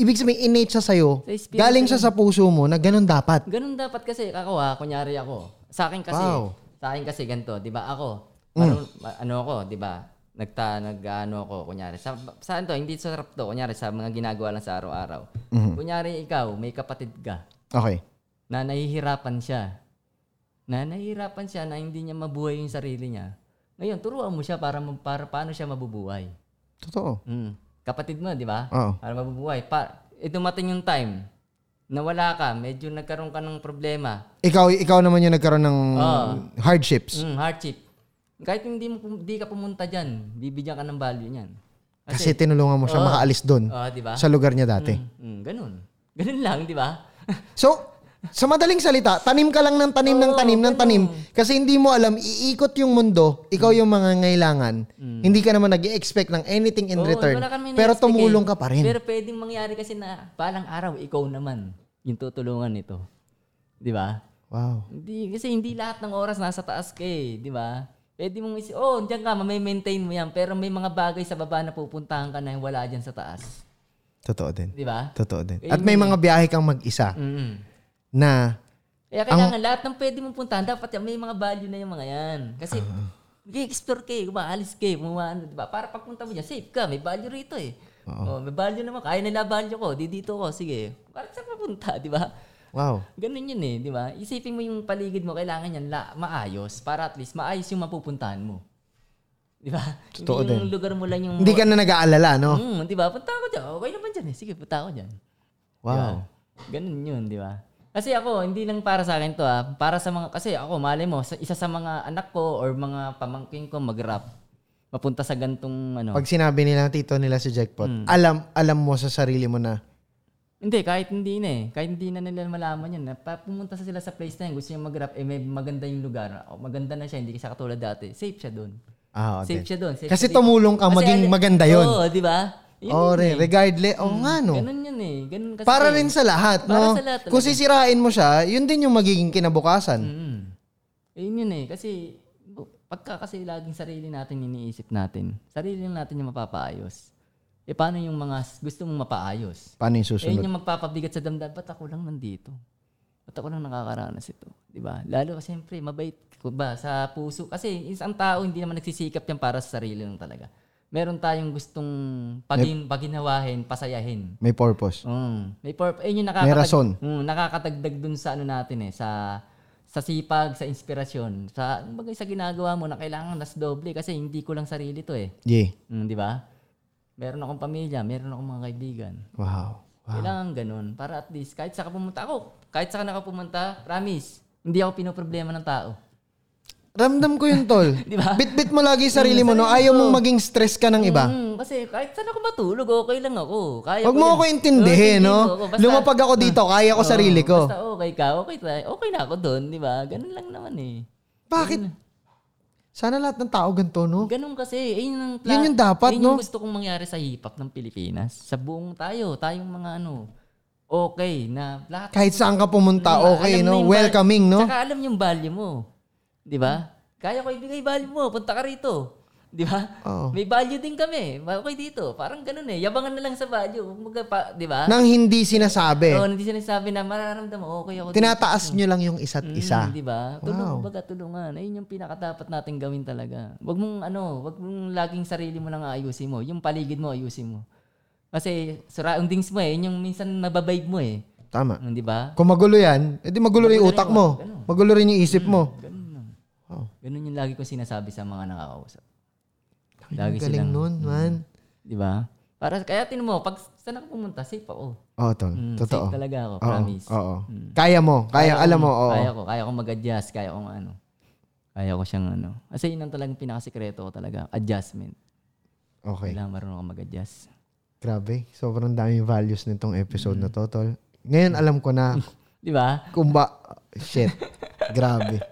Speaker 2: Ibig sabihin, innate siya sa'yo.
Speaker 1: Sa experience
Speaker 2: galing siya sa puso mo na ganun dapat.
Speaker 1: Ganun dapat kasi, ako ha, kunyari ako. Sa akin kasi,
Speaker 2: Wow. Mm.
Speaker 1: sa akin kasi ganito, di ba? Ako, marun- ma- ano ako, di ba? Nagta, nag, ano ako, kunyari. Sa, saan to? Hindi sa rap to. Kunyari, sa mga ginagawa lang sa araw-araw.
Speaker 2: Mm-hmm.
Speaker 1: Kunyari, ikaw, may kapatid ka.
Speaker 2: Okay.
Speaker 1: na nahihirapan siya. Na nahihirapan siya na hindi niya mabuhay yung sarili niya. Ngayon, turuan mo siya para, ma- para paano siya mabubuhay.
Speaker 2: Totoo.
Speaker 1: Mm. Kapatid mo, di ba?
Speaker 2: Oo.
Speaker 1: Para mabubuhay. Pa, eh, dumating yung time na wala ka, medyo nagkaroon ka ng problema,
Speaker 2: Ikaw, ikaw naman yung nagkaroon ng
Speaker 1: Oo. Ah.
Speaker 2: hardships.
Speaker 1: mm, hardship. Kahit hindi, mo, pum- di ka pumunta dyan, bibigyan ka ng value niyan.
Speaker 2: Kasi, tinulungan mo
Speaker 1: Ah.
Speaker 2: siya makaalis doon
Speaker 1: Oo, di ba?
Speaker 2: sa lugar niya dati.
Speaker 1: Mm, mm, ganun. Ganun lang, di ba?
Speaker 2: So, sa madaling salita, tanim ka lang ng tanim ng tanim ng tanim kasi hindi mo alam, iikot yung mundo, ikaw yung mga ngailangan, hindi ka naman nag expect ng anything in
Speaker 1: Mm. Oo,
Speaker 2: return,
Speaker 1: wala kami na-expect
Speaker 2: pero
Speaker 1: eh.
Speaker 2: tumulong ka pa rin.
Speaker 1: Pero pwedeng mangyari kasi na balang araw, ikaw naman yung tutulungan nito. Di ba?
Speaker 2: wow.
Speaker 1: Hindi, kasi hindi lahat ng oras nasa taas ka eh. Di ba? Pwede mong isip, oh, diyan ka, mamaintain mo yan. Pero may mga bagay sa baba na pupuntahan ka na wala dyan sa taas.
Speaker 2: Totoo din.
Speaker 1: Di ba?
Speaker 2: Totoo din. At may mga biyahe kang mag-isa
Speaker 1: Mm.
Speaker 2: na
Speaker 1: Kaya kailangan lahat ng pwede mong puntahan, dapat yan, may mga value na yung mga yan. Kasi, i-explore ka eh, umaalis ka eh, gumawa ano, di ba? Para pagpunta mo dyan, safe ka, may value rito eh. Oh, may value naman, kaya nila value ko, di dito ko, sige. Para saan papunta, di ba?
Speaker 2: wow.
Speaker 1: Ganun yun eh, di ba? Isipin mo yung paligid mo, kailangan yan la, maayos para at least maayos yung mapupuntahan mo. Di ba?
Speaker 2: Totoo
Speaker 1: Hindi yung lugar mo lang yung...
Speaker 2: Hindi ka na nag-aalala, no?
Speaker 1: Mm, di ba? Punta ako dyan, okay naman dyan eh, sige, punta ako dyan.
Speaker 2: Wow.
Speaker 1: Diba? Ganun yun, di ba? Kasi ako, hindi lang para sa akin to ah. Para sa mga, kasi ako, malay mo, sa- isa sa mga anak ko or mga pamangking ko mag-rap. Mapunta sa gantong ano.
Speaker 2: Pag sinabi nila ng tito nila si Jackpot,
Speaker 1: Mm.
Speaker 2: alam alam mo sa sarili mo na
Speaker 1: hindi, kahit hindi na eh. Kahit hindi na nila malaman yun. na pa- Pumunta sa sila sa place na yun. Gusto niya mag-rap. Eh, may maganda yung lugar. O, maganda na siya. Hindi siya katulad dati. Safe siya doon.
Speaker 2: ah,
Speaker 1: Safe
Speaker 2: okay.
Speaker 1: siya doon. safe
Speaker 2: Kasi
Speaker 1: siya dito.
Speaker 2: tumulong ka, maging
Speaker 1: ano-
Speaker 2: maganda yun.
Speaker 1: Oo, di ba? Yun
Speaker 2: Oh,
Speaker 1: yun eh.
Speaker 2: regardless, oh nga no.
Speaker 1: Ganun yun eh. Ganun kasi.
Speaker 2: Para
Speaker 1: eh.
Speaker 2: rin sa lahat,
Speaker 1: Para
Speaker 2: no?
Speaker 1: sa lahat
Speaker 2: Kung
Speaker 1: talaga.
Speaker 2: sisirain mo siya, yun din yung magiging kinabukasan.
Speaker 1: Mm. Eh, yun yun eh. Kasi, bu- pagka kasi laging sarili natin iniisip natin, sarili lang natin yung mapapaayos. Eh, paano yung mga s- gusto mong mapaayos?
Speaker 2: Paano yung
Speaker 1: Eh,
Speaker 2: susunod?
Speaker 1: yun yung magpapabigat sa damdamin. Ba't ako lang nandito? Ba't ako lang nakakaranas ito? Di ba? Lalo kasi, siyempre, mabait ko ba sa puso. Kasi isang tao hindi naman nagsisikap yan para sa sarili lang talaga. Meron tayong gustong pagin, paginawahin, pasayahin.
Speaker 2: May purpose.
Speaker 1: Mm. May purpose. Ayun yung
Speaker 2: May
Speaker 1: nakakatag-
Speaker 2: rason.
Speaker 1: Mm, nakakatagdag dun sa ano natin eh, sa sa sipag, sa inspirasyon, sa bagay sa ginagawa mo na kailangan nas doble kasi hindi ko lang sarili to eh.
Speaker 2: Yeah.
Speaker 1: Mm, di ba? Meron akong pamilya, meron akong mga kaibigan.
Speaker 2: Wow. Wow.
Speaker 1: Kailangan ganun para at least kahit saka pumunta ako, kahit saka nakapumunta, promise, hindi ako pinoproblema ng tao.
Speaker 2: Ramdam ko yun, tol.
Speaker 1: Di ba?
Speaker 2: Bit-bit mo lagi yung sarili mo, no?
Speaker 1: sarili
Speaker 2: Ayaw
Speaker 1: ko.
Speaker 2: mong maging stress ka ng iba.
Speaker 1: Mm, kasi kahit saan ako matulog, okay lang ako. Kaya
Speaker 2: Huwag mo
Speaker 1: yan.
Speaker 2: ako intindihin,
Speaker 1: Oo,
Speaker 2: no?
Speaker 1: ako. Basta- Mm.
Speaker 2: Lumapag ako dito, kaya ko
Speaker 1: Oo,
Speaker 2: sarili ko.
Speaker 1: Basta okay ka, okay, tayo. okay na ako doon, di ba? Ganun lang naman eh.
Speaker 2: Bakit? Sana lahat ng tao ganito, no?
Speaker 1: Ganun kasi, eh, yun ang
Speaker 2: Oh. Yun yung dapat,
Speaker 1: yun yung
Speaker 2: no?
Speaker 1: gusto kong mangyari sa hip-hop ng Pilipinas. Sa buong tayo, tayong mga ano, okay na lahat.
Speaker 2: Kahit saan ka pumunta,
Speaker 1: Mm,
Speaker 2: okay,
Speaker 1: alam na
Speaker 2: no?
Speaker 1: yung val-
Speaker 2: Welcoming, no?
Speaker 1: Tsaka alam yung value mo. Di ba? Kaya ko ibigay value mo, punta ka rito. Di ba?
Speaker 2: Oo.
Speaker 1: May value din kami. Okay dito. Parang ganun eh. Yabangan na lang sa value. Kumbaga pa- di ba?
Speaker 2: Nang hindi sinasabi.
Speaker 1: Oo, hindi sinasabi na mararamdaman mo, okay ako dito.
Speaker 2: Tinataas nyo lang yung isa't
Speaker 1: Mm,
Speaker 2: isa.
Speaker 1: di ba? Tulungan,
Speaker 2: Wow.
Speaker 1: baga tulungan. Ayun yung pinaka dapat natin gawin talaga. Wag mong ano, wag mong laging sarili mo lang aayusin mo. Yung paligid mo ayusin mo. Kasi surroundings mo eh, yun yung minsan nababibe mo eh.
Speaker 2: Tama.
Speaker 1: Mm, Di ba?
Speaker 2: Kung magulo yan, edi magulo rin yung utak mo. Oh, Magulo rin yung isip mo.
Speaker 1: Ganun lang.
Speaker 2: Wow.
Speaker 1: Ganun yung lagi ko sinasabi sa mga nakakausap.
Speaker 2: Lagi
Speaker 1: Lagi
Speaker 2: galing
Speaker 1: silang- Hmm.
Speaker 2: nun, man.
Speaker 1: Di ba? Para, kaya tinan mo, pag saan ako pumunta, safe ako.
Speaker 2: Oo, tol.
Speaker 1: Mm,
Speaker 2: Totoo.
Speaker 1: Safe talaga ako,
Speaker 2: Oo,
Speaker 1: promise. Hmm. Mm.
Speaker 2: Oo. Kaya mo. Kaya, alam mo. Oo.
Speaker 1: Kaya ko, kaya ko mag-adjust, kaya ko ano. Kaya ko siyang ano. Kasi yun ang talagang pinakasikreto ko talaga, adjustment.
Speaker 2: Okay.
Speaker 1: Kailangan marunong ka mag-adjust.
Speaker 2: Grabe. Sobrang daming values nitong episode
Speaker 1: Hmm.
Speaker 2: na to, tol. Ngayon alam ko na
Speaker 1: Di ba?
Speaker 2: kung ba... Shit. Grabe.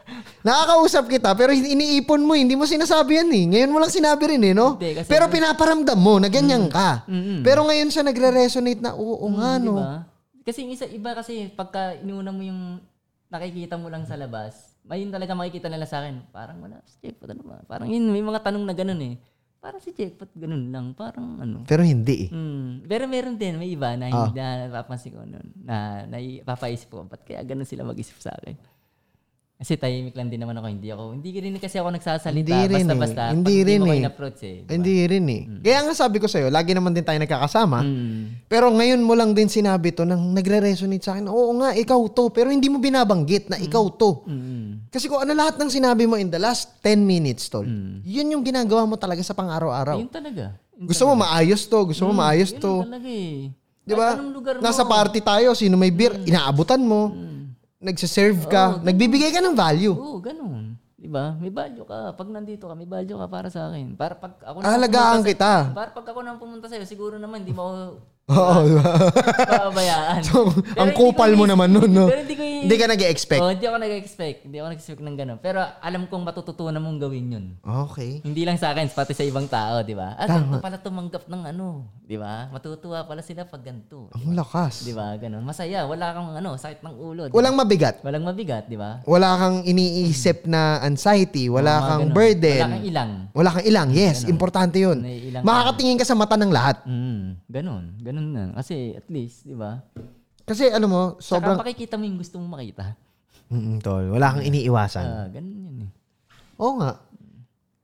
Speaker 2: Nakakausap kita pero hin- iniipon mo. Hindi mo sinasabi yan eh. Ngayon mo lang sinabi rin eh, no?
Speaker 1: Hindi, kasi- Hmm.
Speaker 2: pero pinaparamdam mo na ganyan ka. Pero ngayon siya nagre-resonate na oo nga, no?
Speaker 1: Di ba? Kasi yung isa, iba kasi pagka inuna mo yung nakikita mo lang sa labas, may yun talaga makikita nila sa akin. Parang wala si Jackpot ano ba? Parang yun, may mga tanong na ganun eh. Parang si Jackpot ganun lang. Parang ano.
Speaker 2: Pero hindi eh.
Speaker 1: Mm. Pero meron din, may iba na hindi
Speaker 2: Ah.
Speaker 1: na napapansin ko nun. Na napapaisip ko, ba't kaya ganun sila mag-isip sa akin? Kasi tahimik lang din naman ako. Hindi ako, hindi rin kasi ako nagsasalita.
Speaker 2: Hindi rin eh.
Speaker 1: basta-basta. Pag
Speaker 2: Hindi rin
Speaker 1: mo
Speaker 2: eh.
Speaker 1: kayo approach eh. di ba?
Speaker 2: Hindi rin eh. Kaya nga sabi ko sa'yo, lagi naman din tayo nagkakasama.
Speaker 1: Mm.
Speaker 2: Pero ngayon mo lang din sinabi to nang nagre-resonate sa akin. Oo nga, ikaw to. Pero hindi mo binabanggit na ikaw to.
Speaker 1: Mm.
Speaker 2: Kasi kung ano lahat ng sinabi mo in the last 10 minutes, tol, yun yung ginagawa mo talaga sa pang-araw-araw.
Speaker 1: Mm. Yun talaga. Yun
Speaker 2: Gusto mo maayos to, gusto mo maayos
Speaker 1: yun
Speaker 2: to.
Speaker 1: talaga eh.
Speaker 2: Di ba?
Speaker 1: Kahit anong lugar
Speaker 2: Nasa
Speaker 1: mo. Mm.
Speaker 2: party tayo, sino may beer, inaabutan mo. Nagsiserve ka, nagbibigay ka ng value.
Speaker 1: Oo, ganun. Di ba? May value ka. Pag nandito ka, may value ka para sa akin. Para pag ako nang
Speaker 2: Alagaan
Speaker 1: pumunta
Speaker 2: kita.
Speaker 1: sa- para pag ako nang pumunta sa'yo, siguro naman, hindi mo ako
Speaker 2: Oo, di ba?
Speaker 1: pabayaan.
Speaker 2: So, ang kupal mo naman nun, no?
Speaker 1: Pero hindi ko i-
Speaker 2: Hindi ka nag-expect.
Speaker 1: Oh, hindi ako nag-expect. Hindi ako nag-expect ng ganun. Pero alam kong matututunan mong gawin yun.
Speaker 2: Okay.
Speaker 1: Hindi lang sa akin, pati sa ibang tao, di ba? Ah, ganito pala tumanggap ng ano, di ba? Matutuwa pala sila pag ganito.
Speaker 2: Ang lakas.
Speaker 1: Di ba? Ganun. Masaya. Wala kang ano, sakit ng ulo. di ba?
Speaker 2: Walang mabigat.
Speaker 1: Walang mabigat, di ba?
Speaker 2: Wala kang iniisip na anxiety. Wala
Speaker 1: Mga
Speaker 2: kang
Speaker 1: ganun.
Speaker 2: burden.
Speaker 1: Wala kang ilang.
Speaker 2: Wala kang ilang. Yes, importante yun.
Speaker 1: Naiilang ka.
Speaker 2: Makakatingin ka sa mata ng lahat.
Speaker 1: Mm, ganun. Ganun na. Kasi at least, di ba?
Speaker 2: Kasi ano mo, sobrang...
Speaker 1: Saka pakikita mo yung gusto mong makita.
Speaker 2: Mm, tol, wala kang iniiwasan.
Speaker 1: Ah, ganun yun eh.
Speaker 2: Oo nga.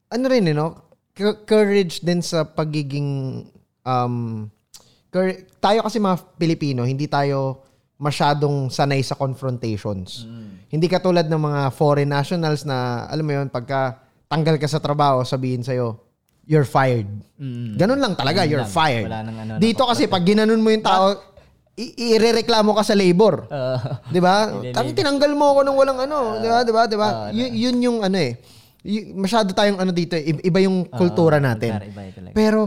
Speaker 2: Ano rin, eh, no? Cou- Courage din sa pagiging... Um, cour- tayo kasi mga Pilipino, hindi tayo masyadong sanay sa confrontations.
Speaker 1: Mm.
Speaker 2: Hindi katulad ng mga foreign nationals na, alam mo yun, pagka tanggal ka sa trabaho, sabihin sa'yo, you're fired.
Speaker 1: Mm.
Speaker 2: Ganun lang talaga,
Speaker 1: Ganun
Speaker 2: you're
Speaker 1: lang.
Speaker 2: fired.
Speaker 1: Wala nang ano,
Speaker 2: Dito kasi, pag ginanon mo yung tao, i- irereklamo ka sa labor.
Speaker 1: Ah,
Speaker 2: 'di ba? Tang tinanggal mo ako nung walang ano, 'di ba? 'Di ba? 'Di ba? Y- yun yung ano eh. Y- masyado tayong ano dito, eh, i- iba yung kultura natin.
Speaker 1: iba yun talaga.
Speaker 2: Pero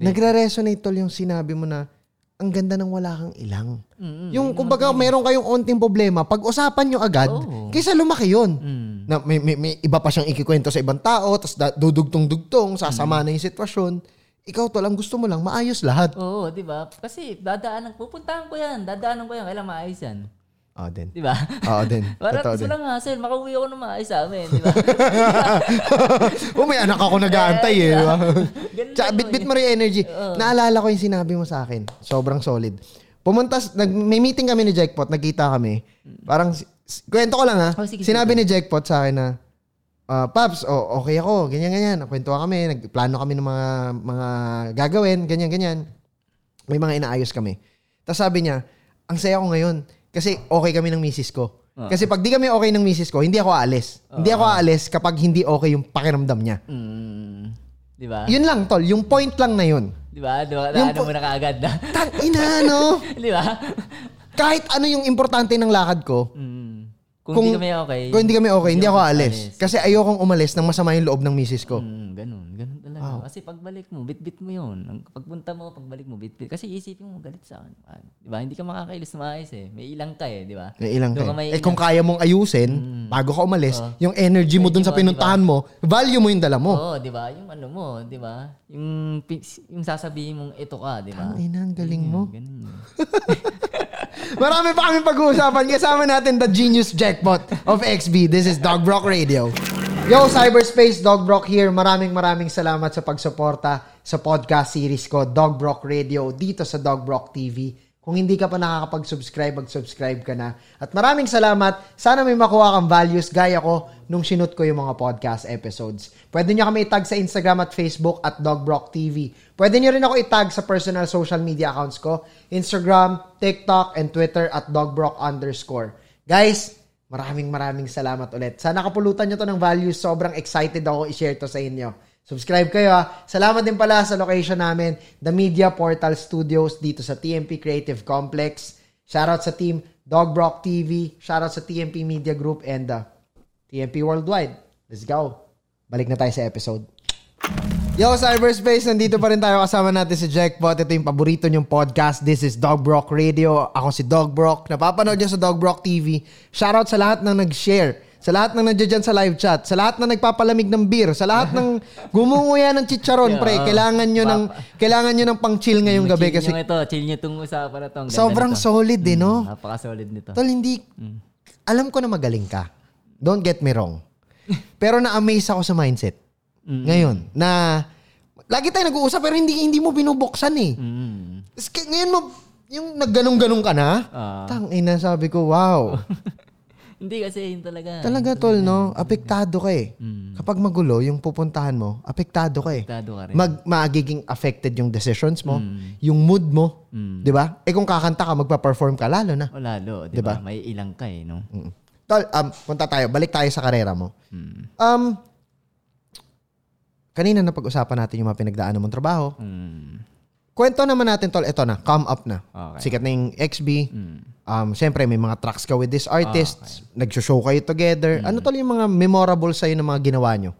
Speaker 2: nagre-resonate tol yung sinabi mo na ang ganda ng wala kang ilang. Yung kumbaga meron kayong onting problema, pag-usapan nyo agad kaysa lumaki yun.
Speaker 1: Mm.
Speaker 2: Na may, may, may iba pa siyang ikikwento sa ibang tao, tapos da- dudugtong-dugtong, sasama na yung sitwasyon. Ikaw to lang gusto mo lang maayos lahat.
Speaker 1: Oo, di ba? Kasi dadaanan, pupuntahan ko yan. Dadaanan ko yan. Kailangan maayos yan.
Speaker 2: Oh, din.
Speaker 1: Di ba?
Speaker 2: Oo din.
Speaker 1: Para
Speaker 2: Totoo
Speaker 1: at
Speaker 2: din.
Speaker 1: lang hassle. Makauwi ako ng maayos sa amin. Di ba?
Speaker 2: Oh, may anak ako nag-aantay eh. di ba?
Speaker 1: Ganun
Speaker 2: Tsaka
Speaker 1: lang
Speaker 2: bit-bit mo rin yung energy. Naalala ko yung sinabi mo sa akin. Sobrang solid. Pumunta, s- nag, may meeting kami ni Jackpot, nagkita kami. Parang, s- s- kwento ko lang ha.
Speaker 1: Oh, sige,
Speaker 2: sinabi ni Jackpot sa akin na, ah, Paps, oh, okay ako, ganyan-ganyan. Nakwentuhan kami, nagplano kami ng mga, mga gagawin, ganyan-ganyan. May mga inaayos kami. Tapos sabi niya, ang saya ko ngayon kasi okay kami ng misis ko. Kasi pag di kami okay ng misis ko, hindi ako aalis. Hindi ako aalis kapag hindi okay yung pakiramdam niya.
Speaker 1: Mm, di ba?
Speaker 2: Yun lang, tol. Yung point lang na yun.
Speaker 1: Di ba? Di ba?
Speaker 2: Yung
Speaker 1: Ano
Speaker 2: po-
Speaker 1: mo na kaagad na.
Speaker 2: Tang ina, no?
Speaker 1: di ba?
Speaker 2: Kahit ano yung importante ng lakad ko,
Speaker 1: Mm. Kung, hindi
Speaker 2: Kung-
Speaker 1: kami okay.
Speaker 2: kung hindi kami okay, hindi ako alis.
Speaker 1: aalis.
Speaker 2: Kasi ayokong umalis ng masama yung loob ng misis ko.
Speaker 1: Mm, ganun. Ganun talaga. Kasi pagbalik mo, bitbit mo yun. Ang pagpunta mo, pagbalik mo, bitbit. Kasi isipin mo, galit sa akin. Ah, Di ba? Hindi ka makakailis na maayos eh. May ilang ka eh, di ba?
Speaker 2: May ilang
Speaker 1: Doon
Speaker 2: kayo.
Speaker 1: may
Speaker 2: Eh kung kaya mong ayusin, bago ka umalis, yung energy mo dun
Speaker 1: Energy
Speaker 2: sa
Speaker 1: mo,
Speaker 2: pinuntahan mo, value mo yung dala mo.
Speaker 1: Oo, di ba? Yung ano mo, di ba? Yung, pi- yung sasabihin mong ito ka, di ba?
Speaker 2: Ang ina, ang galing
Speaker 1: Mm.
Speaker 2: mo.
Speaker 1: Ganun yun.
Speaker 2: Marami pa kami pag-uusapan. Kasama natin the genius jackpot of XB. This is Dog Brock Radio. Yo, Cyberspace, Dog Brock here. Maraming maraming salamat sa pagsuporta sa podcast series ko, Dog Brock Radio, dito sa Dog Brock TV. Kung hindi ka pa nakakapag-subscribe, mag-subscribe ka na. At maraming salamat. Sana may makuha kang values gaya ko nung sinut ko yung mga podcast episodes. Pwede nyo kami itag sa Instagram at Facebook at Dog Brock TV. Pwede nyo rin ako itag sa personal social media accounts ko, Instagram, TikTok, and Twitter at dogbrock underscore. Guys, Maraming maraming salamat ulit. Sana kapulutan nyo to ng value. Sobrang excited ako i-share to sa inyo. Subscribe kayo ha. Salamat din pala sa location namin, The Media Portal Studios dito sa TMP Creative Complex. Shoutout sa team Dog Brock TV, shoutout sa TMP Media Group and uh, TMP Worldwide. Let's go. Balik na tayo sa episode. Yo, Cyberspace! Nandito pa rin tayo kasama natin si Jackpot. Ito yung paborito niyong podcast. This is Dog Brock Radio. Ako si Dog Brock. Napapanood niyo sa Dog Brock TV. Shoutout sa lahat ng nag-share. Sa lahat ng nandiyan dyan sa live chat. Sa lahat ng nagpapalamig ng beer. Sa lahat ng gumunguya ng chicharon, pre. Kailangan nyo ng, kailangan nyo ng pang-chill ngayong gabi
Speaker 1: Chill
Speaker 2: kasi
Speaker 1: nyo ito. Chill nyo itong usapan na to. Ang ganda
Speaker 2: sobrang
Speaker 1: nito. Mm,
Speaker 2: solid eh, no?
Speaker 1: Napaka-solid nito.
Speaker 2: Tol, hindi... Alam ko na magaling ka. Don't get me wrong. Pero na-amaze ako sa mindset. Ngayon, na... Lagi tayo nag-uusap pero hindi hindi mo binubuksan eh.
Speaker 1: Mm.
Speaker 2: Tas k- Ngayon mo, yung nagganong-ganong ka na,
Speaker 1: Ah.
Speaker 2: tang ina sabi ko, wow.
Speaker 1: Hindi kasi yun talaga.
Speaker 2: Talaga tol, no? Apektado ka eh. Kapag magulo, yung pupuntahan mo, apektado ka
Speaker 1: Mm.
Speaker 2: eh.
Speaker 1: Apektado ka rin. Mm.
Speaker 2: Mag, magiging affected yung decisions mo, yung mood mo, di ba? Eh kung kakanta ka, magpa-perform ka lalo na.
Speaker 1: O lalo, di
Speaker 2: Diba?
Speaker 1: ba? May ilang ka eh, no?
Speaker 2: Mm. Tol, um, punta tayo. Balik tayo sa karera mo.
Speaker 1: Mm.
Speaker 2: Um, kanina na pag-usapan natin yung mga pinagdaanan mong trabaho.
Speaker 1: Mm.
Speaker 2: Kwento naman natin, Tol. Ito na. Come up na.
Speaker 1: Okay. Mm.
Speaker 2: Sikat na yung XB. Um, Siyempre, may mga tracks ka with these
Speaker 1: Ah,
Speaker 2: artists. Nag-show kayo together.
Speaker 1: Mm.
Speaker 2: Ano, Tol, yung mga memorable sa'yo na mga ginawa nyo?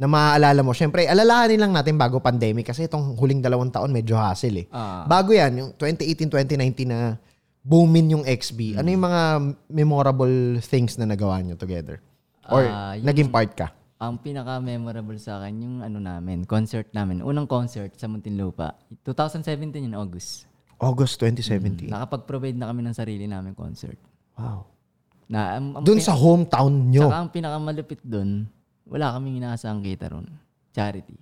Speaker 2: Na maaalala mo. Siyempre, alalahanin lang natin bago pandemic kasi itong huling dalawang taon medyo hassle eh.
Speaker 1: Ah.
Speaker 2: Bago yan, yung 2018, 2019 na boomin yung XB.
Speaker 1: Mm.
Speaker 2: Ano yung mga memorable things na nagawa nyo together? Or
Speaker 1: Ah, yung-
Speaker 2: naging part ka?
Speaker 1: Ang pinaka-memorable sa akin yung ano namin, concert namin. Unang concert sa Muntinlupa. 2017 yun, August.
Speaker 2: August
Speaker 1: Mm.
Speaker 2: 2017.
Speaker 1: Nakapag-provide na kami ng sarili namin concert.
Speaker 2: Wow.
Speaker 1: Na, ang, ang
Speaker 2: Doon sa hometown nyo.
Speaker 1: Saka ang pinakamalupit doon, wala kaming inaasahang kita ron. Charity.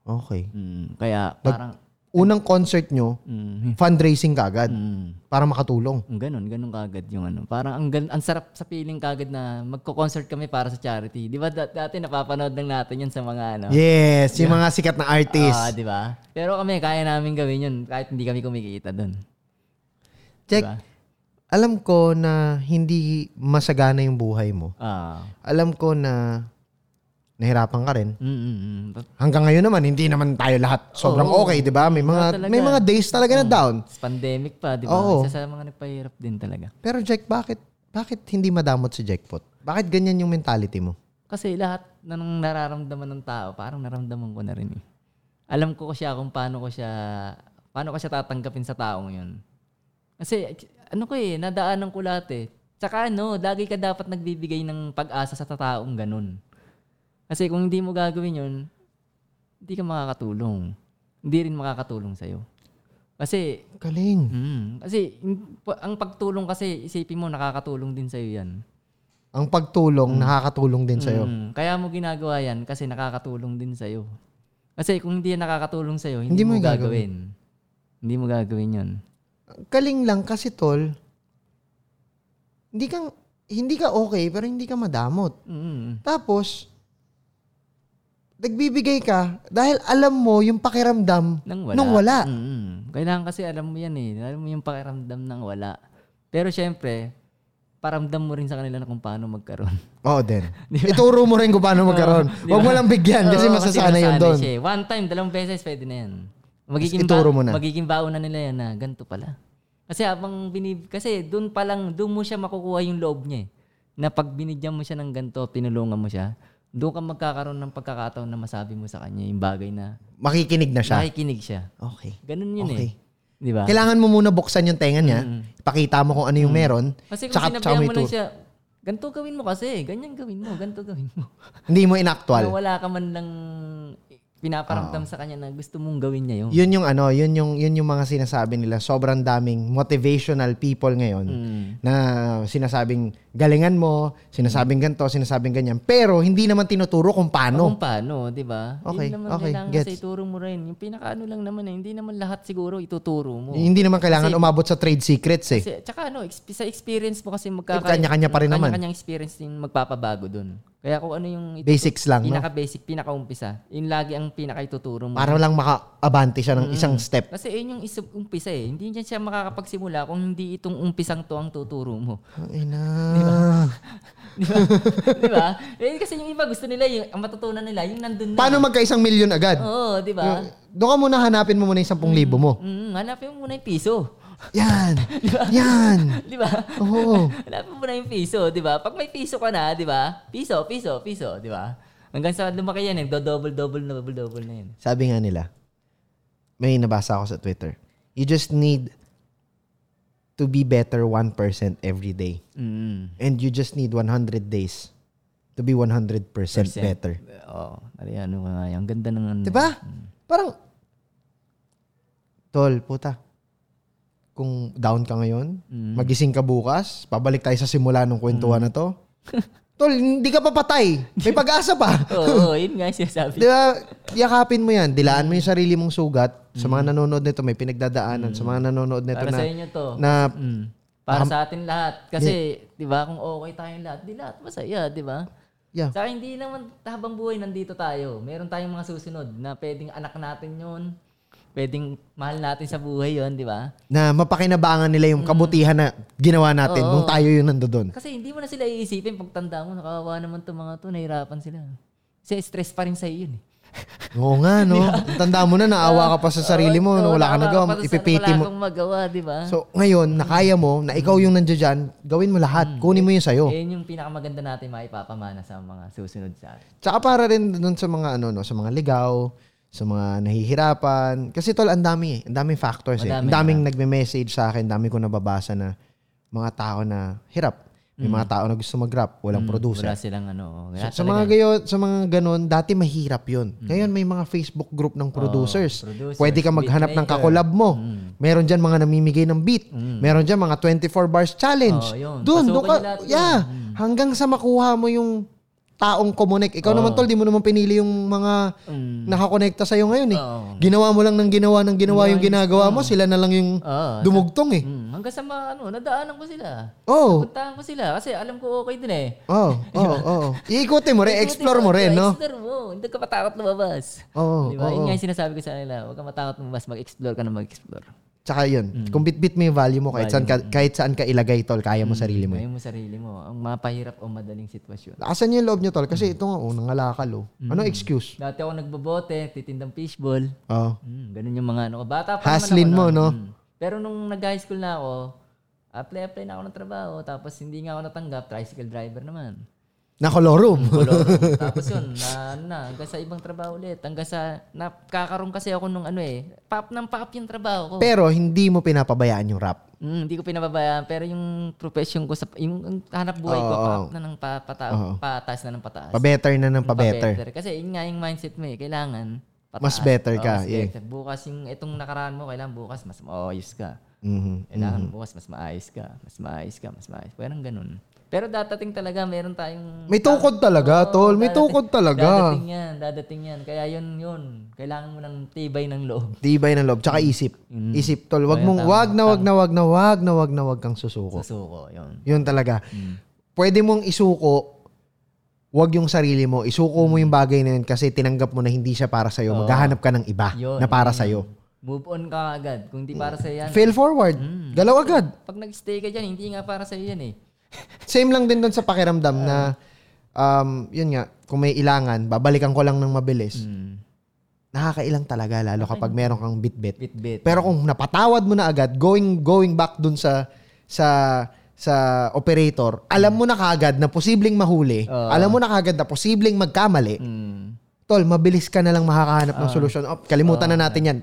Speaker 2: Okay.
Speaker 1: Mm, kaya parang,
Speaker 2: Unang concert nyo,
Speaker 1: mm,
Speaker 2: fundraising kagad
Speaker 1: mm,
Speaker 2: para makatulong.
Speaker 1: ganun, ganun kagad yung ano. Parang ang, gan- ang sarap sa feeling kagad na magko-concert kami para sa charity. Di ba da- dati napapanood lang natin yan sa mga ano?
Speaker 2: Yes, yung mga sikat na
Speaker 1: Ah,
Speaker 2: artist.
Speaker 1: di ba? Pero kami, kaya namin gawin yun kahit hindi kami kumikita doon.
Speaker 2: Check. Alam ko na hindi masagana yung buhay mo.
Speaker 1: Ah,
Speaker 2: Alam ko na nahirapan ka rin.
Speaker 1: mm, mm, mm.
Speaker 2: Hanggang ngayon naman, hindi naman tayo lahat sobrang
Speaker 1: Oo.
Speaker 2: okay, di ba? May mga
Speaker 1: talaga.
Speaker 2: may mga days talaga na down.
Speaker 1: Tapos pandemic pa, di ba?
Speaker 2: Oo.
Speaker 1: Isa sa mga nagpahirap din talaga.
Speaker 2: Pero Jack, bakit bakit hindi madamot si Jackpot? Bakit ganyan yung mentality mo?
Speaker 1: Kasi lahat na nang nararamdaman ng tao, parang naramdaman ko na rin eh. Alam ko ko siya kung paano ko siya, paano ko siya tatanggapin sa taong yun. Kasi ano ko eh, nadaanan ko lahat eh. Tsaka ano, lagi ka dapat nagbibigay ng pag-asa sa taong ganun. Kasi kung hindi mo gagawin yun, hindi ka makakatulong. Hindi rin makakatulong sa'yo. Kasi
Speaker 2: Galing.
Speaker 1: Mm. Kasi in- pa- ang pagtulong kasi isipin mo nakakatulong din sa yan.
Speaker 2: Ang pagtulong nakakatulong din sa'yo.
Speaker 1: Mm. Kaya mo ginagawa yan kasi nakakatulong din sa Kasi kung hindi yan nakakatulong sa hindi,
Speaker 2: Hindi mo
Speaker 1: mo
Speaker 2: yung
Speaker 1: gagawin. Hindi mo gagawin 'yon.
Speaker 2: Galing lang kasi tol. Hindi ka hindi ka okay pero hindi ka madamot.
Speaker 1: Mm.
Speaker 2: Tapos, nagbibigay ka dahil alam mo yung pakiramdam
Speaker 1: Nang wala.
Speaker 2: nung wala.
Speaker 1: Mm. Kailangan kasi alam mo yan eh. Alam mo yung pakiramdam ng wala. Pero syempre, paramdam mo rin sa kanila na kung paano magkaroon.
Speaker 2: Oo din. Ituro mo rin kung paano magkaroon.
Speaker 1: di
Speaker 2: Huwag
Speaker 1: ba?
Speaker 2: mo lang bigyan kasi
Speaker 1: Oo,
Speaker 2: masasana yun
Speaker 1: nasanay
Speaker 2: doon.
Speaker 1: siya eh. One time, dalawang beses, pwede na yan. Magiging,
Speaker 2: ituro
Speaker 1: ba-
Speaker 2: mo na.
Speaker 1: magiging baon na nila yan na ganito pala. Kasi habang binib... Kasi doon pa lang, doon mo siya makukuha yung loob niya eh. Na pag binigyan mo siya ng ganito, tinulungan mo siya, doon ka magkakaroon ng pagkakataon na masabi mo sa kanya yung bagay na
Speaker 2: Makikinig na siya.
Speaker 1: nakikinig siya.
Speaker 2: Okay.
Speaker 1: Ganun yun
Speaker 2: Okay. Mm.
Speaker 1: eh. Di ba?
Speaker 2: Kailangan mo muna buksan yung tenga niya. Ipakita mo kung ano yung meron.
Speaker 1: Kasi kung
Speaker 2: tsaka- tsaka
Speaker 1: sinabihan
Speaker 2: may
Speaker 1: mo lang
Speaker 2: tur-
Speaker 1: siya, ganito gawin mo kasi, ganyan gawin mo, ganito gawin mo.
Speaker 2: Hindi mo inactual.
Speaker 1: Na wala ka man lang
Speaker 2: Ah.
Speaker 1: pinaparamdam sa kanya na gusto mong gawin niya yun.
Speaker 2: Yun yung ano, yun yung yun yung mga sinasabi nila. Sobrang daming motivational people ngayon
Speaker 1: Hmm. Mm.
Speaker 2: na sinasabing galingan mo, sinasabing
Speaker 1: Mm.
Speaker 2: ganto, sinasabing ganyan. Pero hindi naman tinuturo kung paano.
Speaker 1: Kung paano, di ba?
Speaker 2: Ano?
Speaker 1: Yun
Speaker 2: Okay,
Speaker 1: naman
Speaker 2: okay,
Speaker 1: kailangan
Speaker 2: gets.
Speaker 1: sa ituro mo rin. Yung pinakaano lang naman eh, hindi naman lahat siguro ituturo mo.
Speaker 2: Hindi naman kailangan umabot sa trade secrets eh.
Speaker 1: Kasi, tsaka ano, exp- sa experience mo kasi magkaka-
Speaker 2: Kanya-kanya pa rin naman.
Speaker 1: Kanya-kanyang experience din magpapabago dun. Kaya kung ano yung itutu-
Speaker 2: Basics lang, no?
Speaker 1: pinaka-basic, pinaka-umpisa, yun lagi ang pinaka-ituturo mo.
Speaker 2: Para lang maka-abante siya
Speaker 1: Mm.
Speaker 2: ng isang step.
Speaker 1: Kasi yun yung isang umpisa eh. Hindi niyan siya makakapagsimula kung hindi itong umpisang to ang tuturo mo.
Speaker 2: Ang ina.
Speaker 1: Di ba? di ba? Eh, kasi yung iba gusto nila, yung, ang matutunan nila, yung nandun na.
Speaker 2: Paano magkaisang milyon agad?
Speaker 1: Oo, di ba?
Speaker 2: Doon ka muna hanapin mo muna yung 10,000 mo.
Speaker 1: Mm, hanapin mo muna yung piso.
Speaker 2: Yan. Yan.
Speaker 1: Di ba?
Speaker 2: Oo.
Speaker 1: Hanapin mo na yung piso, di ba? Pag may piso ka na, di ba? Piso, piso, piso, di ba? Hanggang sa lumaki yan, nagdo-double, double, double, double na yun.
Speaker 2: Sabi nga nila, may nabasa ako sa Twitter. You just need to be better 1% every day.
Speaker 1: Mm.
Speaker 2: And you just need 100 days to be 100% better.
Speaker 1: Oo. Oh, ano ka nga, yan. ang ganda ng ano.
Speaker 2: Di ba? Parang, tol, puta, kung down ka ngayon,
Speaker 1: Mm.
Speaker 2: magising ka bukas, pabalik tayo sa simula ng kwentuhan na to. tol, hindi ka papatay. May pag-asa pa.
Speaker 1: Oo, yun nga yung sinasabi.
Speaker 2: Di ba, yakapin mo yan. Dilaan mo yung sarili mong sugat. Sa mga nanonood nito, may pinagdadaanan. Sa mga nanonood nito
Speaker 1: Mm. Para
Speaker 2: na,
Speaker 1: sa inyo to.
Speaker 2: na
Speaker 1: Mm. Para sa atin lahat. Kasi, di ba, kung okay tayong lahat, di lahat masaya, di ba?
Speaker 2: yeah.
Speaker 1: Sa akin, hindi naman habang buhay nandito tayo. Meron tayong mga susunod na pwedeng anak natin yun. Pwedeng mahal natin sa buhay yun, di ba?
Speaker 2: na mapakinabangan nila yung kabutihan
Speaker 1: Mm.
Speaker 2: na ginawa natin nung tayo yung nandoon.
Speaker 1: Kasi hindi mo na sila iisipin pag tanda mo, nakawawa naman itong mga to, nahirapan sila. Kasi stress pa rin sa'yo yun eh.
Speaker 2: Oo nga, no? Tanda mo na, naawa ka pa sa sarili mo,
Speaker 1: Oo,
Speaker 2: no, wala ka
Speaker 1: nakawawa
Speaker 2: nagawa,
Speaker 1: pa rin sa-
Speaker 2: ipipiti
Speaker 1: wala
Speaker 2: mo.
Speaker 1: kang magawa, di ba?
Speaker 2: So, ngayon, nakaya mo, na ikaw yung nandiyan dyan, gawin mo
Speaker 1: Mm.
Speaker 2: lahat. Kunin mo yung sayo.
Speaker 1: Yan yung pinakamaganda natin maipapamana sa mga susunod sa atin.
Speaker 2: Tsaka para rin dun sa mga ano no, sa mga ligaw, sa mga nahihirapan. Kasi tol, ang dami eh. Ang daming factors eh.
Speaker 1: Madami,
Speaker 2: Ang daming nagme-message sa akin, dami ko nababasa na mga tao na hirap. May
Speaker 1: Mm.
Speaker 2: mga tao na gusto mag-rap, walang producer.
Speaker 1: Hmm, Wala silang ano. Wala
Speaker 2: Sa mga gayon, sa mga ganon, dati mahirap 'yon. Ngayon may mga Facebook group ng producers.
Speaker 1: Mm. Oh, producers,
Speaker 2: Pwede ka
Speaker 1: beat
Speaker 2: maghanap ng
Speaker 1: maker. Mm.
Speaker 2: kakolab mo. Meron diyan mga namimigay ng beat. Meron diyan mga 24 bars
Speaker 1: Oo,
Speaker 2: challenge.
Speaker 1: Oh, yun.
Speaker 2: Doon,
Speaker 1: Pasukan
Speaker 2: doon ka,
Speaker 1: nyo lahat yun. Mm.
Speaker 2: yeah, hanggang sa makuha mo yung taong kumonek.
Speaker 1: Oh.
Speaker 2: Ikaw naman tol, di mo naman pinili yung mga
Speaker 1: Mm. Hmm,
Speaker 2: nakakonekta sa'yo ngayon eh.
Speaker 1: Oo.
Speaker 2: Ginawa mo lang ng ginawa ng ginawa yung ginagawa mo, sila na lang yung
Speaker 1: Oo,
Speaker 2: dumugtong eh.
Speaker 1: Oh. Mm, hanggang sa mga ano, nadaanan ko sila.
Speaker 2: Oh,
Speaker 1: Puntahan ko sila kasi alam ko okay dun eh.
Speaker 2: oh, oh, oh. Iikutin mo rin, explore mo rin, no? Oh,
Speaker 1: Explore mo. Hindi ka matakot lumabas.
Speaker 2: Oo,
Speaker 1: Di ba?
Speaker 2: oo.
Speaker 1: Yun nga yung sinasabi ko sa nila. Huwag ka matakot lumabas. Mag-explore ka na mag-explore.
Speaker 2: Tsaka yun, kung bit-bit mo yung value mo, kahit, saan ka, kahit saan ka ilagay, tol, kaya mo sarili mo.
Speaker 1: Ngayon
Speaker 2: yun.
Speaker 1: mo sarili mo. Ang mapahirap o madaling sitwasyon.
Speaker 2: Lakasan niyo yung loob niyo, tol, kasi ito nga, oh, nangalakal, oh. Ano excuse?
Speaker 1: Dati ako nagbobote, titindang fishball.
Speaker 2: Oh.
Speaker 1: Mm, ganun yung mga ano. ko. Bata pa
Speaker 2: Hustlin
Speaker 1: naman ako
Speaker 2: mo,
Speaker 1: noon.
Speaker 2: no?
Speaker 1: Mm. Pero nung nag-high school na ako, apply-apply na ako ng trabaho. Tapos hindi nga ako natanggap. Tricycle driver naman.
Speaker 2: Na kolorum.
Speaker 1: Color. Tapos yun, na, ano na, hanggang sa ibang trabaho ulit. Hanggang sa, nakakaroon kasi ako nung ano eh, pop ng pop yung trabaho ko.
Speaker 2: Pero hindi mo pinapabayaan yung rap.
Speaker 1: Mm, hindi ko pinababayaan. Pero yung profession ko, sa, yung, yung hanap buhay ko,
Speaker 2: Oo.
Speaker 1: pop na ng pa, pata-
Speaker 2: Oo.
Speaker 1: pataas na ng pataas.
Speaker 2: Pabetter na ng pabetter.
Speaker 1: Pa-better. Kasi yun nga yung mindset mo eh, kailangan pataas.
Speaker 2: Mas better
Speaker 1: Oo,
Speaker 2: ka,
Speaker 1: mas
Speaker 2: yeah.
Speaker 1: better. Bukas yung itong nakaraan mo, kailangan bukas mas maayos ka.
Speaker 2: Mhm.
Speaker 1: Kailangan bukas mas maayos ka, mas maayos ka, mas maayos. Parang ganun. Pero datating talaga, meron tayong...
Speaker 2: May tukod talaga,
Speaker 1: Oo,
Speaker 2: tol.
Speaker 1: Oh, dadating-
Speaker 2: May tukod talaga.
Speaker 1: Dadating yan, dadating yan. Kaya yun, yun. Kailangan mo ng tibay ng loob.
Speaker 2: Tibay ng loob, tsaka isip. Isip, tol. Wag mong, wag na wag na wag na wag na wag na wag kang susuko.
Speaker 1: Susuko, yun. Mm.
Speaker 2: Yun talaga. Pwede mong isuko, wag yung sarili mo. Isuko mo yung bagay na yun kasi tinanggap mo na hindi siya para sa'yo. Maghahanap ka ng iba
Speaker 1: Yun,
Speaker 2: na para
Speaker 1: yun.
Speaker 2: sa'yo.
Speaker 1: Move on ka agad. Kung di
Speaker 2: Mm.
Speaker 1: para sa yan. Mm.
Speaker 2: Fail forward. Galaw agad.
Speaker 1: Pag nag-stay ka dyan, hindi nga para sa yan eh.
Speaker 2: Same lang din doon sa pakiramdam na um, yun nga, kung may ilangan, babalikan ko lang ng mabilis.
Speaker 1: Mm.
Speaker 2: Nakakailang talaga lalo kapag meron kang bitbit.
Speaker 1: Bit-bit.
Speaker 2: Pero kung napatawad mo na agad, going going back doon sa sa sa
Speaker 1: Mm.
Speaker 2: operator, alam mo na kagad na posibleng mahuli, alam mo na kagad na posibleng magkamali.
Speaker 1: Mm.
Speaker 2: Tol, mabilis ka na lang makakahanap ng solusyon. Oh, kalimutan na natin yan.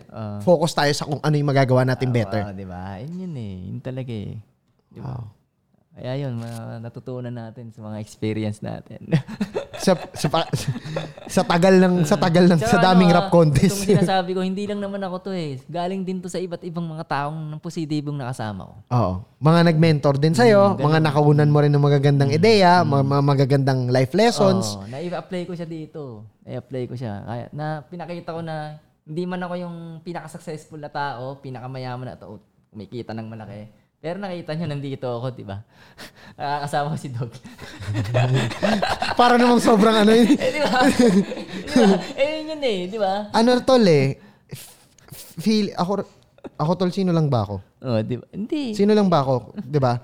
Speaker 2: Focus tayo sa kung ano yung magagawa
Speaker 1: Ah,
Speaker 2: natin better.
Speaker 1: Oo,
Speaker 2: Ah.
Speaker 1: di ba? Yun yun eh. Yun talaga eh. Di ba?
Speaker 2: Wow.
Speaker 1: Kaya yun, ma- natutunan natin sa mga experience natin.
Speaker 2: sa, sa, pa- sa tagal ng sa tagal ng sa
Speaker 1: Tsaka
Speaker 2: daming
Speaker 1: ano,
Speaker 2: rap contest.
Speaker 1: Itong sinasabi ko, hindi lang naman ako to eh. Galing din to sa iba't ibang mga taong ng positibong nakasama ko.
Speaker 2: Oo. Mga nag-mentor din sa'yo, mga nakaunan mo rin ng magagandang ideya, mga, mga magagandang life lessons.
Speaker 1: Oo, na-apply ko siya dito. Na-apply ko siya. Kaya, na pinakita ko na hindi man ako yung pinaka-successful na tao, pinakamayaman na tao, kumikita ng malaki. Pero nakita nyo, nandito ako, di ba? Nakakasama ko si Dog.
Speaker 2: Para namang sobrang ano yun.
Speaker 1: eh, di ba? di ba? Eh, yun yun eh, di ba?
Speaker 2: Ano tol eh? f- f- Feel, ako, ako tol, sino lang ba ako?
Speaker 1: Oh, di ba? Hindi.
Speaker 2: Sino lang ba ako? Di ba?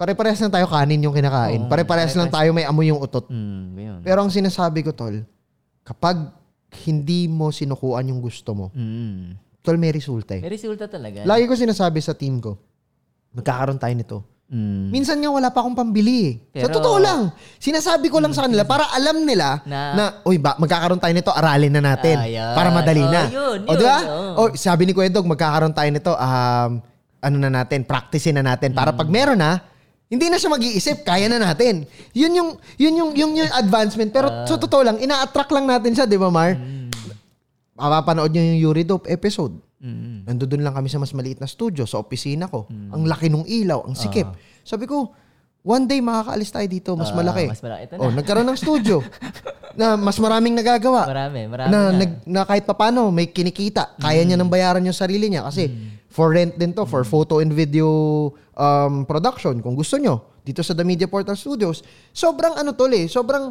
Speaker 2: Pare-parehas lang tayo kanin yung kinakain. Pare-parehas lang tayo may amoy yung utot.
Speaker 1: Hmm, yun.
Speaker 2: Pero ang sinasabi ko, tol, kapag hindi mo sinukuan yung gusto mo,
Speaker 1: Hmm.
Speaker 2: tol, may resulta eh.
Speaker 1: May resulta talaga.
Speaker 2: Lagi ko sinasabi sa team ko, magkakaroon tayo nito.
Speaker 1: Hmm.
Speaker 2: Minsan nga wala pa akong pambili eh. sa
Speaker 1: Pero-
Speaker 2: totoo lang, sinasabi ko lang sa kanila para alam nila na,
Speaker 1: Na-
Speaker 2: uy, ba, magkakaroon tayo nito, aralin na natin.
Speaker 1: Ayan.
Speaker 2: Para madali
Speaker 1: Oh,
Speaker 2: na.
Speaker 1: yun,
Speaker 2: o
Speaker 1: yun,
Speaker 2: diba?
Speaker 1: oo.
Speaker 2: O, sabi ni Kuya Dog, magkakaroon tayo nito, um, ano na natin, practice na natin.
Speaker 1: Mm.
Speaker 2: Para pag meron na, hindi na siya mag-iisip, kaya na natin. Yun yung, yun yung, yun yung advancement. Pero
Speaker 1: Ah.
Speaker 2: sa totoo lang, ina-attract lang natin siya, di ba Mar? Mapapanood nyo yung Yuri Dope episode.
Speaker 1: Mm.
Speaker 2: Nandoon lang kami sa mas maliit na studio, sa opisina ko.
Speaker 1: Hmm.
Speaker 2: Ang laki nung ilaw, ang sikip. Sabi ko, one day makakaalis tayo dito, mas
Speaker 1: Ah,
Speaker 2: malaki.
Speaker 1: mas malaki. Ito na.
Speaker 2: Oh, nagkaroon ng studio na mas maraming nagagawa.
Speaker 1: Marami, marami
Speaker 2: na,
Speaker 1: na.
Speaker 2: Nag, na kahit papano may kinikita. Kaya niya nang bayaran yung sarili niya kasi for rent din to, for photo and video um, production kung gusto nyo. Dito sa The Media Portal Studios, sobrang ano tol eh, sobrang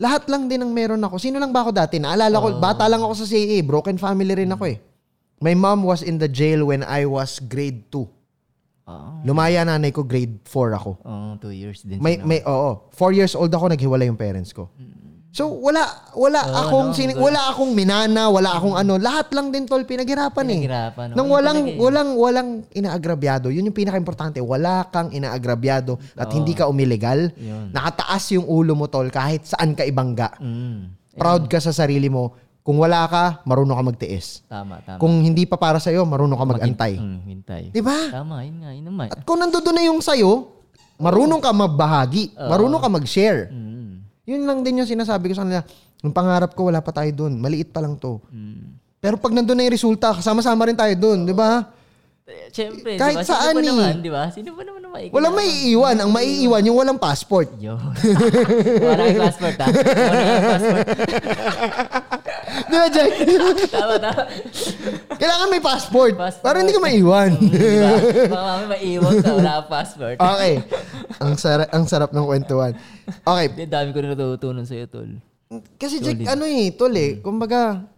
Speaker 2: lahat lang din ang meron ako. Sino lang ba ako dati? Naalala ko, bata lang ako sa CAA, broken family rin ako eh. My mom was in the jail when I was grade 2.
Speaker 1: Oo.
Speaker 2: Lumaya nanay ko, grade 4 ako.
Speaker 1: Oo, two years din.
Speaker 2: May, may, oo. Four years old ako, naghiwalay yung parents ko. So, wala, wala
Speaker 1: Oo,
Speaker 2: akong,
Speaker 1: no,
Speaker 2: sini-
Speaker 1: good.
Speaker 2: wala akong minana, wala akong ano. Lahat lang din, tol, pinaghirapan,
Speaker 1: Pinaghirapan,
Speaker 2: eh.
Speaker 1: no?
Speaker 2: Nang
Speaker 1: Yun
Speaker 2: walang,
Speaker 1: talaga eh.
Speaker 2: walang, walang inaagrabyado. Yun yung pinaka-importante. Wala kang inaagrabyado at hindi ka umilegal.
Speaker 1: Yun.
Speaker 2: Nakataas yung ulo mo, tol, kahit saan ka ibangga.
Speaker 1: Mm.
Speaker 2: Proud ka sa sarili mo. Kung wala ka, marunong ka magtiis.
Speaker 1: Eh, Tama, tama.
Speaker 2: Kung hindi pa para sa'yo, marunong ka magantay.
Speaker 1: Mm, hintay.
Speaker 2: Di ba?
Speaker 1: Tama, yun nga, yun naman.
Speaker 2: At kung nandoon na yung sayo, marunong ka magbahagi, marunong ka mag-share.
Speaker 1: Mm.
Speaker 2: Yun lang din yung sinasabi ko sa kanila. Yung pangarap ko, wala pa tayo doon. Maliit pa lang to.
Speaker 1: hmm.
Speaker 2: Pero pag nandun na yung resulta, kasama-sama rin tayo doon, di ba?
Speaker 1: Eh, Siyempre, diba?
Speaker 2: Kahit saan
Speaker 1: Sino ba
Speaker 2: eh.
Speaker 1: naman, di ba? Sino ba naman ang maikita?
Speaker 2: Walang maiiwan. Ang maiiwan, yung walang passport.
Speaker 1: Yo. Wala kang passport, ha? Wala kang passport.
Speaker 2: Di ba, Jack?
Speaker 1: Tama, tama. Hmm,
Speaker 2: Kailangan may passport.
Speaker 1: Passport.
Speaker 2: Para hindi ka maiwan.
Speaker 1: Di ba? Baka mami maiiwan ka, wala kang passport.
Speaker 2: okay. Ang, sara- ang sarap ng kwentuhan. Okay,
Speaker 1: Hindi, dami ko na natutunan sa'yo, tol.
Speaker 2: Kasi Jack, ano eh, tol eh, kumbaga,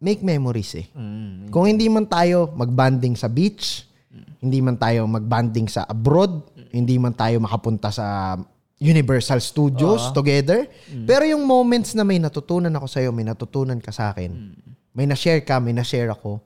Speaker 2: make memories eh.
Speaker 1: Mm.
Speaker 2: Kung hindi man tayo magbanding sa beach, hindi man tayo magbanding sa abroad, hindi man tayo makapunta sa Universal Studios together,
Speaker 1: Mm.
Speaker 2: pero yung moments na may natutunan ako sa'yo, may natutunan ka sa akin,
Speaker 1: Mm.
Speaker 2: may na-share ka, may na-share ako,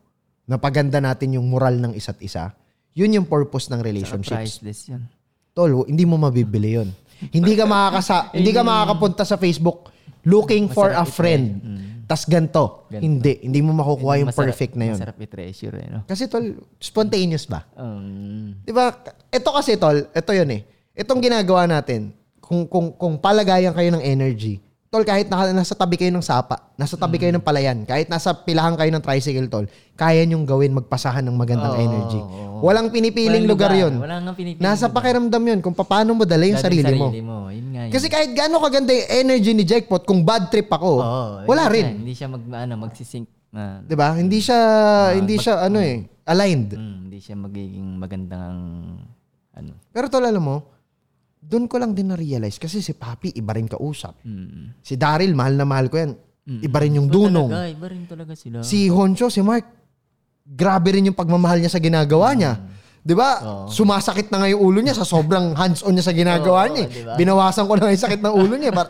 Speaker 2: napaganda natin yung moral ng isa't isa, yun yung purpose ng relationships.
Speaker 1: Priceless yun.
Speaker 2: Tol, hindi mo mabibili yun. hindi ka makakasa, hindi ka makakapunta sa Facebook looking for a friend. Tas ganto.
Speaker 1: eh. Mm. Ganto.
Speaker 2: Hindi, hindi mo makukuha yung
Speaker 1: Masarap-
Speaker 2: perfect na yun.
Speaker 1: Masarap i-treasure, eh, no?
Speaker 2: Kasi tol, spontaneous ba?
Speaker 1: Um,
Speaker 2: 'Di ba? Ito kasi tol, ito yun eh. Itong ginagawa natin, kung kung kung palagayan kayo ng energy, tol kahit naka, nasa tabi kayo ng sapa, nasa tabi
Speaker 1: Mm.
Speaker 2: kayo ng palayan, kahit nasa pilahan kayo ng tricycle tol, kaya niyong gawin magpasahan ng magandang
Speaker 1: Oo,
Speaker 2: energy.
Speaker 1: oo.
Speaker 2: Walang pinipiling
Speaker 1: Walang
Speaker 2: lugar,
Speaker 1: lugar,
Speaker 2: yun.
Speaker 1: wala nga pinipiling
Speaker 2: Nasa
Speaker 1: lugar.
Speaker 2: pakiramdam yun kung paano mo dala yung
Speaker 1: dati
Speaker 2: sarili, mo.
Speaker 1: Yun nga yun.
Speaker 2: Kasi kahit gaano kaganda yung energy ni Jackpot, kung bad trip ako,
Speaker 1: Oo,
Speaker 2: wala
Speaker 1: yun
Speaker 2: rin.
Speaker 1: nga, Hindi siya mag, ano, magsisink. ah,
Speaker 2: 'Di ba? Hindi siya hindi siya ano eh, aligned.
Speaker 1: mm, hindi siya magiging magandang ano.
Speaker 2: Pero tol alam mo, doon ko lang din na-realize kasi si Papi iba rin kausap.
Speaker 1: Mm.
Speaker 2: Si Daryl, mahal na mahal ko yan. Iba rin yung dunong.
Speaker 1: Talaga, iba rin talaga sila.
Speaker 2: Si Honcho, si Mark, grabe rin yung pagmamahal niya sa ginagawa
Speaker 1: Mm.
Speaker 2: niya. 'Di ba? Sumasakit na nga yung ulo niya sa sobrang hands-on niya sa ginagawa
Speaker 1: Oo,
Speaker 2: niya. eh.
Speaker 1: di ba?
Speaker 2: Binawasan ko na nga yung sakit ng ulo niya para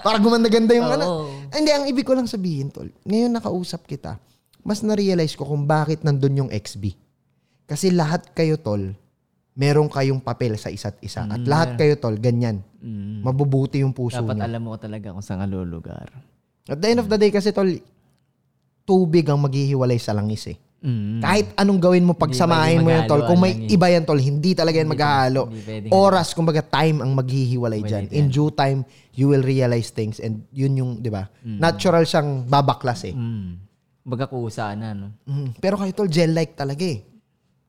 Speaker 2: para gumanda-ganda yung
Speaker 1: Oo.
Speaker 2: ano. Hindi ang ibig ko lang sabihin, tol. Ngayon nakausap kita, mas na-realize ko kung bakit nandun yung XB. Kasi lahat kayo, tol, meron kayong papel sa isa't isa. At lahat kayo, tol, ganyan.
Speaker 1: Mm.
Speaker 2: Mabubuti yung puso
Speaker 1: Dapat
Speaker 2: niyo.
Speaker 1: alam mo talaga kung saan ka lulugar.
Speaker 2: At the end of the day kasi, tol, tubig ang maghihiwalay sa langis eh.
Speaker 1: Mm.
Speaker 2: Kahit anong gawin mo,
Speaker 1: pwedeng
Speaker 2: pagsamahin mo yan, tol.
Speaker 1: maghalo
Speaker 2: Kung
Speaker 1: ang
Speaker 2: may
Speaker 1: langis.
Speaker 2: iba yan, tol, hindi talaga yan maghahalo.
Speaker 1: hindi pwedeng
Speaker 2: Oras, kumbaga time ang maghihiwalay
Speaker 1: Pwede
Speaker 2: dyan.
Speaker 1: yan.
Speaker 2: In due time, you will realize things and yun yung, di ba? Natural siyang babaklas eh.
Speaker 1: Mm. Baga kusa na, no?
Speaker 2: Mm. Pero kayo, tol, gel-like talaga eh.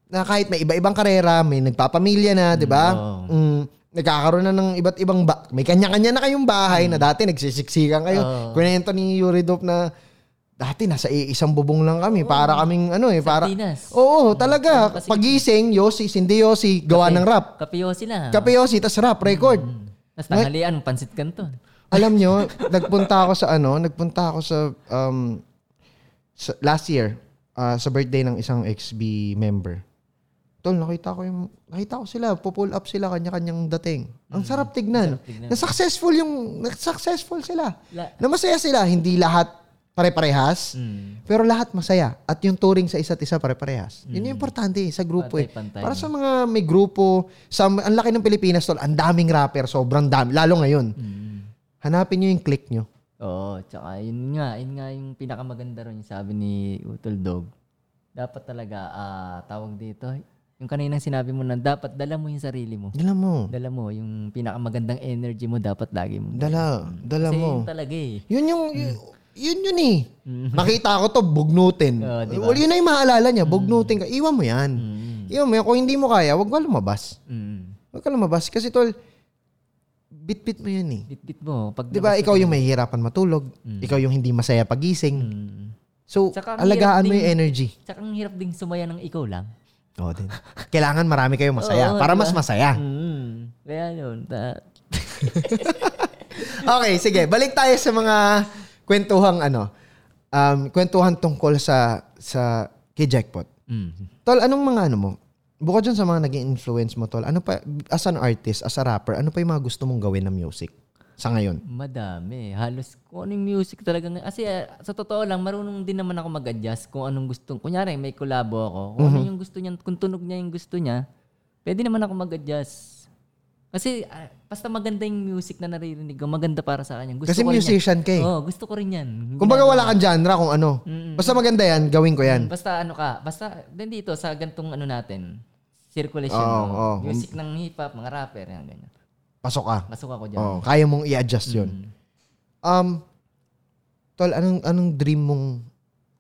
Speaker 2: Na kahit may iba-ibang karera, may nagpapamilya na, di ba?
Speaker 1: oo.
Speaker 2: Mm, nagkakaroon na ng iba't ibang ba- may kanya-kanya na kayong bahay na dati nagsisiksikan kayo.
Speaker 1: Mm. Oo.
Speaker 2: Kunento ni Yuridop na Dati nasa iisang bubong lang kami. Para kaming ano eh. Para,
Speaker 1: Sardinas.
Speaker 2: Oo, talaga.
Speaker 1: Kasi-
Speaker 2: Pagising, Yossi, hindi Yossi, gawa ng rap.
Speaker 1: Kapiyo sila.
Speaker 2: Kape Yossi, tas rap, record.
Speaker 1: Tapos tanghalian, pansit kanton.
Speaker 2: Alam nyo, nagpunta ako sa ano, nagpunta ako sa, um, sa- last year, ah, sa birthday ng isang XB member. Tol, nakita ko yung, nakita ko sila, pupull up sila, kanya-kanyang dating. Ang sarap tignan. Na successful yung, na successful sila.
Speaker 1: La-
Speaker 2: na masaya sila, hindi lahat pare-parehas,
Speaker 1: Mm.
Speaker 2: pero lahat masaya. At yung touring sa isa't isa pare-parehas. Yun yung importante eh, sa grupo eh.
Speaker 1: Pantay-pantay.
Speaker 2: Para sa mga may grupo, sa, ang laki ng Pilipinas, tol, ang daming rapper, sobrang dami, lalo ngayon. Hanapin nyo yung click nyo.
Speaker 1: Hmm. Oo, tsaka yun nga, yun nga yung pinakamaganda ron yung sabi ni Utol Dog. Dapat talaga, ah, tawag dito, yung kaninang sinabi mo na dapat dala mo yung sarili mo.
Speaker 2: Dala mo.
Speaker 1: Dala mo, yung pinakamagandang energy mo dapat lagi mo.
Speaker 2: Dala. Dala
Speaker 1: Kasi
Speaker 2: mo.
Speaker 1: yun talaga eh. Hmm.
Speaker 2: Yun yung, yun yun eh. Nakita ko to, bugnutin.
Speaker 1: Oo, Oh, di ba? Hmm.
Speaker 2: Wala yun na yung maalala niya, bugnutin ka. Iwan mo yan. Iwan mo yan. Kung hindi mo kaya, wag ka lumabas.
Speaker 1: Mm.
Speaker 2: Wag ka lumabas. Kasi tol, bit-bit mo yan eh.
Speaker 1: Bit-bit mo. Pag
Speaker 2: Di ba, ikaw yung mahihirapan matulog. Ikaw yung hindi masaya pagising.
Speaker 1: Mm.
Speaker 2: So,
Speaker 1: Hmm. Tsaka ang
Speaker 2: alagaan
Speaker 1: hirap
Speaker 2: mo yung
Speaker 1: din-
Speaker 2: energy.
Speaker 1: Tsaka ang hirap ding sumaya ng ikaw lang.
Speaker 2: Oo din. Kailangan marami kayong
Speaker 1: Oo,
Speaker 2: masaya. para
Speaker 1: di
Speaker 2: mas
Speaker 1: ba?
Speaker 2: masaya.
Speaker 1: Mm. Kaya yun. Ta-
Speaker 2: Okay, sige. Balik tayo sa mga kwentuhang ano. Um, kwentuhan tungkol sa sa kay Jackpot.
Speaker 1: mm.
Speaker 2: Tol, anong mga ano mo? Bukod dyan sa mga naging influence mo, Tol, ano pa, as an artist, as a rapper, ano pa yung mga gusto mong gawin na music sa ngayon?
Speaker 1: Madami. Halos kung anong music talaga. ngayon. Kasi eh, sa totoo lang, marunong din naman ako mag-adjust kung anong gusto. Kunyari, may kolabo ako. Kung
Speaker 2: Mm-hmm.
Speaker 1: ano yung gusto niya, kung tunog niya yung gusto niya, pwede naman ako mag-adjust. Kasi ah, basta maganda yung music na naririnig ko, maganda para sa kanya. Gusto
Speaker 2: Kasi
Speaker 1: ko rin yan. Oh,
Speaker 2: musician ka eh.
Speaker 1: Oo, gusto ko rin yan.
Speaker 2: Kung baga wala kang genre, kung ano.
Speaker 1: Mm.
Speaker 2: Basta maganda yan, gawin ko yan.
Speaker 1: Basta ano ka, basta din dito sa gantong ano natin, circulation
Speaker 2: Oo,
Speaker 1: mo,
Speaker 2: oo.
Speaker 1: music ng hip-hop, mga rapper, yan, ganyan.
Speaker 2: Pasok ka.
Speaker 1: Pasok ako dyan. Mm.
Speaker 2: Oo, kaya mong i-adjust yun. Um, Tol, anong, anong dream mong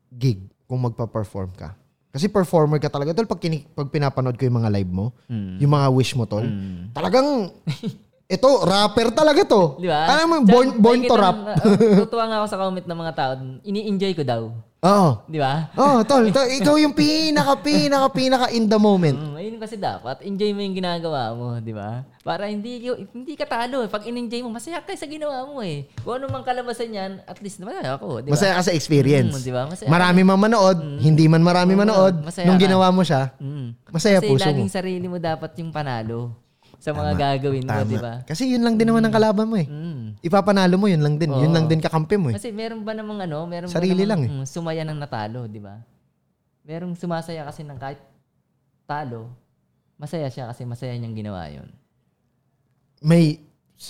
Speaker 2: gig kung magpa-perform ka? Kasi performer ka talaga. Tol, pag, kini- pag pinapanood ko yung mga live mo,
Speaker 1: Mm.
Speaker 2: yung mga wish mo, Tol,
Speaker 1: Mm.
Speaker 2: talagang, ito, rapper talaga to.
Speaker 1: Di ba?
Speaker 2: Alam mo,
Speaker 1: Tsaka,
Speaker 2: born, born to
Speaker 1: nakikita
Speaker 2: rap.
Speaker 1: mo na- oh, Tutuwa nga ako sa comment ng mga tao. Ini-enjoy ko daw.
Speaker 2: Oo.
Speaker 1: Di ba?
Speaker 2: Oh, tol, tol, ikaw yung pinaka, pinaka, pinaka in the moment.
Speaker 1: Mm, ayun kasi dapat. Enjoy mo yung ginagawa mo, di ba? Para hindi, hindi ka talo. eh. Pag in-enjoy mo, masaya ka sa ginawa mo eh. Kung ano mang kalabasan yan, at least masaya ako, di ba?
Speaker 2: Masaya ka sa experience.
Speaker 1: Mm, di ba? Masaya Mm.
Speaker 2: marami man manood, hindi man marami
Speaker 1: Oo,
Speaker 2: manood,
Speaker 1: masaya
Speaker 2: nung
Speaker 1: ka.
Speaker 2: ginawa mo siya,
Speaker 1: Mm.
Speaker 2: masaya
Speaker 1: kasi
Speaker 2: puso mo.
Speaker 1: laging sarili mo dapat yung panalo sa mga gagawin mo,
Speaker 2: Tama.
Speaker 1: di ba?
Speaker 2: Kasi yun lang din naman ang kalaban mo eh.
Speaker 1: Mm.
Speaker 2: Ipapanalo mo, yun lang din. Yun
Speaker 1: Oo.
Speaker 2: lang din kakampi mo eh.
Speaker 1: Kasi meron ba namang ano, meron
Speaker 2: Sarili
Speaker 1: ba
Speaker 2: lang eh.
Speaker 1: namang mm, sumaya ng natalo, di ba? Merong sumasaya kasi ng kahit talo, masaya siya kasi masaya niyang ginawa yun.
Speaker 2: May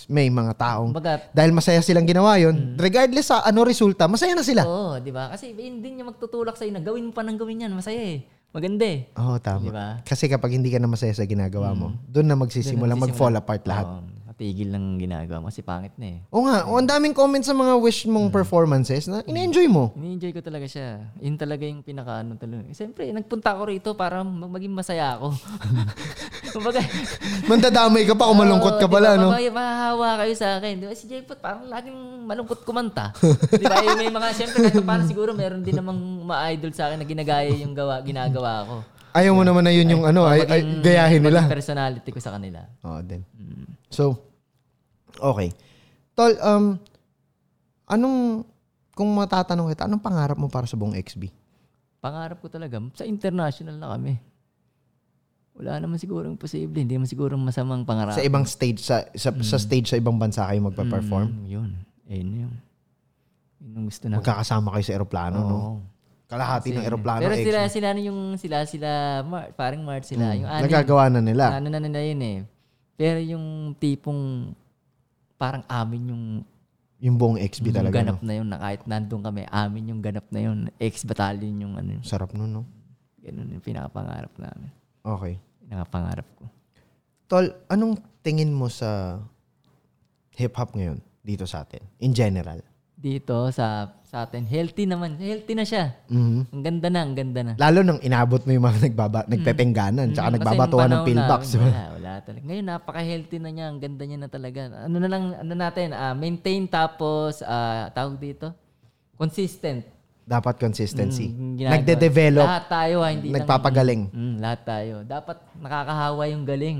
Speaker 2: may mga taong
Speaker 1: Kumbaga,
Speaker 2: dahil masaya silang ginawa yun, regardless sa ano resulta, masaya na sila.
Speaker 1: Mm. oo, di ba? Kasi hindi niya magtutulak sa'yo na gawin mo pa ng gawin yan, masaya eh. Maganda eh.
Speaker 2: Oo,
Speaker 1: Di
Speaker 2: tama.
Speaker 1: ba?
Speaker 2: Kasi kapag hindi ka na masaya sa
Speaker 1: Mm.
Speaker 2: ginagawa mo, doon na magsisimula mag-fall apart lahat.
Speaker 1: Oo, matigil ng ginagawa mo kasi pangit na eh.
Speaker 2: Oo nga, o, ang daming comments sa mga wish
Speaker 1: Mm.
Speaker 2: mong performances na in-enjoy mo.
Speaker 1: Ini-enjoy ko talaga siya. Yun talaga yung pinakaano talaga. Siyempre, nagpunta ako rito para mag- maging masaya ako. Kumbaga,
Speaker 2: Mandadamay ka pa kung malungkot ka
Speaker 1: Oo, diba?
Speaker 2: pala,
Speaker 1: di ba?
Speaker 2: no?
Speaker 1: Mamaya mahahawa kayo sa akin. Di ba? Si Jackpot, parang laging malungkot kumanta. di ba? Eh, May mga, syempre, kahit paano siguro meron din namang ma-idol sa akin na ginagaya yung gawa, ginagawa ko.
Speaker 2: Ayaw mo naman na yun yung ano, ay, ay, gayahin nila.
Speaker 1: Yung personality ko sa kanila.
Speaker 2: Oo din.
Speaker 1: Mm.
Speaker 2: So, okay. Tol, um, anong, kung matatanong kita, anong pangarap mo para sa buong XB?
Speaker 1: Pangarap ko talaga, sa international na kami. Wala naman siguro posible. Hindi naman siguro masamang pangarap.
Speaker 2: Sa ibang stage, sa, sa, sa stage sa ibang bansa kayo magpa-perform?
Speaker 1: Mm, yun. Ayun na yun. Yun ang gusto na.
Speaker 2: Magkakasama kayo sa eroplano, no?
Speaker 1: Oo.
Speaker 2: Kalahati ng eroplano,
Speaker 1: Pero
Speaker 2: XB.
Speaker 1: sila, sila, ano yung sila, sila, Mar, parang Mart sila. Yung anim,
Speaker 2: Mm. Nagagawa na nila.
Speaker 1: Ano na nila yun eh. Pero yung tipong parang amin yung,
Speaker 2: Yung buong XB
Speaker 1: yung Mm.
Speaker 2: talaga,
Speaker 1: ganap
Speaker 2: no?
Speaker 1: na yun na kahit nandun kami, amin yung ganap na yun. Ex-battalion yung ano yun.
Speaker 2: Sarap nun, no?
Speaker 1: Ganun yung pinakapangarap namin.
Speaker 2: Okay.
Speaker 1: Pinakapangarap ko.
Speaker 2: Tol, anong tingin mo sa hip-hop ngayon dito sa atin? In general.
Speaker 1: Dito sa sa atin, healthy naman. Healthy na siya.
Speaker 2: Mhm.
Speaker 1: Ang ganda na, ang ganda na.
Speaker 2: Lalo nang inabot mo yung mga nagbaba, nagpepengganan, tsaka
Speaker 1: Mm, kasi
Speaker 2: nagbabatuhan ng
Speaker 1: nung panahon
Speaker 2: pillbox. diba?
Speaker 1: namin, Wala, wala talaga. Ngayon, napaka-healthy na niya. Ang ganda niya na talaga. Ano na lang, ano natin, ah, maintain tapos, ah, tawag dito, consistent.
Speaker 2: Dapat consistency.
Speaker 1: Mm, ginagawa-
Speaker 2: Nagde-develop.
Speaker 1: Lahat tayo ha, hindi lang-
Speaker 2: Nagpapagaling.
Speaker 1: Mm, lahat tayo. Dapat nakakahawa yung galing.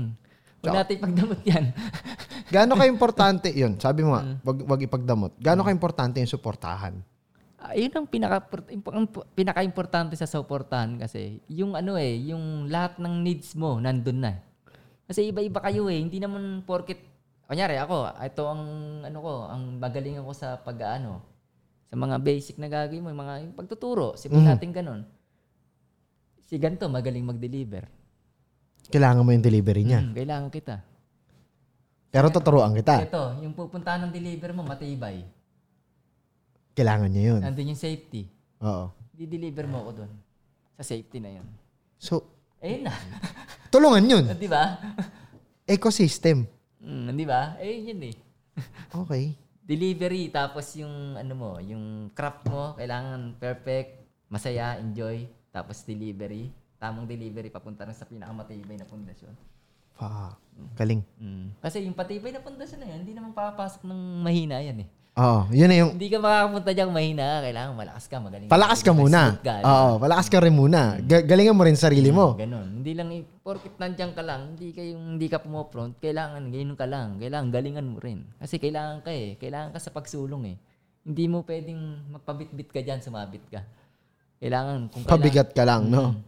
Speaker 1: Huwag natin pagdamot yan.
Speaker 2: Gaano ka-importante yun? Sabi mo nga,
Speaker 1: Mm.
Speaker 2: wag, wag ipagdamot. Gaano ka-importante yung suportahan?
Speaker 1: Ah, yun ang pinaka ang pinaka-importante sa supportahan kasi yung ano eh, yung lahat ng needs mo nandun na. eh. Kasi iba-iba kayo eh, hindi naman porket kunyari ako, ito ang ano ko, ang magaling ako sa pag-ano sa mga basic na gagawin mo, yung mga yung pagtuturo, sipin
Speaker 2: Mm.
Speaker 1: natin ganun. Si ganto magaling mag-deliver.
Speaker 2: Kailangan mo yung delivery niya.
Speaker 1: Mm, kailangan kita.
Speaker 2: Pero tuturuan kita.
Speaker 1: Ito, yung pupuntahan ng deliver mo matibay.
Speaker 2: Kailangan niya yun.
Speaker 1: Nandun yung safety.
Speaker 2: Oo.
Speaker 1: Di-deliver mo ako doon. Sa safety na 'yon.
Speaker 2: So,
Speaker 1: Ayun na.
Speaker 2: tulungan yun.
Speaker 1: 'Di ba?
Speaker 2: Ecosystem.
Speaker 1: Mm, di ba? Eh, yun eh.
Speaker 2: Okay.
Speaker 1: Delivery, tapos yung ano mo, yung craft mo, kailangan perfect, masaya, enjoy, tapos delivery. Tamang delivery, papunta na sa pinakamatibay na pundasyon.
Speaker 2: Pa. Galing.
Speaker 1: Mm. Kasi yung patibay na pundasyon na yun, hindi naman papasok ng mahina yan eh.
Speaker 2: Oo. Yun na yung
Speaker 1: Hindi ka makakapunta diyang mahina, kailangan malakas ka, magaling.
Speaker 2: Palakas ka muna.
Speaker 1: Smooth ka, di ba?
Speaker 2: Oo, palakas ka rin muna. Ga- Galingan mo rin sarili mo.
Speaker 1: Ganon. Hindi lang, i- porkit nandiyan ka lang, hindi, kayo, hindi ka pumopront, kailangan, ganyan ka lang. Kailangan, galingan mo rin. Kasi kailangan ka eh. Kailangan ka sa pagsulong eh. Hindi mo pwedeng magpabitbit ka dyan, sumabit ka. Kailangan, kung
Speaker 2: Pabigat ka lang,
Speaker 1: Mm.
Speaker 2: no?
Speaker 1: Kailangan,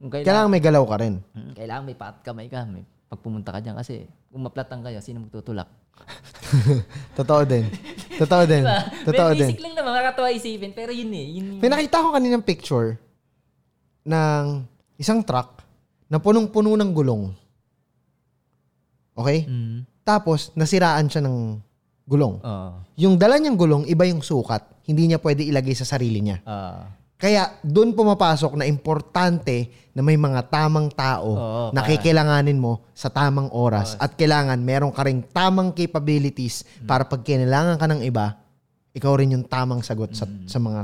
Speaker 1: kung kailangan,
Speaker 2: Kailangan may galaw ka rin.
Speaker 1: Mm, kailangan may paat kamay ka, may pag pumunta ka dyan. Kasi kung maplatang kayo, sino magtutulak?
Speaker 2: Totoo din. Totoo din. Totoo
Speaker 1: Very
Speaker 2: din.
Speaker 1: Diba? basic lang naman, makakatawa isipin. Pero yun eh, yun yung-
Speaker 2: May nakita ko kaninang picture ng isang truck na punong-puno ng gulong. Okay?
Speaker 1: Mm.
Speaker 2: Tapos, nasiraan siya ng gulong.
Speaker 1: Oo.
Speaker 2: Yung dala niyang gulong, iba yung sukat. Hindi niya pwede ilagay sa sarili niya.
Speaker 1: Ah.
Speaker 2: Kaya doon pumapasok na importante na may mga tamang tao
Speaker 1: Oo,
Speaker 2: na kikilanganin mo sa tamang oras at kailangan meron ka ring tamang capabilities
Speaker 1: Mm.
Speaker 2: para pag kinailangan ka ng iba, ikaw rin yung tamang sagot sa,
Speaker 1: Mm.
Speaker 2: sa mga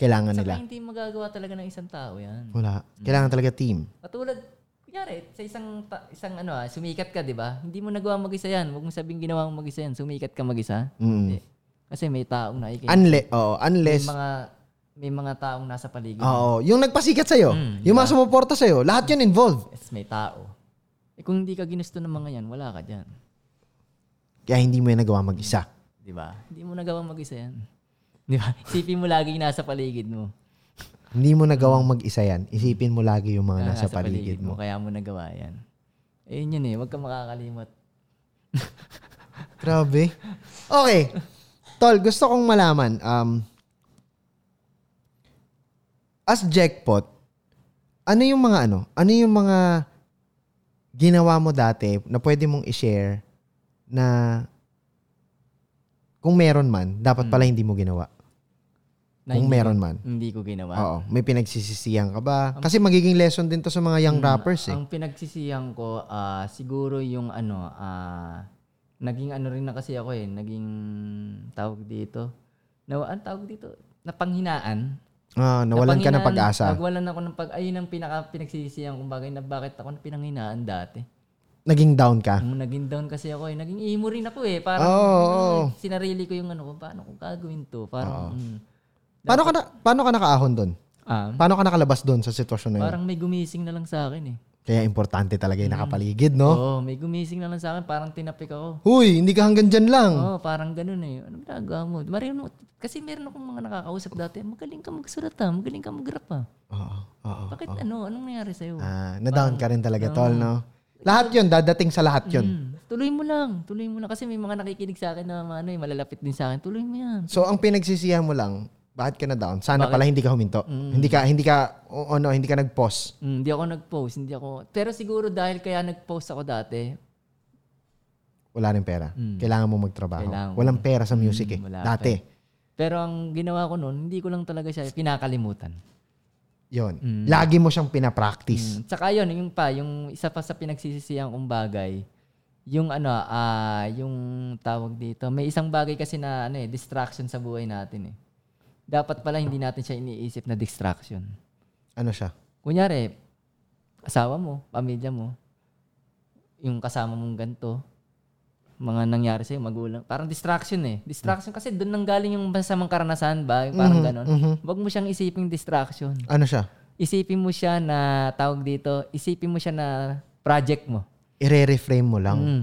Speaker 2: kailangan nila.
Speaker 1: Saka hindi magagawa talaga ng isang tao yan.
Speaker 2: Wala.
Speaker 1: Mm.
Speaker 2: Kailangan talaga team.
Speaker 1: Patulad, kunyari, sa isang, ta- isang ano ah, sumikat ka, di ba? Hindi mo nagawa mag-isa yan. Huwag mo sabing ginawa mo mag-isa yan. Sumikat ka mag-isa.
Speaker 2: Mm.
Speaker 1: Hindi. Kasi may taong nakikinig.
Speaker 2: Unle- oo,
Speaker 1: may
Speaker 2: unless
Speaker 1: mga, may mga taong nasa paligid.
Speaker 2: oo, yung nagpasikat sa iyo,
Speaker 1: Mm,
Speaker 2: yung mga sumuporta sa iyo, lahat 'yun involved.
Speaker 1: Yes, may tao. Eh kung hindi ka ginusto ng mga yan, wala ka dyan.
Speaker 2: Kaya hindi mo 'yan nagawa mag-isa.
Speaker 1: Di ba? Hindi mo nagawa mag-isa yan. Di ba? Isipin mo lagi yung nasa paligid mo.
Speaker 2: Hindi mo nagawang mag-isa 'yan. Isipin mo lagi yung mga
Speaker 1: Kaya
Speaker 2: Oh, nasa paligid mo.
Speaker 1: Kaya Ah, mo nagawa yan. Ayun yun eh. Huwag ka makakalimot.
Speaker 2: Grabe. Okay. Tol, gusto kong malaman, um, as jackpot, ano yung mga ano? Ano yung mga ginawa mo dati na pwede mong i-share na kung meron man, dapat pala hindi mo ginawa.
Speaker 1: Na
Speaker 2: Kung
Speaker 1: hindi-
Speaker 2: meron man.
Speaker 1: Hindi ko ginawa.
Speaker 2: Oo. May pinagsisisihan ka ba? Kasi magiging lesson din to sa mga
Speaker 1: Hmm.
Speaker 2: young rappers eh.
Speaker 1: Ang pinagsisihan ko ah, siguro yung ano ah, naging ano rin na kasi ako eh, naging tawag dito. Na ang tawag dito, napanghinaan.
Speaker 2: Ah, nawalan ka ng
Speaker 1: Napanghinaan-
Speaker 2: pag-asa.
Speaker 1: Nagwalan ako ng pag ayun ang pinaka pinagsisisihan kong bagay na bakit ako pinanghinaan dati.
Speaker 2: Naging down ka.
Speaker 1: Nung naging down kasi ako eh, naging emo rin ako eh. Parang
Speaker 2: Ah. Oo, oo.
Speaker 1: mm, sinarili ko yung ano ko, paano ko gagawin to? Parang mm,
Speaker 2: Paano ka na, paano ka nakaahon doon?
Speaker 1: ah,
Speaker 2: Paano ka nakalabas doon sa sitwasyon na yun?
Speaker 1: parang Mm. may gumising na lang sa akin eh.
Speaker 2: Kaya importante talaga yung nakapaligid, no?
Speaker 1: Oo, may gumising na lang sa akin, parang tinapik ako.
Speaker 2: Huy, hindi ka hanggang dyan lang.
Speaker 1: Oo, parang ganun eh. Ano ginagawa mo? Marino, kasi meron akong mga nakakausap dati, magaling ka magsulat ah, magaling ka mag-rap ah.
Speaker 2: Oo, oo.
Speaker 1: Bakit ano? Anong nangyari sa'yo?
Speaker 2: Ah, na-down ka rin talaga, tol, no? Lahat yun, dadating sa lahat yun.
Speaker 1: Hmm, tuloy mo lang, tuloy mo lang. Kasi may mga nakikinig sa akin na mga ano, eh, malalapit din sa akin. Tuloy mo yan.
Speaker 2: So, ang pinagsisihan mo lang, bakit ka na-down? Sana pala hindi ka huminto.
Speaker 1: Mm.
Speaker 2: Hindi ka, hindi ka, o ano, hindi ka nag-pause.
Speaker 1: Hmm, Hindi ako nag-post, hindi ako. Pero siguro dahil kaya nag-post ako dati,
Speaker 2: Wala rin pera. Kailangan mo magtrabaho.
Speaker 1: Mm. Kailangan mo.
Speaker 2: Walang pera sa music eh.
Speaker 1: Mm, wala
Speaker 2: Dati.
Speaker 1: pero ang ginawa ko noon, hindi ko lang talaga siya kinakalimutan.
Speaker 2: Yun. Lagi mo siyang
Speaker 1: Mm.
Speaker 2: pinapractice.
Speaker 1: Tsaka yun, yung pa, yung isa pa sa pinagsisisihan kong bagay, yung ano, ah, yung tawag dito, may isang bagay kasi na ano eh, distraction sa buhay natin eh. Dapat pala hindi natin siya iniisip na distraction.
Speaker 2: Ano siya?
Speaker 1: Kunyari, asawa mo, pamilya mo, yung kasama mong ganito, mga nangyari sa'yo, magulang. Parang distraction eh. Distraction kasi doon nang galing yung masamang karanasan ba? Parang
Speaker 2: Mm.
Speaker 1: ganon. Huwag mo siyang isiping distraction.
Speaker 2: Mm-hmm. Ano siya?
Speaker 1: Isipin mo siya na, tawag dito, isipin mo siya na project mo.
Speaker 2: Ire-reframe mo lang.
Speaker 1: Mm.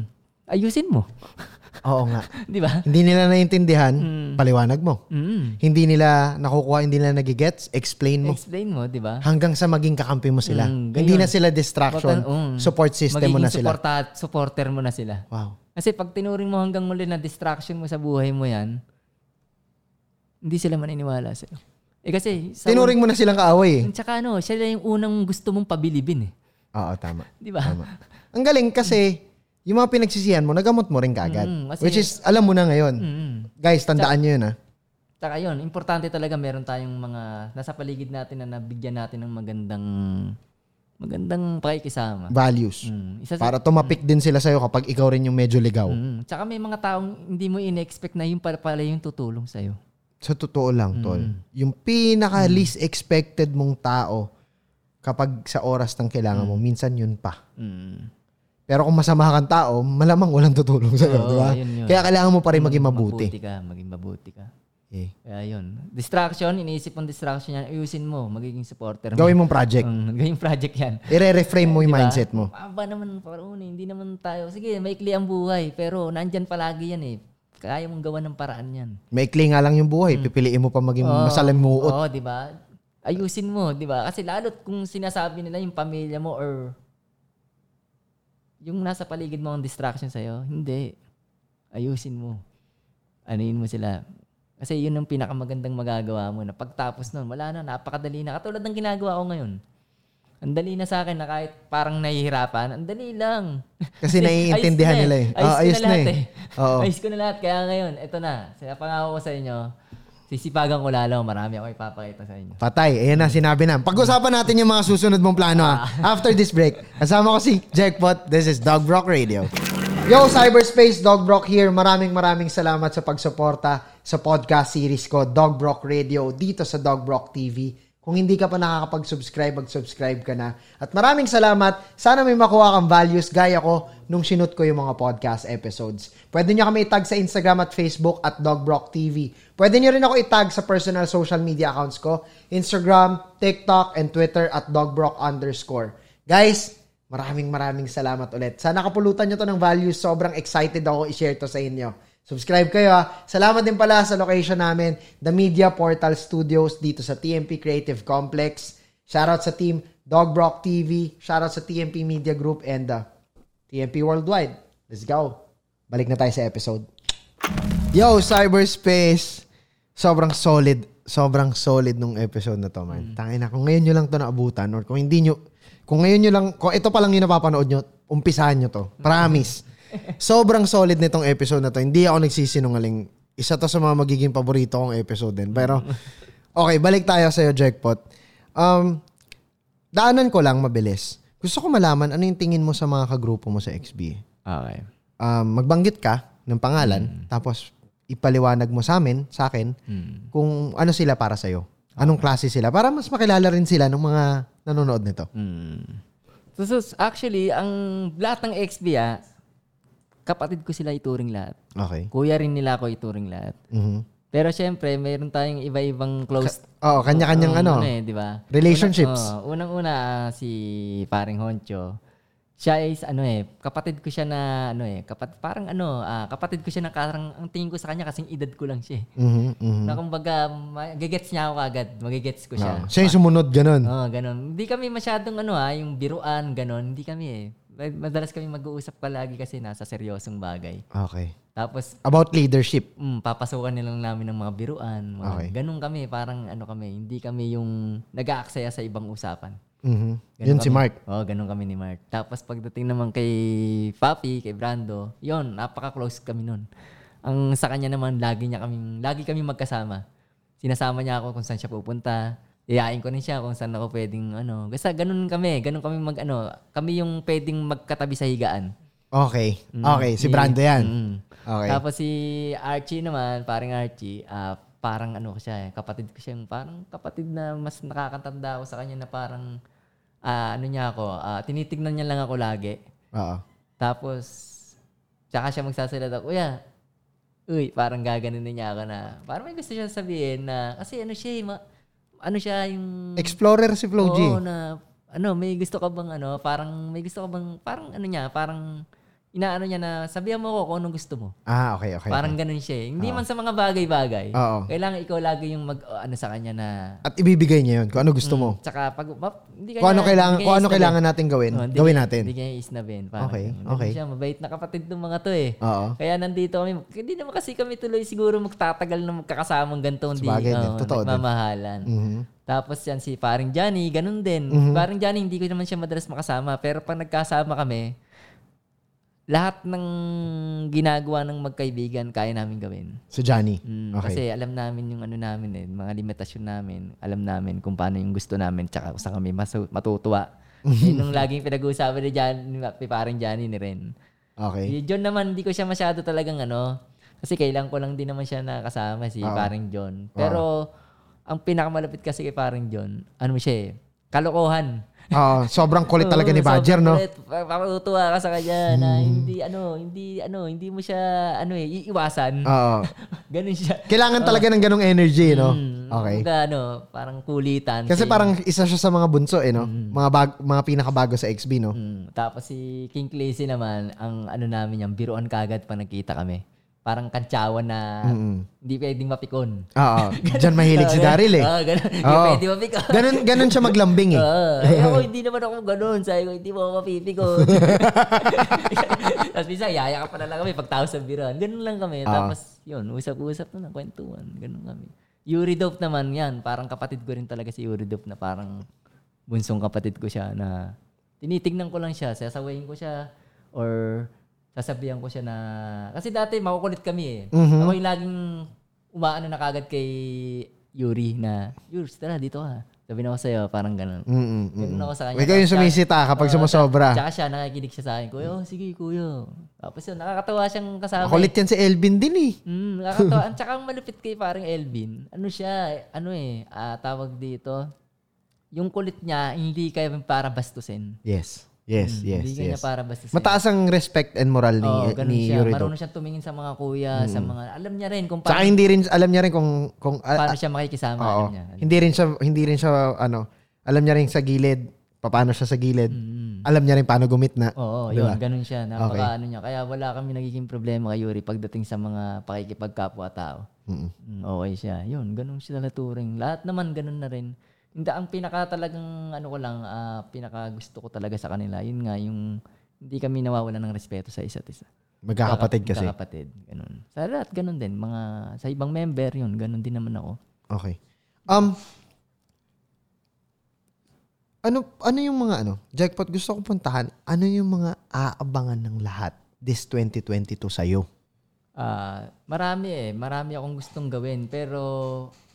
Speaker 1: Ayusin mo. Mm.
Speaker 2: Oo nga.
Speaker 1: Di ba?
Speaker 2: Hindi nila naintindihan,
Speaker 1: Hmm.
Speaker 2: paliwanag mo.
Speaker 1: Mm.
Speaker 2: Hindi nila nakukuha, hindi nila nagigets, explain mo.
Speaker 1: Explain mo, di ba?
Speaker 2: Hanggang sa maging kakampi mo sila.
Speaker 1: Mm,
Speaker 2: hindi
Speaker 1: ganyan.
Speaker 2: na sila distraction.
Speaker 1: Batan- mm.
Speaker 2: Support system mo
Speaker 1: Magiging
Speaker 2: na sila.
Speaker 1: supporta- supporter mo na sila.
Speaker 2: Wow.
Speaker 1: Kasi pag tinuring mo hanggang muli na distraction mo sa buhay mo yan, hindi sila maniniwala sa'yo. Eh kasi, sa
Speaker 2: Tinuring mo na silang kaaway eh.
Speaker 1: tsaka ano, sila yung unang gusto mong pabilibin eh.
Speaker 2: Oo, tama.
Speaker 1: Di ba?
Speaker 2: Tama. Ang galing kasi, yung mga pinagsisihan mo, nagamot mo rin kaagad.
Speaker 1: Mm, kasi-
Speaker 2: Which is, alam mo na ngayon.
Speaker 1: Mm.
Speaker 2: Guys, tandaan nyo yun ah.
Speaker 1: Tsaka yun, importante talaga meron tayong mga nasa paligid natin na nabigyan natin ng magandang magandang pakikisama.
Speaker 2: Values.
Speaker 1: Mm. Isa sa,
Speaker 2: Para tumapik din sila sa'yo kapag ikaw rin yung medyo ligaw.
Speaker 1: Mm. Tsaka may mga taong hindi mo in-expect na yun pala, pala yung tutulong sa'yo.
Speaker 2: Sa totoo
Speaker 1: Mm.
Speaker 2: lang, tol. Yung pinaka least expected mong tao kapag sa oras ng kailangan mo, minsan yun pa.
Speaker 1: Mm.
Speaker 2: Pero kung masama kang tao, malamang walang tutulong sa'yo,
Speaker 1: Oo,
Speaker 2: di ba?
Speaker 1: yun yun.
Speaker 2: Kaya kailangan mo pa rin maging mabuti.
Speaker 1: Mabuti ka, maging mabuti ka.
Speaker 2: Eh,
Speaker 1: Kaya yun. Distraction, iniisip mong distraction yan, ayusin mo, magiging supporter mo.
Speaker 2: Gawin mong project.
Speaker 1: Mm, gawing project yan.
Speaker 2: Ire-reframe mo yung
Speaker 1: Diba?
Speaker 2: mindset mo.
Speaker 1: Ah, ba naman, parang hindi naman tayo. Sige, maikli ang buhay, pero nandyan palagi yan eh. Kaya mong gawa ng paraan yan.
Speaker 2: Maikli nga lang yung buhay. Pipiliin mo pa maging
Speaker 1: Mm. Oo.
Speaker 2: masalimuot.
Speaker 1: Oo, di ba? Ayusin mo, di ba? Kasi lalo't kung sinasabi nila yung pamilya mo or yung nasa paligid mo ang distraction sa'yo, hindi. Ayusin mo. Anuin mo sila. Kasi yun ang pinakamagandang magagawa mo na pagtapos nun, wala na, napakadali na. Katulad ng ginagawa ko ngayon. Ang dali na sa akin na kahit parang nahihirapan, ang dali lang.
Speaker 2: Kasi naiintindihan
Speaker 1: ayos
Speaker 2: nila
Speaker 1: na
Speaker 2: eh.
Speaker 1: Ayos,
Speaker 2: Ah,
Speaker 1: ko
Speaker 2: ayos
Speaker 1: na,
Speaker 2: na
Speaker 1: lahat
Speaker 2: eh.
Speaker 1: eh.
Speaker 2: Oo.
Speaker 1: Ayos ko na lahat. Kaya ngayon, eto na. Sinapangako ko sa inyo. Sisipagan ko lalo. Marami ako ipapakita sa inyo.
Speaker 2: Patay. Ayan na, sinabi na. Pag-usapan natin yung mga susunod mong plano ha.
Speaker 1: Ah.
Speaker 2: After this break, kasama ko si Jackpot. This is Dog Brock Radio. Yo, Cyberspace Dog Brock here. Maraming maraming salamat sa pagsuporta sa podcast series ko, Dog Brock Radio, dito sa Dog Brock TV. Kung hindi ka pa nakakapag-subscribe, mag-subscribe ka na. At maraming salamat. Sana may makuha kang values gaya ko nung sinut ko yung mga podcast episodes. Pwede nyo kami itag sa Instagram at Facebook at Dog Brock TV. Pwede nyo rin ako itag sa personal social media accounts ko. Instagram, TikTok, and Twitter at dogbrock underscore. Guys, maraming maraming salamat ulit. Sana kapulutan nyo to ng values. Sobrang excited ako i-share to sa inyo. Subscribe kayo ha. Salamat din pala sa location namin, The Media Portal Studios dito sa TMP Creative Complex. Shoutout sa team Dog Brock TV, shoutout sa TMP Media Group and uh, TMP Worldwide. Let's go. Balik na tayo sa episode. Yo, cyberspace. Sobrang solid, sobrang solid nung episode na to, man. Tangina, kung ngayon nyo lang to naabutan or kung hindi nyo, kung ngayon nyo lang, kung ito pa lang yung napapanood nyo, umpisahan nyo to. Promise. sobrang solid nitong episode na to. Hindi ako nagsisinungaling. Isa to sa mga magiging paborito kong episode din. Pero, okay, balik tayo sa'yo, Jackpot. Um, daanan ko lang mabilis. Gusto ko malaman ano yung tingin mo sa mga kagrupo mo sa XB
Speaker 1: Okay.
Speaker 2: um, magbanggit ka
Speaker 1: Hmm.
Speaker 2: ng pangalan, tapos ipaliwanag mo sa amin, sa akin,
Speaker 1: Hmm.
Speaker 2: kung ano sila para sa'yo. Anong klase sila. Para mas makilala rin sila ng mga nanonood nito.
Speaker 1: Mm. So, so, actually, ang lahat ng XB ah, kapatid ko sila ituring lahat.
Speaker 2: Okay.
Speaker 1: Kuya rin nila ako ituring lahat.
Speaker 2: Mhm.
Speaker 1: Pero syempre, mayroon tayong iba-ibang close
Speaker 2: Oo,
Speaker 1: Um,
Speaker 2: kanya-kanyang ano.
Speaker 1: eh, di ba?
Speaker 2: relationships.
Speaker 1: Una- oo, unang-una ah, si paring Honcho. Siya is ano eh, kapatid ko siya na ano eh, kapat parang ano, ah, kapatid ko siya na karang ang tingin ko sa kanya kasing edad ko lang siya. eh.
Speaker 2: Mhm, mhm.
Speaker 1: Na kumbaga magigets niya ako agad, magigets ko
Speaker 2: Oo.
Speaker 1: siya.
Speaker 2: Siya yung sumunod, ganun.
Speaker 1: Oo, ganun. Hindi kami masyadong ano ah, yung biruan, ganun. Hindi kami eh. Mad- Madalas kami mag-uusap palagi kasi nasa seryosong bagay.
Speaker 2: Okay.
Speaker 1: Tapos
Speaker 2: About leadership.
Speaker 1: mm, papasukan nilang namin ng mga biruan. Mga
Speaker 2: Okay.
Speaker 1: Ganun kami, parang ano kami, hindi kami yung nag-aaksaya sa ibang usapan.
Speaker 2: Mhm.
Speaker 1: Ganun
Speaker 2: Yun si
Speaker 1: kami.
Speaker 2: Mark.
Speaker 1: Oo, ganun kami ni Mark. Tapos pagdating naman kay Papi, kay Brando, yon napaka-close kami nun. Ang sa kanya naman, lagi niya kaming, lagi kami magkasama. Sinasama niya ako kung saan siya pupunta. Iyain ko rin siya kung saan ako pwedeng ano. Kasi ganun kami, ganun kami mag ano, kami yung pwedeng magkatabi sa higaan.
Speaker 2: Okay.
Speaker 1: Mm.
Speaker 2: Okay, si Brando yan.
Speaker 1: Mm.
Speaker 2: Okay.
Speaker 1: Tapos si Archie naman, parang Archie, ah, parang ano ko siya eh, kapatid ko siya yung parang kapatid na mas nakakatanda ako sa kanya na parang ah, ano niya ako, ah, tinitignan niya lang ako lagi.
Speaker 2: Oo.
Speaker 1: Tapos Tsaka siya magsasalita, Kuya, uy, parang gaganunin niya ako na, parang may gusto siya sabihin na, kasi ano siya, eh, ma- ano siya yung...
Speaker 2: Explorer si Flo G.
Speaker 1: Oo, na ano, may gusto ka bang ano, parang may gusto ka bang parang ano niya, parang inaano niya na sabihan mo ako kung anong gusto mo.
Speaker 2: Ah, okay, okay.
Speaker 1: Parang ganun siya eh.
Speaker 2: Ah.
Speaker 1: Hindi man sa mga bagay-bagay.
Speaker 2: Oo.
Speaker 1: Kailangan ikaw lagi yung mag o, ano sa kanya na hmm,
Speaker 2: At ibibigay niya yun kung ano gusto mo.
Speaker 1: tsaka pag ma- hindi
Speaker 2: Kung ano kailangan,
Speaker 1: hindi
Speaker 2: kung ano
Speaker 1: isnabin.
Speaker 2: kailangan natin gawin,
Speaker 1: Oo, Oh, hindi
Speaker 2: gawin
Speaker 1: niya-
Speaker 2: natin.
Speaker 1: Hindi kaya isnabin. Parang
Speaker 2: Okay,
Speaker 1: ganun.
Speaker 2: okay.
Speaker 1: Siya, mabait na kapatid ng mga to eh.
Speaker 2: Oo.
Speaker 1: Kaya nandito kami. Hindi naman kasi kami tuloy siguro magtatagal na magkakasamang ganito. Hindi,
Speaker 2: Sabagay din,
Speaker 1: oo,
Speaker 2: totoo din. Mm.
Speaker 1: nagmamahalan. Tapos yan si paring Johnny, ganun din.
Speaker 2: Mm-hmm.
Speaker 1: Paring Johnny, hindi ko naman siya madalas makasama. Pero pag nagkasama kami, lahat ng ginagawa ng magkaibigan, kaya namin gawin.
Speaker 2: Si Johnny.
Speaker 1: Mm,
Speaker 2: okay.
Speaker 1: Kasi alam namin yung ano namin eh, mga limitasyon namin. Alam namin kung paano yung gusto namin tsaka kung saan kami masu- matutuwa. Yun yung laging pinag-uusapan ni Jan, ni ni parang Johnny ni Ren.
Speaker 2: okay.
Speaker 1: Si John naman, hindi ko siya masyado talagang ano. Kasi kailan ko lang din naman siya nakasama si parang John. Pero ang pinakamalapit kasi kay parang John, ano siya eh, kalokohan.
Speaker 2: Ah, sobrang kulit talaga ni
Speaker 1: Oo,
Speaker 2: Badger,
Speaker 1: sobrang
Speaker 2: no? Hmm.
Speaker 1: kulit. Pa- Pakutuwa ka sa kanya na hindi ano, hindi ano, hindi mo siya ano eh, iiwasan.
Speaker 2: Oo.
Speaker 1: Ganun siya.
Speaker 2: Kailangan talaga ng ganong energy, no?
Speaker 1: Mm,
Speaker 2: Okay.
Speaker 1: kumbaga, ano, parang kulitan.
Speaker 2: Kasi
Speaker 1: siya
Speaker 2: parang isa siya sa mga bunso, eh, no? Mga, bag- mga pinakabago sa XB, no?
Speaker 1: yun. Mm, tapos si King Clancy naman, ang ano namin yan, biruan kagad pa nagkita kami. Parang kantsawa na hindi pwedeng mapikon.
Speaker 2: Oo. Diyan mahilig si Daryl, eh.
Speaker 1: Oo, ganun. Hindi
Speaker 2: Oo.
Speaker 1: pwedeng mapikon.
Speaker 2: Ganun, ganun siya maglambing, eh.
Speaker 1: Oo. Ay, ako, hindi naman ako ganun. Sabi ko, hindi mo ako mapipikon. Tapos minsan, yaya ka pa na lang kami pagtawag sa biruan. Ganun lang kami.
Speaker 2: Ah,
Speaker 1: Tapos, yun, usap-usap na lang, kwentuhan. Ganun kami. Yuri Dope naman yan. Parang kapatid ko rin talaga si Yuri Dope na parang bunsong kapatid ko siya na tinitignan ko lang siya. Sasawayin ko siya or sasabihan ko siya na... Kasi dati makukulit kami eh. Ako yung laging umaano na kagad kay Yuri na, Yuri, tara dito ka. Sabi na ako sa'yo, parang ganun.
Speaker 2: Mm-mm.
Speaker 1: Ganun ako sa kanya.
Speaker 2: Mm, Ikaw yung
Speaker 1: Tapos siya-
Speaker 2: sumisita kapag
Speaker 1: Oo,
Speaker 2: sumusobra.
Speaker 1: Tsaka siya, nakikinig siya sa akin. Kuya, oh, sige, kuya. Tapos yun, nakakatawa siyang kasama.
Speaker 2: Kulit yan si Elvin din, eh.
Speaker 1: Mm, nakakatawa. At saka ang malupit kay parang Elvin, ano siya, eh, ano eh, ah, tawag dito, yung kulit niya, hindi kaya para bastusin.
Speaker 2: Yes. Yes,
Speaker 1: Mm,
Speaker 2: yes,
Speaker 1: Hindi kaya
Speaker 2: yes.
Speaker 1: para bastusin.
Speaker 2: Mataas ang respect and moral ni,
Speaker 1: Oo, ganun
Speaker 2: ni
Speaker 1: siya.
Speaker 2: Yuri Dope.
Speaker 1: Marunong siya tumingin sa mga kuya, sa mga, alam niya rin kung
Speaker 2: Saka
Speaker 1: paano,
Speaker 2: hindi rin, alam niya rin kung, kung ah,
Speaker 1: paano siya makikisama.
Speaker 2: Oo.
Speaker 1: alam niya.
Speaker 2: Hindi rin siya hindi rin siya ano, alam niya rin sa gilid paano siya sa gilid. Alam niya rin paano gumitna.
Speaker 1: Mm. Oo,
Speaker 2: Di
Speaker 1: yun,
Speaker 2: ba?
Speaker 1: ganun siya. Napaka ano niya. Kaya wala kami nagiging problema kay Yuri pagdating sa mga pakikipagkapwa-tao. Mm, Okay siya. Yun, ganun siya na turing. Lahat naman ganun na rin. Hindi, ang pinaka talagang ano ko lang, ah, pinaka gusto ko talaga sa kanila, yun nga, yung hindi kami nawawala ng respeto sa isa't isa.
Speaker 2: Magkakapatid kasi.
Speaker 1: Magkakapatid, ganun. Sa lahat, ganun din. Mga, sa ibang member, yun, ganun din naman ako.
Speaker 2: Okay. Um Ano ano yung mga ano? Jackpot gusto kong puntahan. Ano yung mga aabangan ng lahat this 2022 sa iyo?
Speaker 1: Ah, marami eh. Marami akong gustong gawin. Pero,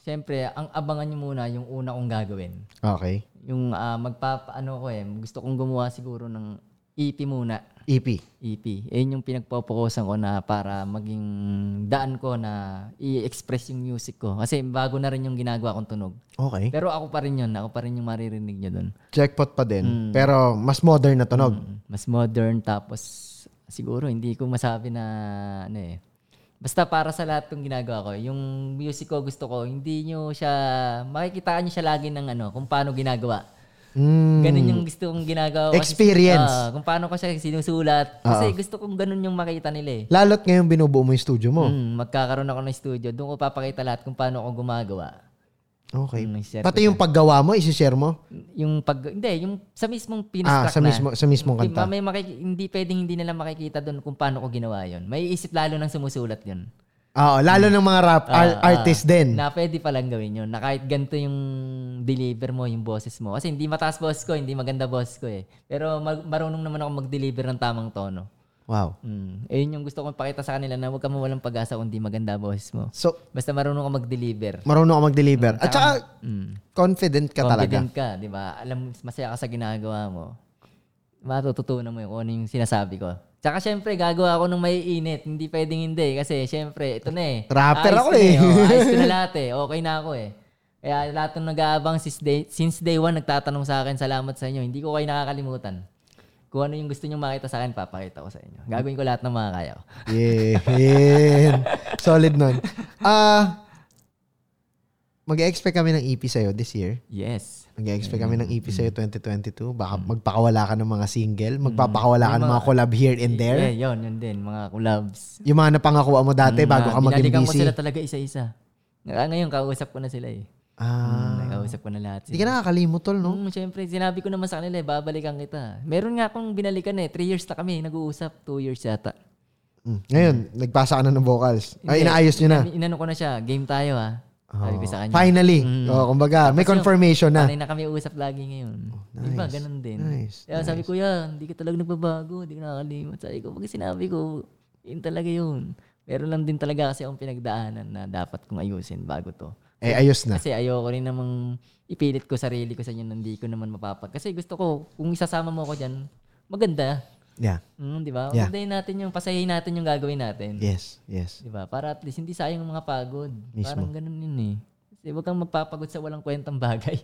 Speaker 1: syempre, ang abangan nyo muna yung una kong gagawin.
Speaker 2: Okay.
Speaker 1: Yung ah, magpapa, ano ko eh, gusto kong gumawa siguro ng EP muna.
Speaker 2: EP.
Speaker 1: EP. Yun E yung pinagpopokusan ko na para maging daan ko na i-express yung music ko. Kasi bago na rin yung ginagawa kong tunog.
Speaker 2: Okay.
Speaker 1: Pero ako pa rin yun. Ako pa rin yung maririnig nyo dun.
Speaker 2: Jackpot pa din, pero mas modern na tunog.
Speaker 1: Mm, Mas modern tapos siguro hindi ko masabi na ano eh. Basta para sa lahat ng ginagawa ko, yung music ko gusto ko, hindi nyo siya, makikitaan nyo siya lagi ng ano, kung paano ginagawa.
Speaker 2: Mm.
Speaker 1: Ganun yung gusto kong ginagawa. Kasi-
Speaker 2: Experience.
Speaker 1: Ah, kung paano ko siya sinusulat. Kasi gusto kong ganun yung makita nila eh.
Speaker 2: Lalo't ngayon binubuo mo yung studio mo.
Speaker 1: Mm, magkakaroon ako ng studio, doon ko papakita lahat kung paano ako gumagawa.
Speaker 2: Okay.
Speaker 1: Mm, share ko
Speaker 2: Pati yung paggawa mo, isi-share mo?
Speaker 1: Yung pag, hindi, yung sa mismong
Speaker 2: Ah,
Speaker 1: pinastrack
Speaker 2: sa mismo sa mismong
Speaker 1: Hindi,
Speaker 2: kanta.
Speaker 1: mamaya makiki- hindi pwedeng hindi nila makikita doon kung paano ko ginawa yon. May isip lalo ng sumusulat yon.
Speaker 2: Oo, lalo ng mga rap ar- artist din.
Speaker 1: Ah, Na pwede palang gawin yon. Na kahit ganito yung deliver mo, yung boses mo. Kasi hindi mataas boses ko, hindi maganda boses ko eh. Pero mag- marunong naman ako mag-deliver ng tamang tono.
Speaker 2: Wow.
Speaker 1: Mm. Ayun yung gusto kong pakita sa kanila na huwag ka mawalang pag-asa kung hindi maganda boses mo.
Speaker 2: So,
Speaker 1: Basta marunong ka mag-deliver.
Speaker 2: marunong ako mag-deliver. At saka,
Speaker 1: Mm.
Speaker 2: confident ka talaga.
Speaker 1: Confident ka, di ba? Alam mo, masaya ka sa ginagawa mo. Matututunan mo yung kung ano yung sinasabi ko. Tsaka syempre, gagawa ako ng may init. Hindi pwedeng hindi. Kasi syempre, ito na eh.
Speaker 2: Rapper
Speaker 1: Ayos
Speaker 2: ako
Speaker 1: ko na
Speaker 2: eh.
Speaker 1: Oh, ayos ko na lahat eh. Okay na ako eh. Kaya lahat ng nag-aabang since day, since day one, nagtatanong sa akin, salamat sa inyo. Hindi ko kayo nakakalimutan. Kung ano yung gusto nyo makita sa akin, papakita ko sa inyo. Gagawin ko lahat ng mga kaya ko.
Speaker 2: Yeah. Solid nun. Ah, mag-expect kami ng EP sa'yo this year.
Speaker 1: Yes.
Speaker 2: Mag-expect kami ng EP
Speaker 1: Mm.
Speaker 2: sa'yo 2022. Baka magpakawala ka ng mga single. Magpapakawala ka ng mga collab here and there.
Speaker 1: Yeah, Mm, yun, yun din. Mga collabs.
Speaker 2: Yung mga napangakuha mo dati bago ka maging
Speaker 1: Binalikan ko
Speaker 2: busy.
Speaker 1: sila talaga isa-isa. Ah, Ngayon, kausap ko na sila eh.
Speaker 2: Ah, ano?
Speaker 1: Mm, Kausap ko na lahat sila.
Speaker 2: hindi ka nakakalimot, tol, no?
Speaker 1: Mm, Siyempre, sinabi ko naman sa kanila, eh, babalikan kita. Meron nga akong binalikan eh. Three years na kami, nag-uusap. Two years yata.
Speaker 2: Mm. Ngayon, nagpasa ka na ng vocals. Ay, inaayos nyo na.
Speaker 1: Ina- Inano ko na siya, game tayo ah. Sabi ko sa kanya. Mm-hmm.
Speaker 2: Finally. Oh, kumbaga, may confirmation na.
Speaker 1: Panay na kami usap lagi ngayon. Di ba? Ganun din.
Speaker 2: Oh, Nice,
Speaker 1: Kaya sabi ko, ya, hindi ka talaga nagbabago. Hindi ka nakakalimot. Sabi ko, pag sinabi ko, yun talaga yun. Meron lang din talaga kasi akong pinagdaanan na dapat kong ayusin bago to.
Speaker 2: Eh, ayos na.
Speaker 1: Kasi ayoko rin namang ipilit ko sarili ko sa inyo na hindi ko naman mapapag. Kasi gusto ko, kung isasama mo ko dyan, maganda.
Speaker 2: Yeah.
Speaker 1: Mm, di ba?
Speaker 2: Yeah.
Speaker 1: Magdayin natin yung, pasayahin natin yung gagawin natin.
Speaker 2: Yes, yes.
Speaker 1: Di ba? Para at least hindi sayang ang mga pagod.
Speaker 2: Mismo.
Speaker 1: Parang ganun yun eh. Kasi huwag kang magpapagod sa walang kwentang bagay.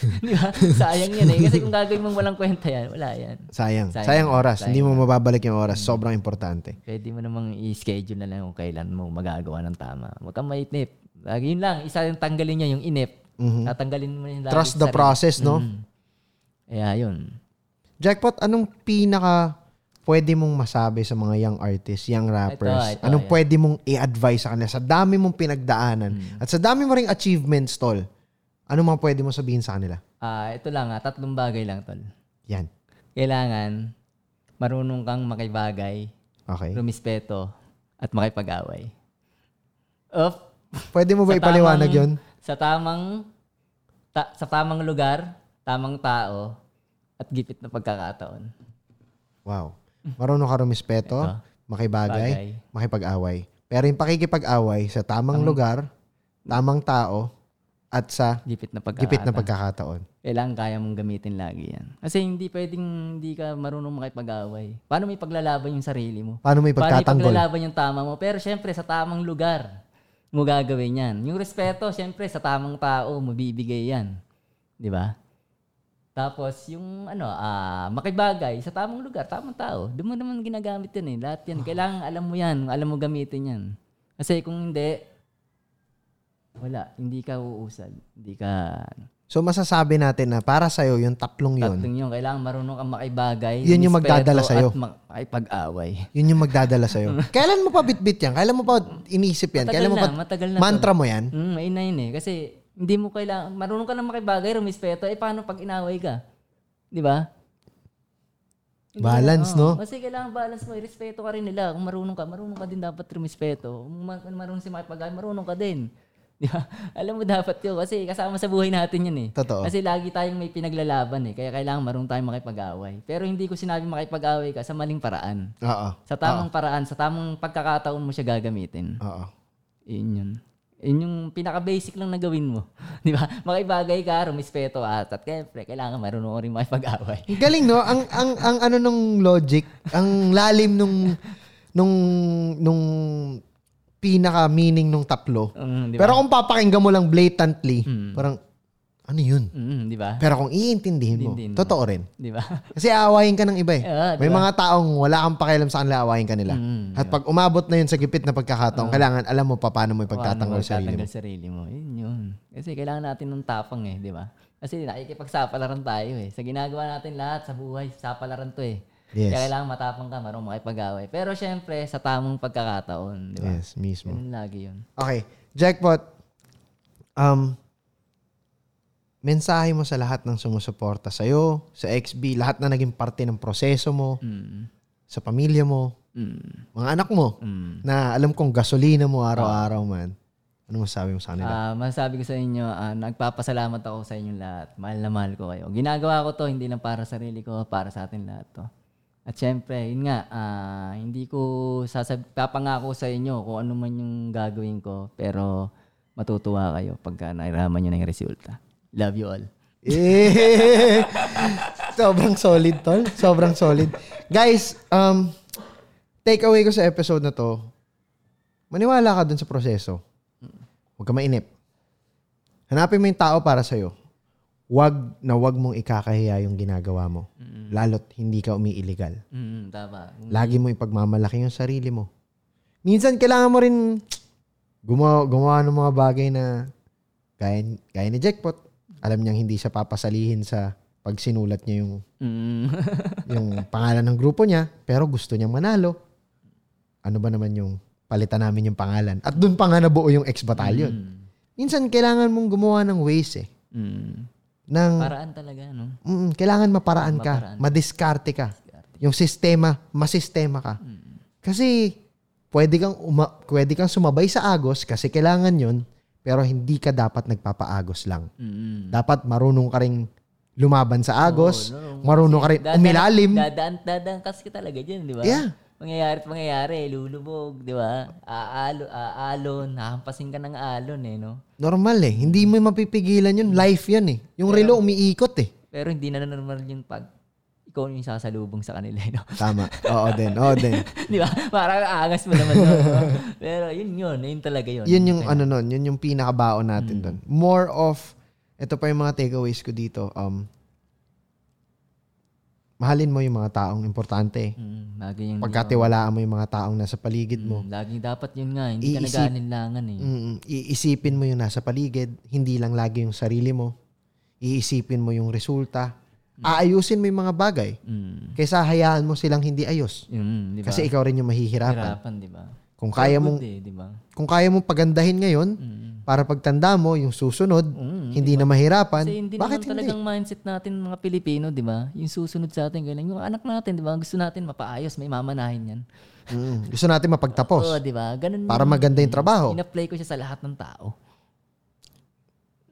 Speaker 1: Di ba? Sayang yun eh. Kasi kung gagawin mong walang kwenta yan, wala yan.
Speaker 2: Sayang.
Speaker 1: Sayang.
Speaker 2: Sayang oras.
Speaker 1: Sayang. Mm-hmm.
Speaker 2: Hindi mo mababalik yung oras. Sobrang importante.
Speaker 1: Pwede mo namang i-schedule na lang kung kailan mo magagawa ng tama. Huwag kang mainip. Lagi yun lang. Isa yung tanggalin niya, yung inip. Tatanggalin mo yun. lagi
Speaker 2: Mm-hmm. Trust
Speaker 1: sa
Speaker 2: the
Speaker 1: sarili.
Speaker 2: process, no?
Speaker 1: Mm. Kaya yun.
Speaker 2: Jackpot, anong pinaka pwede mong masabi sa mga young artists, young rappers?
Speaker 1: ito,
Speaker 2: anong
Speaker 1: ayan.
Speaker 2: pwede mong i-advise sa kanila sa dami mong pinagdaanan
Speaker 1: Mm-hmm.
Speaker 2: at sa dami mo ring achievements, tol? Ano mga pwede mo sabihin sa kanila?
Speaker 1: Ah, ito lang ah. Tatlong bagay lang, tol.
Speaker 2: Yan.
Speaker 1: Kailangan marunong kang makibagay,
Speaker 2: Okay.
Speaker 1: rumispeto, at makipag-away. Of,
Speaker 2: Pwede mo ba
Speaker 1: Sa
Speaker 2: ipaliwanag
Speaker 1: tamang-
Speaker 2: yun?
Speaker 1: Sa tamang ta- sa tamang lugar, tamang tao at gipit na pagkakataon.
Speaker 2: Wow. Marunong ka rumispeto, makibagay,
Speaker 1: Bagay.
Speaker 2: makipag-away. Pero yung pakikipag-away sa tamang lugar, tamang tao, at sa
Speaker 1: Gipit na pagkakataon.
Speaker 2: gipit na pagkakataon.
Speaker 1: Kailangan kaya mong gamitin lagi yan. Kasi hindi pwedeng hindi ka marunong makipag-away. Paano may paglalaban yung sarili mo?
Speaker 2: Paano may
Speaker 1: Paano
Speaker 2: pagtatanggol?
Speaker 1: ipaglalaban yung tama mo? Pero syempre, sa tamang lugar mo gagawin yan. Yung respeto, syempre, sa tamang tao mo bibigay yan. Di ba? Tapos, yung ano, ah, makibagay sa tamang lugar, tamang tao. Doon mo naman ginagamit yun eh. Lahat yan. Kailangan alam mo yan. Alam mo gamitin yan. Kasi kung hindi, wala. Hindi ka uusad. Hindi ka...
Speaker 2: So masasabi natin na para sa'yo yung tatlong yun,
Speaker 1: Tatlong yun. Kailangan marunong kang makibagay.
Speaker 2: Yun
Speaker 1: respeto,
Speaker 2: yung magdadala sa'yo.
Speaker 1: At makipag-away.
Speaker 2: Yun yung magdadala sa'yo. Kailan mo pa bitbit yan? Kailan mo pa iniisip yan?
Speaker 1: Matagal
Speaker 2: Kailan mo
Speaker 1: na,
Speaker 2: pa
Speaker 1: matagal na to.
Speaker 2: mantra mo yan?
Speaker 1: Mm, ayun na yun eh. Kasi hindi mo kailangan, marunong ka lang makibagay, rumispeto, eh paano pag inaway ka? Di ba? Hindi
Speaker 2: Balance,
Speaker 1: kailangan-
Speaker 2: no?
Speaker 1: oo. Kasi kailangan balance mo, irespeto ka rin nila. Kung marunong ka, marunong ka din dapat rumispeto. Kung ma- marunong si makipagay, marunong ka din. Di ba? Alam mo dapat yun kasi kasama sa buhay natin yun eh.
Speaker 2: Totoo.
Speaker 1: Kasi lagi tayong may pinaglalaban eh. Kaya kailangan marunong tayong makipag-away. Pero hindi ko sinabi makipag-away ka sa maling paraan.
Speaker 2: Oo.
Speaker 1: Sa tamang
Speaker 2: Ah.
Speaker 1: paraan, sa tamang pagkakataon mo siya gagamitin.
Speaker 2: Oo.
Speaker 1: Yun yun. Yun yung pinaka-basic lang na gawin mo. Di ba? Makibagay ka, rumispeto at at syempre, kailangan marunong ka rin makipag-away.
Speaker 2: Ang Galing, no? Ang, ang, ang ano nung logic, ang lalim nung, nung, nung pinaka-meaning nung tatlo.
Speaker 1: Mm, di ba? Hmm.
Speaker 2: Pero kung papakinggan mo lang blatantly, parang, ano yun?
Speaker 1: Mm, di ba?
Speaker 2: Pero kung iintindihin mo,
Speaker 1: Intindihin mo.
Speaker 2: totoo rin.
Speaker 1: Di ba?
Speaker 2: Kasi aawayin ka ng iba eh.
Speaker 1: Ah,
Speaker 2: May mga taong wala kang pakialam sa kanila, aawayin ka nila.
Speaker 1: Mm,
Speaker 2: At pag umabot na yun sa gipit na pagkakataon, kailangan alam mo pa paano mo ipagtatanggol sa sarili
Speaker 1: Pagtatanggol
Speaker 2: mo.
Speaker 1: ano sarili Ah. mo. Yun yun. Kasi kailangan natin ng tapang eh, di ba? Kasi nakikipagsapalaran tayo eh. Sa ginagawa natin lahat sa buhay, sapalaran to eh.
Speaker 2: Yes.
Speaker 1: Kaya kailangan matapang ka, marunong makipag-away. Pero syempre, sa tamang pagkakataon, di ba?
Speaker 2: Yes, mismo.
Speaker 1: Ganun lagi yun.
Speaker 2: Okay, Jackpot. Um, mensahe mo sa lahat ng sumusuporta sa'yo, sa XB, lahat na naging parte ng proseso mo,
Speaker 1: Mm,
Speaker 2: sa pamilya mo,
Speaker 1: mm,
Speaker 2: mga anak mo,
Speaker 1: mm.
Speaker 2: na alam kong gasolina mo araw-araw man. Ano masabi mo sa kanila?
Speaker 1: Ah, masasabi ko sa inyo, ah, nagpapasalamat ako sa inyong lahat. Mahal na mahal ko kayo. Ginagawa ko to hindi lang para sa sarili ko, para sa atin lahat to. At syempre, yun nga, ah, hindi ko sasab- papangako sa inyo kung ano man yung gagawin ko, pero matutuwa kayo pagka nairaman nyo na yung resulta. Love you all.
Speaker 2: Eh, sobrang solid, tol. Sobrang solid. Guys, um, take away ko sa episode na to, maniwala ka dun sa proseso. Huwag ka mainip. Hanapin mo yung tao para sa'yo. wag na wag mong ikakahiya yung ginagawa mo. Lalo't hindi ka umiiligal.
Speaker 1: Mm, tama.
Speaker 2: Lagi mo ipagmamalaki yung sarili mo. Minsan kailangan mo rin gumawa, gumawa ng mga bagay na kaya, kaya ni Jackpot. Alam niyang hindi siya papasalihin sa pag sinulat niya yung,
Speaker 1: Mm.
Speaker 2: yung pangalan ng grupo niya, pero gusto niyang manalo. Ano ba naman yung palitan namin yung pangalan? At doon pa nga nabuo yung ex-battalion. Minsan kailangan mong gumawa ng ways eh.
Speaker 1: mm.
Speaker 2: Ng,
Speaker 1: Paraan talaga, no?
Speaker 2: mm, kailangan maparaan ka,
Speaker 1: Maparaan.
Speaker 2: madiskarte ka.
Speaker 1: Diskarte.
Speaker 2: Yung sistema, masistema ka.
Speaker 1: Mm-hmm.
Speaker 2: Kasi pwede kang uma- pwede kang sumabay sa agos kasi kailangan 'yon, pero hindi ka dapat nagpapaagos lang.
Speaker 1: Mm.
Speaker 2: Dapat marunong ka ring lumaban sa
Speaker 1: Oo,
Speaker 2: agos,
Speaker 1: Oh, no.
Speaker 2: marunong ka rin
Speaker 1: Dadaan-
Speaker 2: umilalim.
Speaker 1: Dadaan, dadaan kasi talaga dyan, di ba?
Speaker 2: Yeah.
Speaker 1: Mangyayari at mangyayari, lulubog, di ba? Aalo, aalon, hahampasin ka ng alon eh, no?
Speaker 2: Normal eh, hindi mo mapipigilan 'yun, life 'yan eh. Yung relo umiikot eh.
Speaker 1: Pero hindi na normal yung pag ikaw yung sasalubong sa kanila, eh, no?
Speaker 2: Tama. Oo din, oo din.
Speaker 1: di ba? Parang angas mo naman. no? Pero yun yun, yun talaga yun.
Speaker 2: Yun yung ano nun, yun yung pinakabaon natin
Speaker 1: Hmm.
Speaker 2: doon. More of, ito pa yung mga takeaways ko dito. Um, mahalin mo yung mga taong importante.
Speaker 1: Mm, lagi yung
Speaker 2: Pagkatiwalaan mo yung mga taong nasa paligid mo.
Speaker 1: Mm, laging dapat yun nga, hindi ka
Speaker 2: Iisip-
Speaker 1: nag-aalinlangan eh.
Speaker 2: Mm, iisipin mo yung nasa paligid, hindi lang lagi yung sarili mo. Iisipin mo yung resulta. Aayusin mo yung mga bagay
Speaker 1: Mm.
Speaker 2: kaysa hayaan mo silang hindi ayos.
Speaker 1: Mm, di ba?
Speaker 2: Kasi ikaw rin yung mahihirapan.
Speaker 1: hirapan, di ba?
Speaker 2: Kung kaya
Speaker 1: Good
Speaker 2: mong
Speaker 1: eh, di ba?
Speaker 2: kung kaya mong pagandahin ngayon
Speaker 1: Mm.
Speaker 2: para pagtanda mo yung susunod,
Speaker 1: Mm,
Speaker 2: hindi na mahirapan.
Speaker 1: Kasi hindi naman
Speaker 2: Bakit hindi?
Speaker 1: talagang mindset natin mga Pilipino, di ba? Yung susunod sa atin, ganyan. Yung anak natin, di ba? Gusto natin mapaayos, may mamanahin yan.
Speaker 2: Mm, gusto natin mapagtapos
Speaker 1: Oo, di ba? Ganun
Speaker 2: para
Speaker 1: yun.
Speaker 2: maganda yung trabaho
Speaker 1: In-apply ko siya sa lahat ng tao.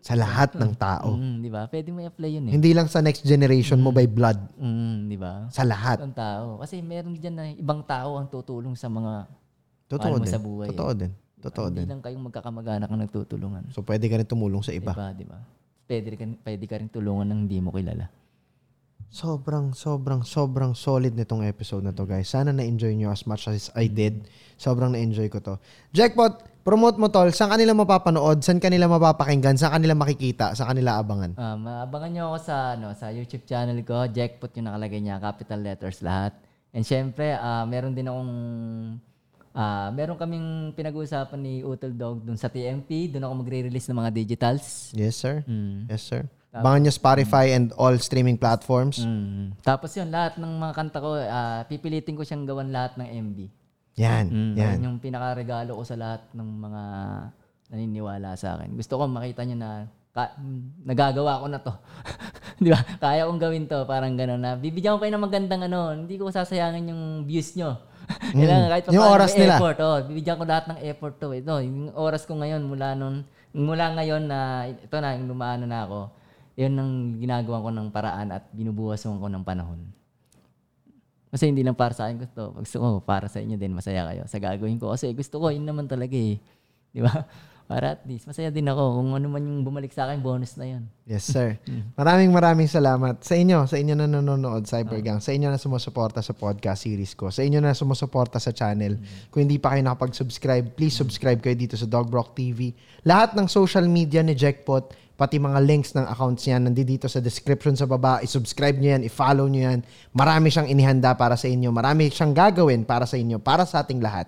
Speaker 2: sa lahat ng tao.
Speaker 1: Mm, di ba? Pwede mo i-apply yun eh.
Speaker 2: Hindi lang sa next generation mo by blood,
Speaker 1: Mm, di ba?
Speaker 2: sa lahat.
Speaker 1: Ang tao. Kasi meron dyan na ibang tao ang tutulong sa mga
Speaker 2: Totoo
Speaker 1: Mahal mo
Speaker 2: din.
Speaker 1: sa buhay, eh.
Speaker 2: Totoo din. Totoo
Speaker 1: hindi
Speaker 2: din.
Speaker 1: lang kayong magkakamag-anak ang nagtutulungan.
Speaker 2: So pwede ka rin tumulong sa
Speaker 1: Di
Speaker 2: iba.
Speaker 1: ba? Di ba? Pwede, ka, pwede ka rin tulungan ng hindi mo kilala.
Speaker 2: Sobrang, sobrang, sobrang solid nitong episode na to guys. Sana na-enjoy nyo as much as I did. Sobrang na-enjoy ko to. Jackpot, promote mo tol. Saan kanila mapapanood? Saan kanila mapapakinggan? Saan kanila makikita? Saan kanila abangan?
Speaker 1: Ah, maabangan nyo ako sa, ano, sa YouTube channel ko. Jackpot yung nakalagay niya. Capital letters lahat. And syempre, ah, meron din akong... ah, meron kaming pinag-uusapan ni Utol Dog dun sa TMP. Doon ako magre-release ng mga digitals.
Speaker 2: Yes sir?
Speaker 1: Mm.
Speaker 2: Yes sir? Abangan nyo Spotify and all streaming platforms.
Speaker 1: Mm. Tapos yun, lahat ng mga kanta ko, ah, pipilitin ko siyang gawan lahat ng MV.
Speaker 2: Yan,
Speaker 1: Mm,
Speaker 2: yan.
Speaker 1: yun yung pinakaregalo ko sa lahat ng mga naniniwala sa akin. Gusto ko makita nyo na ka- mm, nagagawa ko na to. Di ba? Kaya kong gawin to. Parang gano'n na. Bibigyan ko kayo ng magandang ano. Hindi ko sasayangin yung views nyo. Kailangan kahit
Speaker 2: Mm. Yung
Speaker 1: papaano
Speaker 2: oras
Speaker 1: may
Speaker 2: nila.
Speaker 1: Effort, oh. Bibigyan ko lahat ng effort to. Ito, yung oras ko ngayon mula nun, mula ngayon na ito na, yung lumaano na ako. Yun ang ginagawa ko ng paraan at binubuhasan ko ng panahon. Kasi hindi lang para sa akin gusto. Gusto ko para sa inyo din. Masaya kayo sa gagawin ko. Kasi gusto ko, yun naman talaga eh. Di ba? Para at least, masaya din ako. Kung ano man yung bumalik sa akin, bonus na yun.
Speaker 2: Yes, sir. Maraming maraming salamat sa inyo, sa inyo na nanonood, Cybergang, sa inyo na sumusuporta sa podcast series ko, sa inyo na sumusuporta sa channel. Kung hindi pa kayo nakapag-subscribe, please subscribe kayo dito sa Dogbrock TV. Lahat ng social media ni Jackpot, pati mga links ng accounts niya, nandito sa description sa baba. I-subscribe nyo yan, i-follow nyo yan. Marami siyang inihanda para sa inyo. Marami siyang gagawin para sa inyo, para sa ating lahat.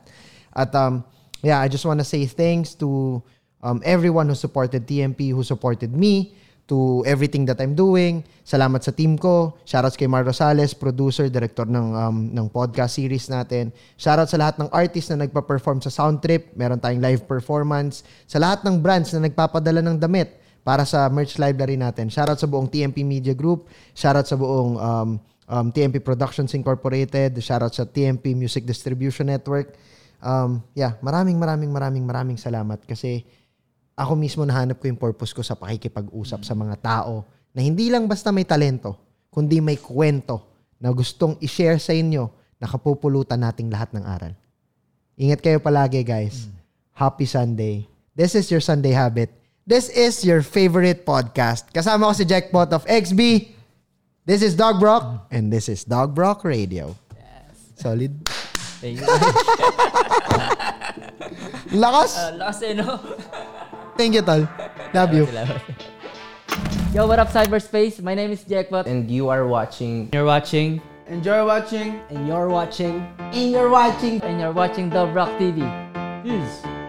Speaker 2: At um, yeah, I just wanna say thanks to um, everyone who supported TMP, who supported me, to everything that I'm doing. Salamat sa team ko. Shoutout kay Mar Rosales, producer, director ng um, ng podcast series natin. Shoutout sa lahat ng artist na nagpa-perform sa Soundtrip. Meron tayong live performance. Sa lahat ng brands na nagpapadala ng damit para sa merch library natin. Shoutout sa buong TMP Media Group. Shoutout sa buong um, um, TMP Productions Incorporated. Shoutout sa TMP Music Distribution Network. Um, yeah, maraming maraming maraming maraming salamat kasi ako mismo nahanap ko yung purpose ko sa pakikipag-usap sa mga tao na hindi lang basta may talento, kundi may kwento na gustong i-share sa inyo na kapupulutan nating lahat ng aral. Ingat kayo palagi, guys. Happy Sunday. This is your Sunday Habit. This is your favorite podcast. Kasama ko si Jackpot of XB. This is Dog Brock. And this is Dog Brock Radio. Solid.
Speaker 1: Thank you.
Speaker 2: Lakas!
Speaker 1: Lakas eh, no?
Speaker 2: Thank you, Tol. Love you.
Speaker 1: Salamat. Yo, what up cyberspace? My name is Jackpot.
Speaker 4: And you are watching.
Speaker 5: You're watching.
Speaker 4: Enjoy watching.
Speaker 5: And you're watching.
Speaker 1: and you're watching Dub Rock TV. Peace.